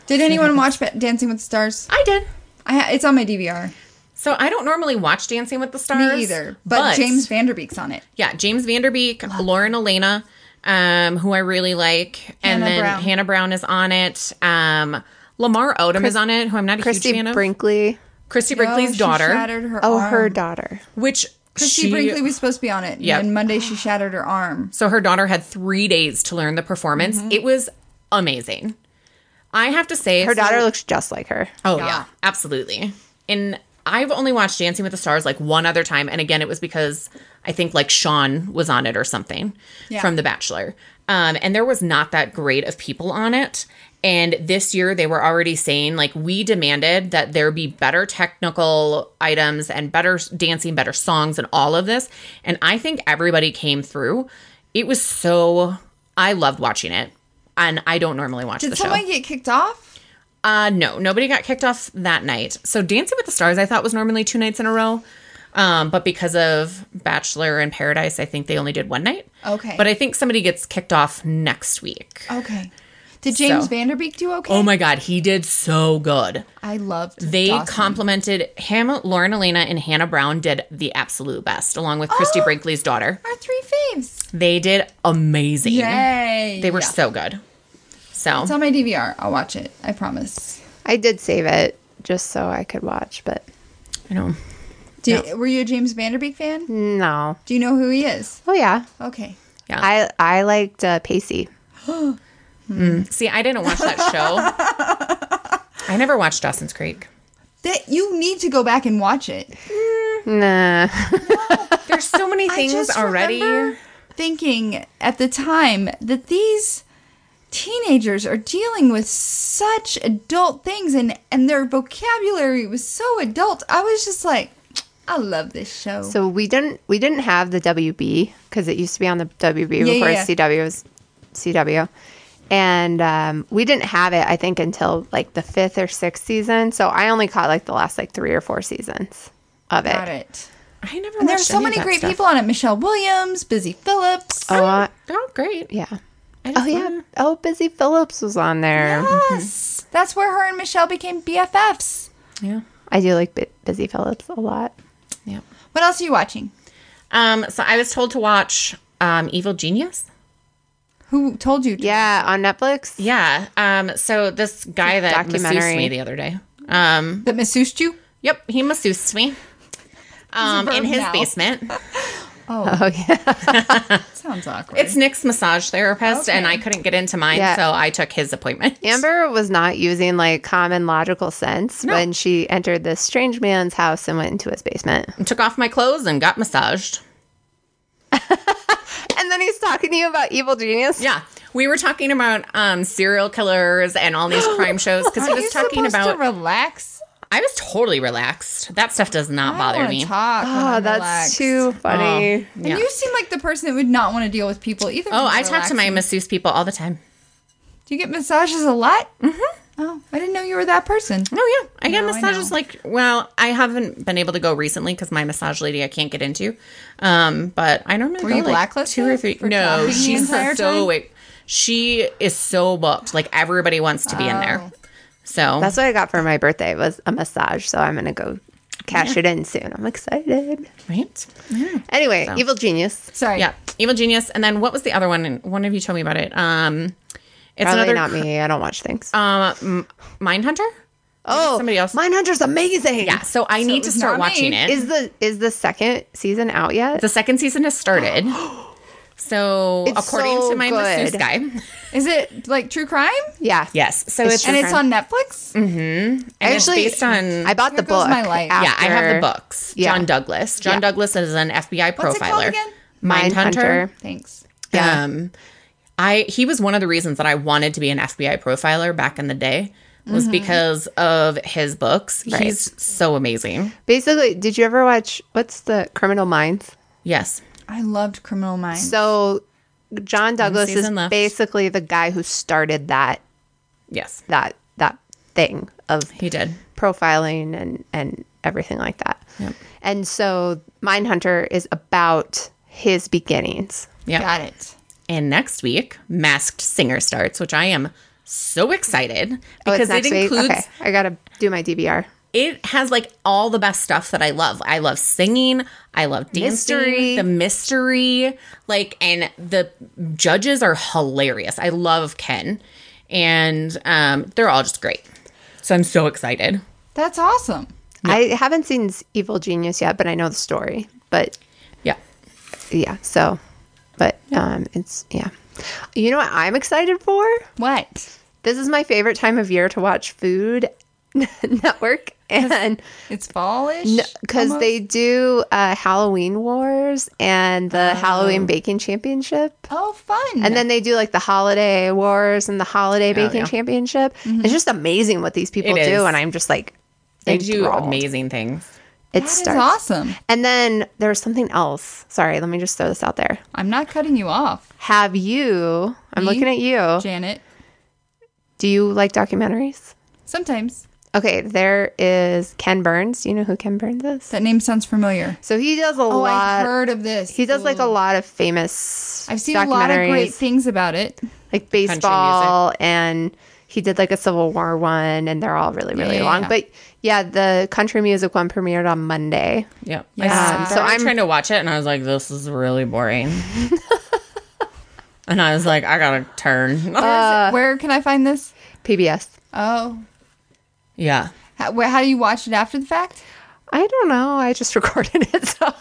[SPEAKER 1] Did
[SPEAKER 3] [LAUGHS]
[SPEAKER 1] anyone watch Ba- Dancing with the Stars?
[SPEAKER 3] I did.
[SPEAKER 1] I ha- it's on my DVR.
[SPEAKER 3] So I don't normally watch Dancing with the Stars.
[SPEAKER 1] Me either. But, James Vanderbeek's on it.
[SPEAKER 3] Yeah, James Vanderbeek, Lauren Elena, um, who I really like, and
[SPEAKER 1] Hannah
[SPEAKER 3] then
[SPEAKER 1] Brown.
[SPEAKER 3] Hannah Brown is on it. Um, Lamar Odom is on it, who I'm not a
[SPEAKER 2] Christy
[SPEAKER 3] huge fan of.
[SPEAKER 2] Brinkley.
[SPEAKER 3] Christy
[SPEAKER 1] Oh,
[SPEAKER 3] Brinkley's
[SPEAKER 1] she
[SPEAKER 3] daughter,
[SPEAKER 1] shattered her
[SPEAKER 2] Oh,
[SPEAKER 1] arm.
[SPEAKER 2] her daughter.
[SPEAKER 3] which
[SPEAKER 1] Christy
[SPEAKER 3] she
[SPEAKER 1] Brinkley was supposed to be on it.
[SPEAKER 3] Yeah.
[SPEAKER 1] And Monday she shattered her arm.
[SPEAKER 3] So her daughter had three days to learn the performance.
[SPEAKER 1] Mm-hmm.
[SPEAKER 3] It was amazing. I have to say,
[SPEAKER 2] Her
[SPEAKER 3] so-
[SPEAKER 2] daughter looks just like her.
[SPEAKER 3] Oh yeah. absolutely. And I've only watched Dancing with the Stars like one other time, and again, it was because I think like Sean was on it or something
[SPEAKER 1] Yeah.
[SPEAKER 3] from The Bachelor, um, and there was not that great of people on it. And this year, they were already saying like we demanded that there be better technical items and better s- dancing, better songs, and all of this. And I think everybody came through. It was so I loved watching it, and I don't normally watch
[SPEAKER 1] Did
[SPEAKER 3] the show.
[SPEAKER 1] someone get kicked off?
[SPEAKER 3] Uh, no, nobody got kicked off that night. So Dancing with the Stars, I thought was normally two nights in a row, um, but because of Bachelor and Paradise, I think they only did one night.
[SPEAKER 1] Oh, Okay.
[SPEAKER 3] But I think somebody gets kicked off next week.
[SPEAKER 1] Okay. Did James
[SPEAKER 3] So-
[SPEAKER 1] Vanderbeek do okay?
[SPEAKER 3] Oh my God, he did so good.
[SPEAKER 1] I loved
[SPEAKER 3] They
[SPEAKER 1] Dawson.
[SPEAKER 3] complimented him. Lauren Elena and Hannah Brown did the absolute best, along with Christy
[SPEAKER 1] Oh.
[SPEAKER 3] Brinkley's daughter.
[SPEAKER 1] Our three faves.
[SPEAKER 3] They did amazing.
[SPEAKER 1] Yay.
[SPEAKER 3] They were
[SPEAKER 1] Yeah.
[SPEAKER 3] so good. So
[SPEAKER 1] It's on my DVR. I'll watch it. I promise.
[SPEAKER 2] I did save it just so I could watch, but
[SPEAKER 3] I know.
[SPEAKER 1] Did, Were you a James Vanderbeek fan?
[SPEAKER 2] no.
[SPEAKER 1] Do you know who he is?
[SPEAKER 2] Oh yeah,
[SPEAKER 1] Okay.
[SPEAKER 3] Yeah.
[SPEAKER 2] I I liked uh, Pacey.
[SPEAKER 3] See, I didn't watch
[SPEAKER 1] [LAUGHS]
[SPEAKER 3] that show. I never watched Dawson's Creek.
[SPEAKER 1] That you need to go back and watch it.
[SPEAKER 2] Nah,
[SPEAKER 3] There's so many things
[SPEAKER 1] [LAUGHS] I just
[SPEAKER 3] already.
[SPEAKER 1] remember Thinking at the time that these teenagers are dealing with such adult things and and their vocabulary was so adult. I was just like, I love this show.
[SPEAKER 2] [LAUGHS] so we didn't we didn't have the WB because it used to be on the WB
[SPEAKER 1] yeah,
[SPEAKER 2] before
[SPEAKER 1] yeah.
[SPEAKER 2] CW was CW, and um, we didn't have it I think until like the fifth or sixth season. So I only caught like the last like three or four seasons of it.
[SPEAKER 1] Got it.
[SPEAKER 3] I never.
[SPEAKER 1] And there's
[SPEAKER 3] watched
[SPEAKER 1] so
[SPEAKER 3] any of
[SPEAKER 1] many
[SPEAKER 3] that
[SPEAKER 1] great
[SPEAKER 3] stuff.
[SPEAKER 1] people on it. Michelle Williams, Busy Phillips.
[SPEAKER 2] Oh I-
[SPEAKER 3] Oh, great.
[SPEAKER 2] yeah.
[SPEAKER 3] I just
[SPEAKER 2] Oh yeah.
[SPEAKER 3] wanna-
[SPEAKER 2] Oh, Busy Phillips was on there.
[SPEAKER 1] Yes.
[SPEAKER 3] mm-hmm.
[SPEAKER 1] That's where her and Michelle became BFFs.
[SPEAKER 3] Yeah.
[SPEAKER 2] I do like Bu- Busy Phillips a lot.
[SPEAKER 3] Yeah.
[SPEAKER 1] What else are you watching?
[SPEAKER 3] Um. So I was told to watch um Evil Genius.
[SPEAKER 1] Who told you? To?
[SPEAKER 2] Yeah, on Netflix.
[SPEAKER 3] Yeah. Um. So this guy that
[SPEAKER 2] Documentary.
[SPEAKER 3] masseused me the other day. Um.
[SPEAKER 1] That masseused you?
[SPEAKER 3] Yep. He masseused me. Um.
[SPEAKER 1] verb
[SPEAKER 3] In his
[SPEAKER 1] now.
[SPEAKER 3] basement.
[SPEAKER 2] Oh yeah.
[SPEAKER 1] Sounds awkward.
[SPEAKER 3] It's Nick's massage therapist, and I couldn't get into mine,
[SPEAKER 2] Yeah.
[SPEAKER 3] so I took his appointment.
[SPEAKER 2] Amber was not using like common logical sense when she entered this strange man's house and went into his basement.
[SPEAKER 3] Took off my clothes and got massaged.
[SPEAKER 2] And then he's talking to you about evil genius.
[SPEAKER 3] Yeah. We were
[SPEAKER 1] [GASPS]
[SPEAKER 3] talking about um, serial killers and all these crime shows because he
[SPEAKER 1] Are
[SPEAKER 3] was
[SPEAKER 1] you
[SPEAKER 3] talking
[SPEAKER 1] supposed
[SPEAKER 3] about
[SPEAKER 1] to relax?
[SPEAKER 3] I was totally relaxed. That stuff does not bother
[SPEAKER 1] wanna
[SPEAKER 3] me.
[SPEAKER 1] Talk
[SPEAKER 3] Ah,
[SPEAKER 1] when
[SPEAKER 2] Oh,
[SPEAKER 1] I'm
[SPEAKER 2] that's
[SPEAKER 1] relaxed.
[SPEAKER 2] too funny.
[SPEAKER 3] Oh,
[SPEAKER 1] And
[SPEAKER 3] yeah.
[SPEAKER 1] you seem like the person that would not want to deal with people either.
[SPEAKER 3] Oh,
[SPEAKER 1] when
[SPEAKER 3] I
[SPEAKER 1] they're
[SPEAKER 3] talk to my
[SPEAKER 1] relaxing.
[SPEAKER 3] masseuse people all the time.
[SPEAKER 1] Do you get massages a lot? Mm-hmm. Oh, I didn't know you were that person.
[SPEAKER 3] Oh yeah, I get
[SPEAKER 1] No, I
[SPEAKER 3] massages
[SPEAKER 1] know.
[SPEAKER 3] like well, I haven't been able to go recently because my massage lady I can't get into. Um, but I normally
[SPEAKER 1] Were
[SPEAKER 3] go
[SPEAKER 1] you
[SPEAKER 3] like
[SPEAKER 1] blacklisted
[SPEAKER 3] two or three.
[SPEAKER 1] for
[SPEAKER 3] No,
[SPEAKER 1] talking the
[SPEAKER 3] she's
[SPEAKER 1] entire
[SPEAKER 3] so
[SPEAKER 1] time?
[SPEAKER 3] wait, she is so booked. Like everybody wants to be in
[SPEAKER 1] Oh.
[SPEAKER 3] there. So
[SPEAKER 2] That's what I got for my birthday was a massage, so I'm gonna go cash it in soon. I'm excited.
[SPEAKER 3] right.
[SPEAKER 2] Anyway, evil genius.
[SPEAKER 1] Sorry.
[SPEAKER 3] Yeah, evil genius. And then what was the other one? And One of you told me about it. Um, it's
[SPEAKER 2] Probably
[SPEAKER 3] another
[SPEAKER 2] not me. I don't watch things.
[SPEAKER 3] Um, Mind Hunter.
[SPEAKER 2] oh,
[SPEAKER 3] somebody else.
[SPEAKER 2] Mindhunter's amazing.
[SPEAKER 3] Yeah, so I need to
[SPEAKER 1] was
[SPEAKER 3] start
[SPEAKER 1] not me.
[SPEAKER 3] watching it.
[SPEAKER 2] Is the is the second season out yet?
[SPEAKER 3] the second season has
[SPEAKER 2] [GASPS]
[SPEAKER 3] started. So
[SPEAKER 2] It's
[SPEAKER 3] according
[SPEAKER 2] so
[SPEAKER 3] to my masseuse
[SPEAKER 2] good.
[SPEAKER 3] guy.
[SPEAKER 1] Is it like true crime?
[SPEAKER 2] yeah.
[SPEAKER 3] Yes. So
[SPEAKER 2] It's
[SPEAKER 3] it's,
[SPEAKER 1] and
[SPEAKER 2] True
[SPEAKER 1] it's on Netflix.
[SPEAKER 2] Mm-hmm.
[SPEAKER 3] and it's
[SPEAKER 2] Actually,
[SPEAKER 3] based on
[SPEAKER 2] I bought the
[SPEAKER 1] Here goes
[SPEAKER 2] book.
[SPEAKER 1] my life.
[SPEAKER 3] yeah, I have the
[SPEAKER 2] after
[SPEAKER 3] books.
[SPEAKER 2] Yeah.
[SPEAKER 3] John Douglas. John
[SPEAKER 2] Yeah.
[SPEAKER 3] Douglas is an FBI profiler.
[SPEAKER 1] What's it called again?
[SPEAKER 3] Mindhunter.
[SPEAKER 2] Mindhunter.
[SPEAKER 1] Thanks.
[SPEAKER 2] Yeah.
[SPEAKER 3] Um, I he was one of the reasons that I wanted to be an FBI profiler back in the day was because of his books.
[SPEAKER 2] Mm-hmm. Right.
[SPEAKER 3] He's so amazing.
[SPEAKER 2] Basically, did you ever watch what's the Criminal Minds?
[SPEAKER 3] Yes.
[SPEAKER 1] I loved Criminal Minds.
[SPEAKER 2] So John Douglas is
[SPEAKER 3] season left.
[SPEAKER 2] basically the guy who started that
[SPEAKER 3] Yes.
[SPEAKER 2] that that thing of
[SPEAKER 3] He did.
[SPEAKER 2] profiling and and everything like that.
[SPEAKER 3] Yep.
[SPEAKER 2] And so Mindhunter is about his beginnings.
[SPEAKER 3] Yeah.
[SPEAKER 1] Got it.
[SPEAKER 3] And next week, Masked Singer starts, which I am so excited
[SPEAKER 2] Oh,
[SPEAKER 3] because
[SPEAKER 2] it's
[SPEAKER 3] it
[SPEAKER 2] next
[SPEAKER 3] includes
[SPEAKER 2] week. Okay, I gotta do my DVR.
[SPEAKER 3] it has like all the best stuff that I love. I love singing, I love dancing,
[SPEAKER 2] Mystery.
[SPEAKER 3] the mystery, like and the judges are hilarious. I love Ken. And um they're all just great. So I'm so excited.
[SPEAKER 1] That's awesome.
[SPEAKER 2] I haven't seen s- Evil Genius yet, but I know the story. But
[SPEAKER 3] Yeah.
[SPEAKER 2] yeah, so, but um, it's yeah. You know what I'm excited for?
[SPEAKER 1] What?
[SPEAKER 2] This is my favorite time of year to watch Food [LAUGHS] Network, and
[SPEAKER 1] It's fallish.
[SPEAKER 2] because they do uh, Halloween Wars and the
[SPEAKER 3] Oh.
[SPEAKER 2] Halloween Baking Championship.
[SPEAKER 1] Oh, fun.
[SPEAKER 2] And then they do like the holiday wars and the holiday baking
[SPEAKER 3] Oh, yeah. Mm-hmm.
[SPEAKER 2] championship. It's just amazing what these people
[SPEAKER 3] It is.
[SPEAKER 2] do, and I'm just like,
[SPEAKER 3] They do
[SPEAKER 2] enthralled.
[SPEAKER 3] amazing things.
[SPEAKER 2] It
[SPEAKER 1] That is
[SPEAKER 2] starts,
[SPEAKER 1] awesome.
[SPEAKER 2] and then there's something else. Sorry, let me just throw this out there.
[SPEAKER 1] I'm not cutting you off,
[SPEAKER 2] Have you? I'm
[SPEAKER 1] Me?
[SPEAKER 2] looking at you.
[SPEAKER 1] Janet.
[SPEAKER 2] Do you like documentaries?
[SPEAKER 1] Sometimes
[SPEAKER 2] Okay, there is Ken Burns. Do you know who Ken Burns is?
[SPEAKER 1] that name sounds familiar.
[SPEAKER 2] So he does a
[SPEAKER 1] Oh,
[SPEAKER 2] lot.
[SPEAKER 1] I've heard of this.
[SPEAKER 2] he does like a lot of famous.
[SPEAKER 1] I've seen a lot of great
[SPEAKER 2] documentaries.
[SPEAKER 1] things about it.
[SPEAKER 2] like baseball and he did like a civil war one and they're all really really
[SPEAKER 1] yeah,
[SPEAKER 2] long
[SPEAKER 1] yeah.
[SPEAKER 2] but yeah the country music one premiered on monday
[SPEAKER 3] Yeah. I
[SPEAKER 1] Yeah.
[SPEAKER 3] started
[SPEAKER 2] So I'm-
[SPEAKER 3] trying to watch it and I was like, this is really
[SPEAKER 2] [LAUGHS]
[SPEAKER 3] boring. and I was like, I gotta turn.
[SPEAKER 2] Uh,
[SPEAKER 1] Where can I find this?
[SPEAKER 2] pbs
[SPEAKER 1] Oh,
[SPEAKER 3] [LAUGHS] yeah.
[SPEAKER 1] how, where, how do you watch it after the fact?
[SPEAKER 2] i don't know i just [LAUGHS] recorded it so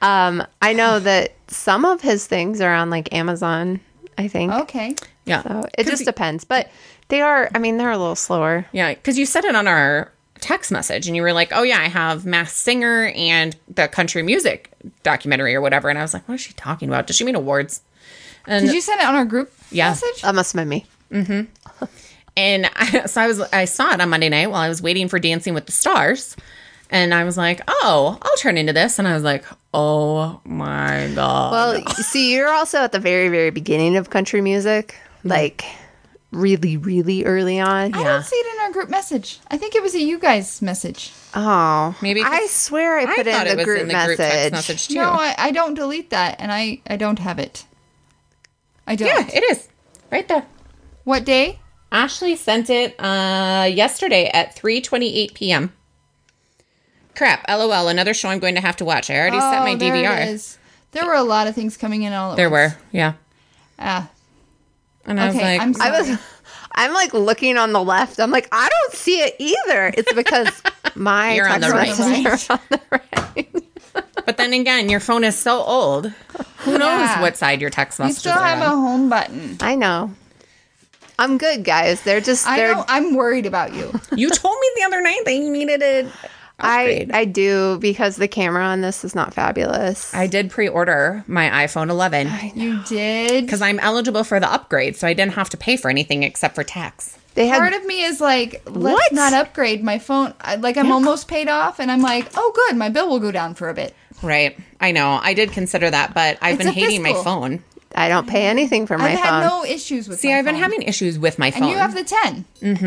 [SPEAKER 2] um
[SPEAKER 1] [SIGHS]
[SPEAKER 2] i know that some of his things are on like amazon i think
[SPEAKER 1] Okay.
[SPEAKER 3] Yeah.
[SPEAKER 2] so it just depends but they are i mean they're a little slower
[SPEAKER 3] Yeah, because you said it on our text message and you were like, oh, yeah, I have Mass Singer and the country music documentary or whatever. And I was like, what is she talking about? Does she mean awards? And,
[SPEAKER 1] Did you send it on our group
[SPEAKER 3] Yeah. Uh,
[SPEAKER 1] message?
[SPEAKER 2] that must have been me
[SPEAKER 3] and [LAUGHS] I, so I was, I saw it on Monday night while I was waiting for Dancing with the Stars. And I was like, oh, I'll turn into this. And I was like, oh my God.
[SPEAKER 2] well [LAUGHS] see you're also at the very very beginning of country music like really really early on
[SPEAKER 1] I don't see it in our group message. I think it was a you guys message.
[SPEAKER 2] Oh,
[SPEAKER 3] Maybe
[SPEAKER 2] I
[SPEAKER 3] 'cause
[SPEAKER 2] swear I put in the group message.
[SPEAKER 3] text message too.
[SPEAKER 1] No, I, I don't delete that, and I, I don't have it. I don't.
[SPEAKER 3] yeah, it is right there.
[SPEAKER 1] What day?
[SPEAKER 3] Ashley sent it uh, yesterday at 3:28 p.m. Crap, lol, another show I'm going to have to watch. I already set my
[SPEAKER 1] Oh, there it
[SPEAKER 3] DVR.
[SPEAKER 1] is. There were a lot of things coming in all at
[SPEAKER 3] There
[SPEAKER 1] once.
[SPEAKER 3] were. Yeah.
[SPEAKER 1] Ah,
[SPEAKER 3] And I was
[SPEAKER 1] okay.
[SPEAKER 3] like,
[SPEAKER 1] I'm sorry.
[SPEAKER 2] I was, I'm like looking on the left. I'm like, I don't see it either. It's because my
[SPEAKER 3] You're on
[SPEAKER 2] text
[SPEAKER 3] the right.
[SPEAKER 2] messages are on the right.
[SPEAKER 3] but then again, your phone is so old. Who knows
[SPEAKER 1] Yeah.
[SPEAKER 3] what side your text
[SPEAKER 1] you
[SPEAKER 3] messages
[SPEAKER 1] still
[SPEAKER 3] are
[SPEAKER 1] have a
[SPEAKER 3] on?
[SPEAKER 1] home button.
[SPEAKER 2] I know. I'm good, guys. They're just
[SPEAKER 1] I
[SPEAKER 2] they're.
[SPEAKER 1] know. I'm worried about
[SPEAKER 3] [LAUGHS]
[SPEAKER 1] you.
[SPEAKER 3] You told me the other night that you needed it.
[SPEAKER 2] I I do because the camera on this is not fabulous.
[SPEAKER 3] I did pre-order my iPhone 11
[SPEAKER 1] You did.
[SPEAKER 3] because I'm eligible for the upgrade, so I didn't have to pay for anything except for tax.
[SPEAKER 2] They had
[SPEAKER 1] Part of me is like, let's
[SPEAKER 3] What?
[SPEAKER 1] not upgrade my phone. I, like I'm almost paid off, and I'm like, oh good, my bill will go down for a bit.
[SPEAKER 3] Right. I know. I did consider that, but I've
[SPEAKER 1] It's
[SPEAKER 3] been
[SPEAKER 1] a
[SPEAKER 3] hating my
[SPEAKER 1] fiscal.
[SPEAKER 3] phone.
[SPEAKER 2] I don't pay anything for my
[SPEAKER 1] I've
[SPEAKER 2] phone.
[SPEAKER 1] had no issues with.
[SPEAKER 3] See,
[SPEAKER 1] my
[SPEAKER 3] I've been
[SPEAKER 1] phone.
[SPEAKER 3] having issues with my phone.
[SPEAKER 1] And you have the 10. Mm-hmm.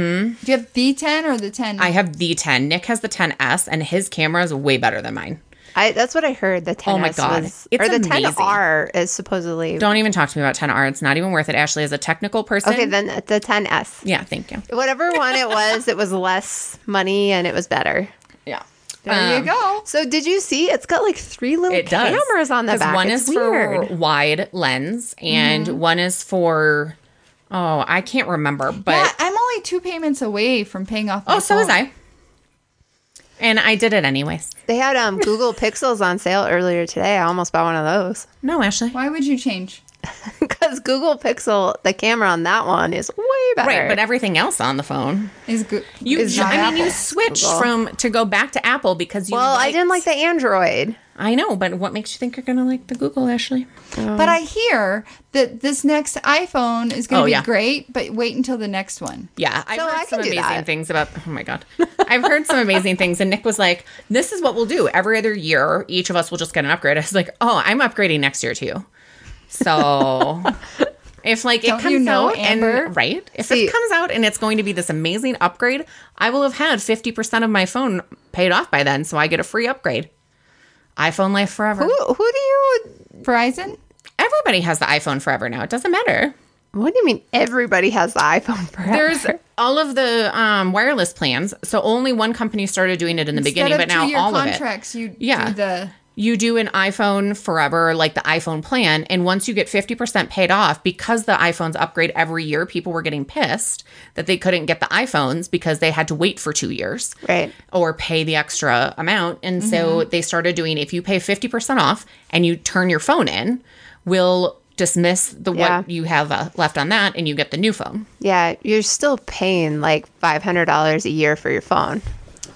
[SPEAKER 1] Do you have the 10 or the 10?
[SPEAKER 3] I have the 10. Nick has the 10S, and his camera is way better than mine.
[SPEAKER 2] I, that's what I heard. The 10S
[SPEAKER 3] Oh my God.
[SPEAKER 2] was,
[SPEAKER 3] It's
[SPEAKER 2] or the
[SPEAKER 3] amazing.
[SPEAKER 2] 10R is supposedly
[SPEAKER 3] Don't even talk to me about 10R. It's not even worth it. Ashley, as a technical person.
[SPEAKER 2] okay. Then the 10S,
[SPEAKER 3] Yeah, thank you.
[SPEAKER 2] whatever one it was, it was less money and it was better.
[SPEAKER 3] Yeah.
[SPEAKER 1] there you go.
[SPEAKER 2] So did you see? It's got like three little
[SPEAKER 3] Um, It does.
[SPEAKER 2] cameras on the
[SPEAKER 3] 'Cause
[SPEAKER 2] back.
[SPEAKER 3] One
[SPEAKER 2] it's
[SPEAKER 3] is
[SPEAKER 2] weird. Mm-hmm.
[SPEAKER 3] for wide lens, and one is for, oh, I can't remember, but.
[SPEAKER 1] Yeah, I'm only two payments away from paying off my
[SPEAKER 3] oh, so is
[SPEAKER 1] phone.
[SPEAKER 3] I. And I did it anyways.
[SPEAKER 2] They had um Google Pixels on sale earlier today. I almost bought one of those [LAUGHS]
[SPEAKER 3] No, Ashley.
[SPEAKER 1] Why would you change?
[SPEAKER 2] because Google Pixel, the camera on that one is way better.
[SPEAKER 3] Right, but everything else on the phone.
[SPEAKER 1] Is good.
[SPEAKER 3] You,
[SPEAKER 2] Is
[SPEAKER 3] ju-
[SPEAKER 2] not
[SPEAKER 3] I mean, you
[SPEAKER 2] Apple.
[SPEAKER 3] switched
[SPEAKER 2] Google.
[SPEAKER 3] from to go back to Apple because you.
[SPEAKER 2] well, I didn't like
[SPEAKER 3] liked-
[SPEAKER 2] the Android.
[SPEAKER 3] I know, but what makes you think you're gonna like the Google, Ashley?
[SPEAKER 1] But I hear that this next iPhone is going to
[SPEAKER 3] Oh,
[SPEAKER 1] be
[SPEAKER 3] yeah.
[SPEAKER 1] great, but wait until the next one.
[SPEAKER 3] Yeah, I've
[SPEAKER 2] So
[SPEAKER 3] heard
[SPEAKER 2] I can
[SPEAKER 3] some
[SPEAKER 2] do
[SPEAKER 3] amazing
[SPEAKER 2] that.
[SPEAKER 3] things about. Oh my god, I've heard some amazing things, and Nick was like, "This is what we'll do every other year. Each of us will just get an upgrade." [LAUGHS] I was like, "Oh, I'm upgrading next year too."
[SPEAKER 2] [LAUGHS]
[SPEAKER 3] So, if like
[SPEAKER 1] Don't
[SPEAKER 3] it
[SPEAKER 1] you
[SPEAKER 3] comes
[SPEAKER 1] know,
[SPEAKER 3] out
[SPEAKER 1] Amber?
[SPEAKER 3] and right, if
[SPEAKER 2] See-
[SPEAKER 3] it comes out and it's going to be this amazing upgrade, I will have had fifty percent of my phone paid off by then, so I get a free upgrade. iPhone life forever.
[SPEAKER 2] Who who do you?
[SPEAKER 1] Verizon?
[SPEAKER 3] Everybody has the iPhone forever now. It doesn't matter.
[SPEAKER 2] What do you mean? Everybody has the iPhone forever.
[SPEAKER 3] There's all of the um, wireless plans. So only one company started doing it in the beginning,
[SPEAKER 1] Instead
[SPEAKER 3] but
[SPEAKER 1] of
[SPEAKER 3] now
[SPEAKER 1] two-year
[SPEAKER 3] all of it.
[SPEAKER 1] contracts, you
[SPEAKER 3] Yeah.
[SPEAKER 1] do the.
[SPEAKER 3] You do an iPhone forever, like the iPhone plan, and once you get 50% paid off, because the iPhones upgrade every year, people were getting pissed that they couldn't get the iPhones because they had to wait for two years
[SPEAKER 2] [LAUGHS] Right.
[SPEAKER 3] or pay the extra amount. And so
[SPEAKER 1] Mm-hmm.
[SPEAKER 3] they started doing if you pay 50% off and you turn your phone in, we'll dismiss the
[SPEAKER 2] Yeah.
[SPEAKER 3] what you have uh, left on that and you get the new phone.
[SPEAKER 2] Yeah, you're still paying like five hundred dollars a year for your phone.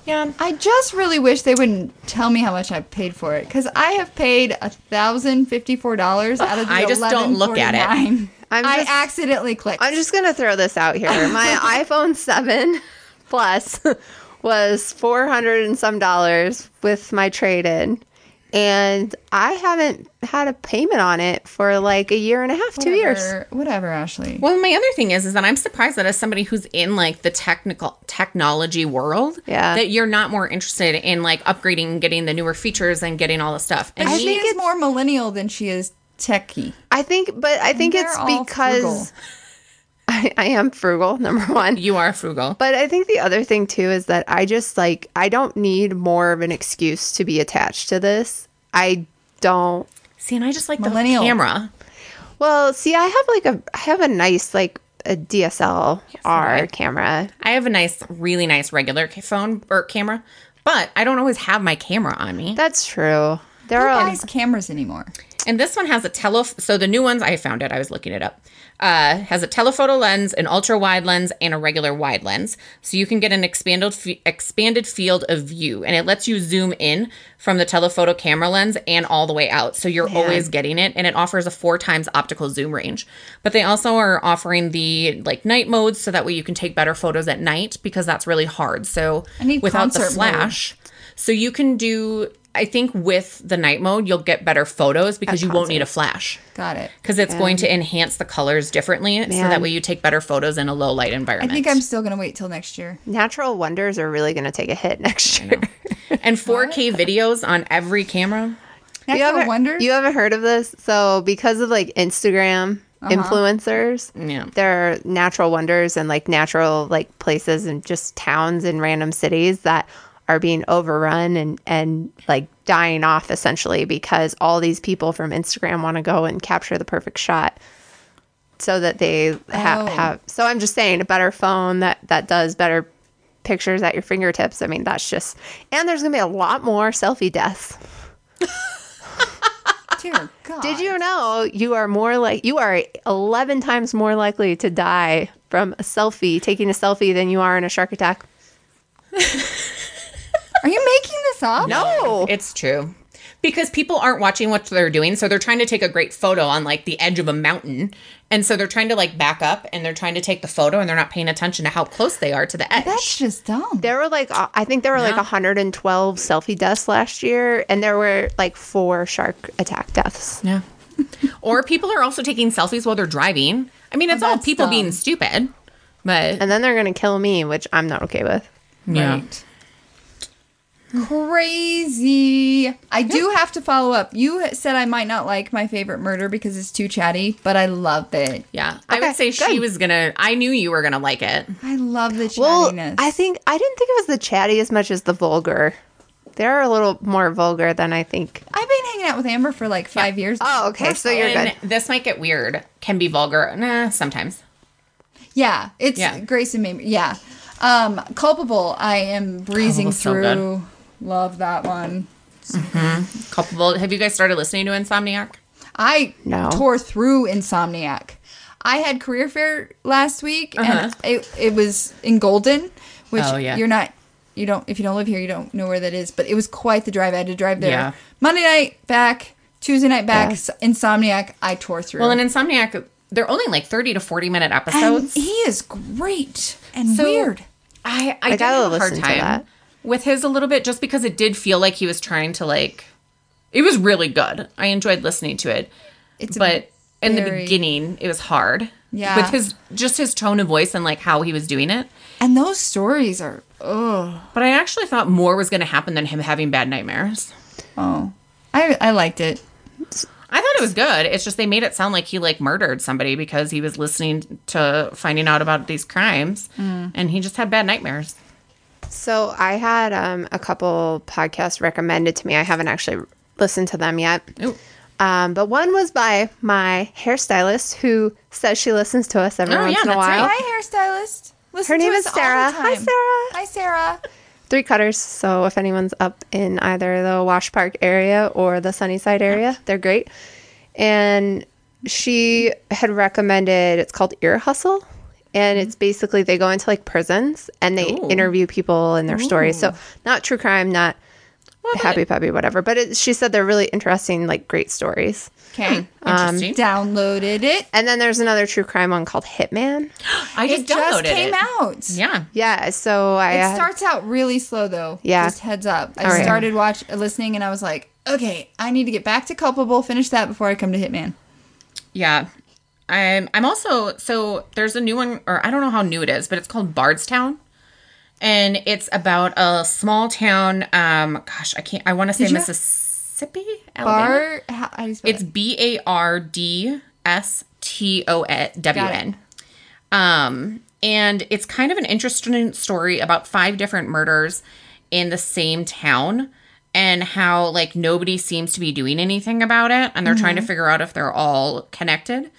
[SPEAKER 3] Yeah.
[SPEAKER 1] I just really wish they wouldn't tell me how much I paid for it because I have paid thousand fifty-four dollars out of the
[SPEAKER 3] I just don't look at it.
[SPEAKER 1] $11.49.
[SPEAKER 2] I'm
[SPEAKER 1] I
[SPEAKER 2] just-
[SPEAKER 1] accidentally clicked.
[SPEAKER 2] I'm just gonna throw this
[SPEAKER 1] [LAUGHS]
[SPEAKER 2] out here. My iPhone seven plus [LAUGHS] was four hundred and some dollars with my trade in. And I haven't had a payment on it for like a year and a half, two years.
[SPEAKER 1] Whatever- Whatever, Ashley.
[SPEAKER 3] Well, my other thing is, is that I'm surprised that as somebody who's in like the technical technology world,
[SPEAKER 2] Yeah.
[SPEAKER 3] that you're not more interested in like upgrading, getting the newer features, and getting all the stuff. And
[SPEAKER 1] I
[SPEAKER 3] me-
[SPEAKER 1] she
[SPEAKER 2] think
[SPEAKER 1] is
[SPEAKER 2] it's-
[SPEAKER 1] more millennial than she is techie.
[SPEAKER 2] I think but I think
[SPEAKER 1] They're
[SPEAKER 2] it's
[SPEAKER 1] all frugal.
[SPEAKER 2] because [LAUGHS] I, I am frugal, number one.
[SPEAKER 3] you are frugal.
[SPEAKER 2] But I think the other thing too is that I just like I don't need more of an excuse to be attached to this. I don't.
[SPEAKER 3] See, and I just like
[SPEAKER 1] Millennial.
[SPEAKER 3] the camera.
[SPEAKER 2] Well, see, I have like a I have a nice like a DSLR
[SPEAKER 3] you
[SPEAKER 2] camera.
[SPEAKER 3] I have a nice, really nice regular ca- phone or camera, but I don't always have my camera on me.
[SPEAKER 2] That's true. There
[SPEAKER 1] Who
[SPEAKER 2] are
[SPEAKER 1] buys cameras anymore?
[SPEAKER 3] And this one has a tele. So the new ones, I found it. I was looking it up. Uh, has a telephoto lens, an ultra wide lens, and a regular wide lens. So you can get an expanded f- expanded field of view, and it lets you zoom in from the telephoto camera lens and all the way out. So you're always getting it, and it offers a four times optical zoom range. But they also are offering the like night modes, so that way you can take better photos at night because that's really hard. So
[SPEAKER 1] I need
[SPEAKER 3] without the
[SPEAKER 1] concert mode.
[SPEAKER 3] flash, so you can do. I think with the night mode, you'll get better photos because you won't need a flash
[SPEAKER 1] Got it.
[SPEAKER 3] because it's going to enhance the colors differently, so
[SPEAKER 2] Man.
[SPEAKER 3] that way you take better photos in a low light
[SPEAKER 1] I
[SPEAKER 3] environment.
[SPEAKER 1] think I'm still gonna wait till next year.
[SPEAKER 2] natural wonders are really going to take a hit [LAUGHS] next year.
[SPEAKER 3] [LAUGHS] and 4K videos on every camera.
[SPEAKER 1] Natural
[SPEAKER 2] You haven't,
[SPEAKER 1] wonders.
[SPEAKER 2] you haven't heard of this? So because of like Instagram influencers,
[SPEAKER 3] Yeah.
[SPEAKER 2] there are natural wonders and like natural like places and just towns in random cities that are being overrun and and like dying off essentially because all these people from Instagram want to go and capture the perfect shot so that they ha-
[SPEAKER 1] Oh.
[SPEAKER 2] have so I'm just saying a better phone that that does better pictures at your fingertips. I mean, that's just and there's going to be a lot more selfie deaths.
[SPEAKER 1] Dear God.
[SPEAKER 2] [LAUGHS] Did you know you are more like you are 11 times more likely to die from a selfie, taking a selfie, than you are in a shark attack?
[SPEAKER 1] Are you making this up?
[SPEAKER 2] No.
[SPEAKER 3] Oh. It's true. because people aren't watching what they're doing. So they're trying to take a great photo on like the edge of a mountain. And so they're trying to like back up and they're trying to take the photo and they're not paying attention to how close they are to the edge.
[SPEAKER 1] That's just dumb.
[SPEAKER 2] There were like, uh, I think there were like 112 selfie deaths last year, and there were like four shark attack deaths.
[SPEAKER 3] yeah. [LAUGHS] or people are also taking selfies while they're driving. I mean,
[SPEAKER 2] Oh,
[SPEAKER 3] it's all
[SPEAKER 1] that's
[SPEAKER 3] people
[SPEAKER 1] dumb.
[SPEAKER 3] being stupid, but
[SPEAKER 2] And then they're going to kill me, which I'm not okay with.
[SPEAKER 3] yeah.
[SPEAKER 1] Right. Crazy. I do have to follow up. You said I might not like my favorite murder because it's too chatty, but I love it.
[SPEAKER 3] Yeah, I would say
[SPEAKER 2] Okay,
[SPEAKER 3] she
[SPEAKER 2] good.
[SPEAKER 3] was gonna. I knew you were gonna like it.
[SPEAKER 1] I love the
[SPEAKER 2] Well,
[SPEAKER 1] chattiness.
[SPEAKER 2] I think I didn't think it was the chatty as much as the vulgar. They're a little more vulgar than I think.
[SPEAKER 1] I've been hanging out with Amber for like five years.
[SPEAKER 2] Oh, okay. So you're
[SPEAKER 3] and
[SPEAKER 2] good.
[SPEAKER 3] This might get weird. Can be vulgar. Nah, sometimes.
[SPEAKER 1] Yeah, it's
[SPEAKER 3] Yeah.
[SPEAKER 1] Grace and Mamie. Yeah. Um, culpable. I am breezing
[SPEAKER 3] Culpable's so
[SPEAKER 1] through.
[SPEAKER 3] good.
[SPEAKER 1] love that one.
[SPEAKER 3] Culpable. Have you guys started listening to Insomniac?
[SPEAKER 1] I
[SPEAKER 2] No.
[SPEAKER 1] tore through Insomniac. I had career fair last week,
[SPEAKER 2] Uh-huh.
[SPEAKER 1] and it, it was in Golden, which
[SPEAKER 3] Oh, yeah.
[SPEAKER 1] you're not, you don't, if you don't live here, you don't know where that is. But it was quite the drive. I had to drive there
[SPEAKER 3] Yeah.
[SPEAKER 1] Monday night back, Tuesday night back.
[SPEAKER 2] Yeah.
[SPEAKER 1] s- Insomniac. I tore through.
[SPEAKER 3] Well, in Insomniac, they're only like thirty to forty minute
[SPEAKER 1] and
[SPEAKER 3] episodes.
[SPEAKER 1] he is great and
[SPEAKER 3] So-
[SPEAKER 1] weird.
[SPEAKER 3] I I,
[SPEAKER 2] I
[SPEAKER 3] did
[SPEAKER 2] gotta
[SPEAKER 3] have a hard
[SPEAKER 2] listen to
[SPEAKER 3] time
[SPEAKER 2] that.
[SPEAKER 3] with his a little bit, just because it did feel like he was trying to like. It was really good. I enjoyed listening to it,
[SPEAKER 1] It's a
[SPEAKER 3] but in the
[SPEAKER 1] very-
[SPEAKER 3] beginning, it was hard.
[SPEAKER 1] Yeah.
[SPEAKER 3] with his just his tone of voice and like how he was doing it.
[SPEAKER 1] and those stories are oh
[SPEAKER 3] But I actually thought more was going to happen than him having bad nightmares.
[SPEAKER 1] oh. I I liked it.
[SPEAKER 3] I thought it was good. It's just they made it sound like he like murdered somebody because he was listening to finding out about these crimes
[SPEAKER 1] Mm.
[SPEAKER 3] and he just had bad nightmares.
[SPEAKER 2] So I had um, a couple podcasts recommended to me. I haven't actually listened to them yet.
[SPEAKER 3] Ooh.
[SPEAKER 2] Um, but one was by my hairstylist who says she listens to us every
[SPEAKER 3] Oh,
[SPEAKER 2] once
[SPEAKER 3] yeah,
[SPEAKER 2] in a
[SPEAKER 3] that's right.
[SPEAKER 2] while.
[SPEAKER 1] Hi, hairstylist. Listen
[SPEAKER 2] Her name
[SPEAKER 1] to
[SPEAKER 2] is
[SPEAKER 1] us all the
[SPEAKER 2] Sarah. Hi,
[SPEAKER 1] time.
[SPEAKER 2] Sarah.
[SPEAKER 1] Hi,
[SPEAKER 2] [CLEARS THROAT]
[SPEAKER 1] Sarah.
[SPEAKER 2] Three cutters. So if anyone's up in either the Wash Park area or the Sunnyside area, they're great. And she had recommended it's called Ear Hustle. And it's
[SPEAKER 3] Mm.
[SPEAKER 2] basically they go into like prisons and they interview people and their stories. So not true crime, not happy puppy, whatever. But it, she said they're really interesting, like great stories.
[SPEAKER 1] Okay.
[SPEAKER 3] Interesting.
[SPEAKER 1] Downloaded it.
[SPEAKER 2] And then there's another true crime one called Hitman.
[SPEAKER 3] I just
[SPEAKER 1] It just
[SPEAKER 3] downloaded
[SPEAKER 1] came
[SPEAKER 3] it.
[SPEAKER 1] out.
[SPEAKER 3] Yeah.
[SPEAKER 2] Yeah. So I
[SPEAKER 1] It
[SPEAKER 2] had-
[SPEAKER 1] starts out really slow though.
[SPEAKER 2] Yeah.
[SPEAKER 1] Just heads up. I
[SPEAKER 2] All right.
[SPEAKER 1] started watch listening and I was like, okay, I need to get back to culpable, finish that before I come to Hitman.
[SPEAKER 3] Yeah. I'm I'm also so there's a new one or I don't know how new it is, but it's called Bardstown. And it's about a small town um gosh, I can't I want to say
[SPEAKER 1] Did you-
[SPEAKER 3] Mississippi, Alabama.
[SPEAKER 1] Bar how, how do you spell
[SPEAKER 3] It's
[SPEAKER 1] it?
[SPEAKER 3] B A R D S T O W N. Um, and it's kind of an interesting story about five different murders in the same town and how like nobody seems to be doing anything about it and they're trying to figure out if they're all connected.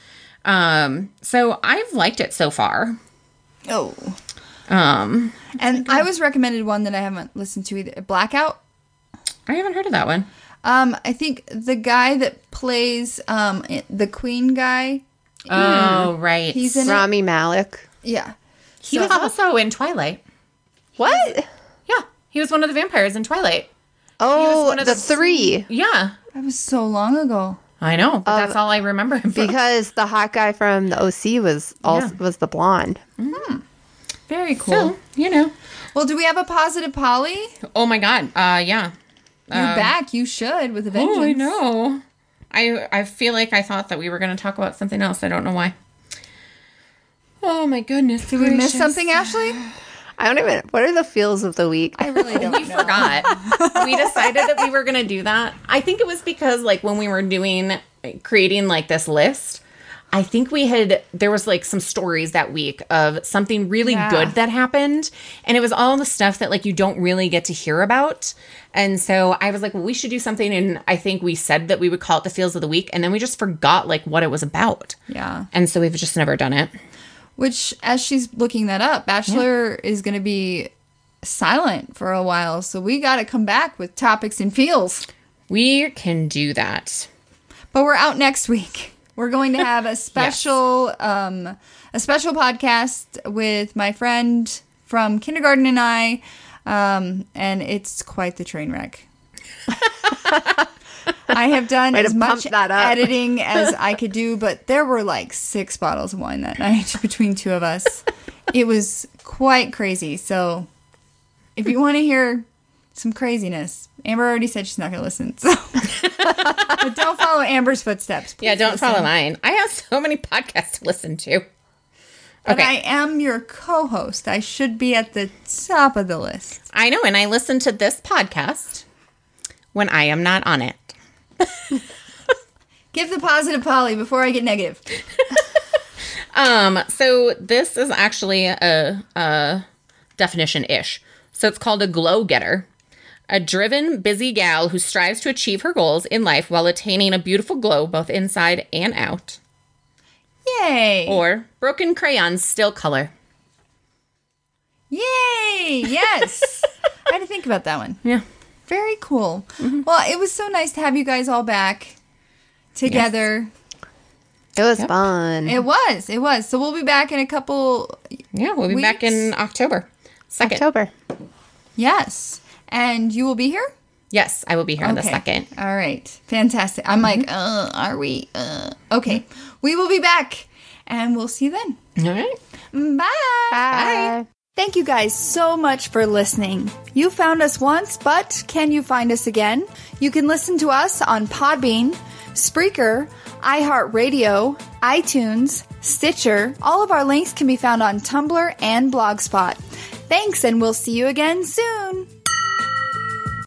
[SPEAKER 3] Um, so I've liked it so far.
[SPEAKER 1] Oh.
[SPEAKER 3] Um,
[SPEAKER 1] And I was recommended one that I haven't listened to either. Blackout.
[SPEAKER 3] I haven't heard of that one.
[SPEAKER 1] Um, I think the guy that plays um the Queen guy.
[SPEAKER 3] Oh, right.
[SPEAKER 1] He's in it.
[SPEAKER 2] Rami Malik.
[SPEAKER 1] Yeah.
[SPEAKER 3] he was also in Twilight.
[SPEAKER 2] What?
[SPEAKER 3] Yeah. He was one of the vampires in Twilight.
[SPEAKER 2] Oh,
[SPEAKER 3] one
[SPEAKER 2] the,
[SPEAKER 3] of the-
[SPEAKER 2] three.
[SPEAKER 3] Yeah.
[SPEAKER 1] That was so long ago.
[SPEAKER 3] I know, but that's all I remember him from.
[SPEAKER 2] Because the hot guy from the OC was all
[SPEAKER 3] Yeah.
[SPEAKER 2] was the blonde.
[SPEAKER 1] Very cool.
[SPEAKER 3] So, you know.
[SPEAKER 1] Well, do we have a positive Polly?
[SPEAKER 3] Oh my god. Uh yeah.
[SPEAKER 1] You're back. You should with a vengeance.
[SPEAKER 3] Um, Oh, I know. I I feel like I thought that we were going to talk about something else. I don't know why. Oh my goodness. Did
[SPEAKER 1] We missed something,
[SPEAKER 3] [SIGHS]
[SPEAKER 1] Ashley?
[SPEAKER 2] I don't even. What are the feels of the week?
[SPEAKER 1] I really don't
[SPEAKER 3] We [LAUGHS] forgot. we decided that we were going to do that. I think it was because like when we were doing creating like this list, I think we had there was like some stories that week of something really
[SPEAKER 1] Yeah.
[SPEAKER 3] good that happened and it was all the stuff that like you don't really get to hear about. And so I was like, well, we should do something and I think we said that we would call it the feels of the week and then we just forgot like what it was about.
[SPEAKER 1] Yeah.
[SPEAKER 3] And so we've just never done it.
[SPEAKER 1] Which, as she's looking that up, Bachelor is going to be silent for a while. So we got to come back with topics and feels.
[SPEAKER 3] We can do that.
[SPEAKER 1] But we're out next week. We're going to
[SPEAKER 2] [LAUGHS]
[SPEAKER 1] have a special, um, a special podcast with my friend from kindergarten and I, um, and it's quite the train wreck. [LAUGHS] I have done
[SPEAKER 2] [LAUGHS] Way to
[SPEAKER 1] as much
[SPEAKER 2] pump that up. [LAUGHS]
[SPEAKER 1] editing as I could do, but there were like six bottles of wine that night [LAUGHS] between two of us. It was quite crazy. So, if you want to hear some craziness, Amber already said she's not going to listen. [LAUGHS] So, but don't follow Amber's footsteps.
[SPEAKER 3] Yeah,
[SPEAKER 1] please
[SPEAKER 3] don't
[SPEAKER 1] listen.
[SPEAKER 3] follow mine. I have so many podcasts to listen to.
[SPEAKER 1] But
[SPEAKER 3] Okay.
[SPEAKER 1] I am your co-host. I should be at the top of the list.
[SPEAKER 3] I know, and I listen to this podcast when I am not on it.
[SPEAKER 1] Give the positive Polly before I get negative.
[SPEAKER 3] Um, so this is actually a, a definition ish. So it's called a glow getter. A driven, busy gal who strives to achieve her goals in life while attaining a beautiful glow both inside and out.
[SPEAKER 1] Yay!
[SPEAKER 3] Or broken crayons still color.
[SPEAKER 1] Yay!
[SPEAKER 3] [LAUGHS]
[SPEAKER 1] Yes. I had to think about that one.
[SPEAKER 3] Yeah.
[SPEAKER 1] Very cool.
[SPEAKER 3] Mm-hmm.
[SPEAKER 1] Well, it was so nice to have you guys all back together.
[SPEAKER 2] It was fun.
[SPEAKER 1] It was. It was. So we'll be back in a couple.
[SPEAKER 3] Yeah, we'll be back in October. Second.
[SPEAKER 2] October.
[SPEAKER 1] Yes. And you will be here?
[SPEAKER 3] Yes, I will be here on the second.
[SPEAKER 1] All right. Fantastic. I'm like, uh, are we? Uh. Okay. We will be back and we'll see you then.
[SPEAKER 3] All right.
[SPEAKER 1] Bye.
[SPEAKER 2] Bye.
[SPEAKER 4] Thank you guys so much for listening. You found us once, but can you find us again? You can listen to us on Podbean, Spreaker, iHeartRadio, iTunes, Stitcher. All of our links can be found on Tumblr and Blogspot. Thanks, and we'll see you again soon.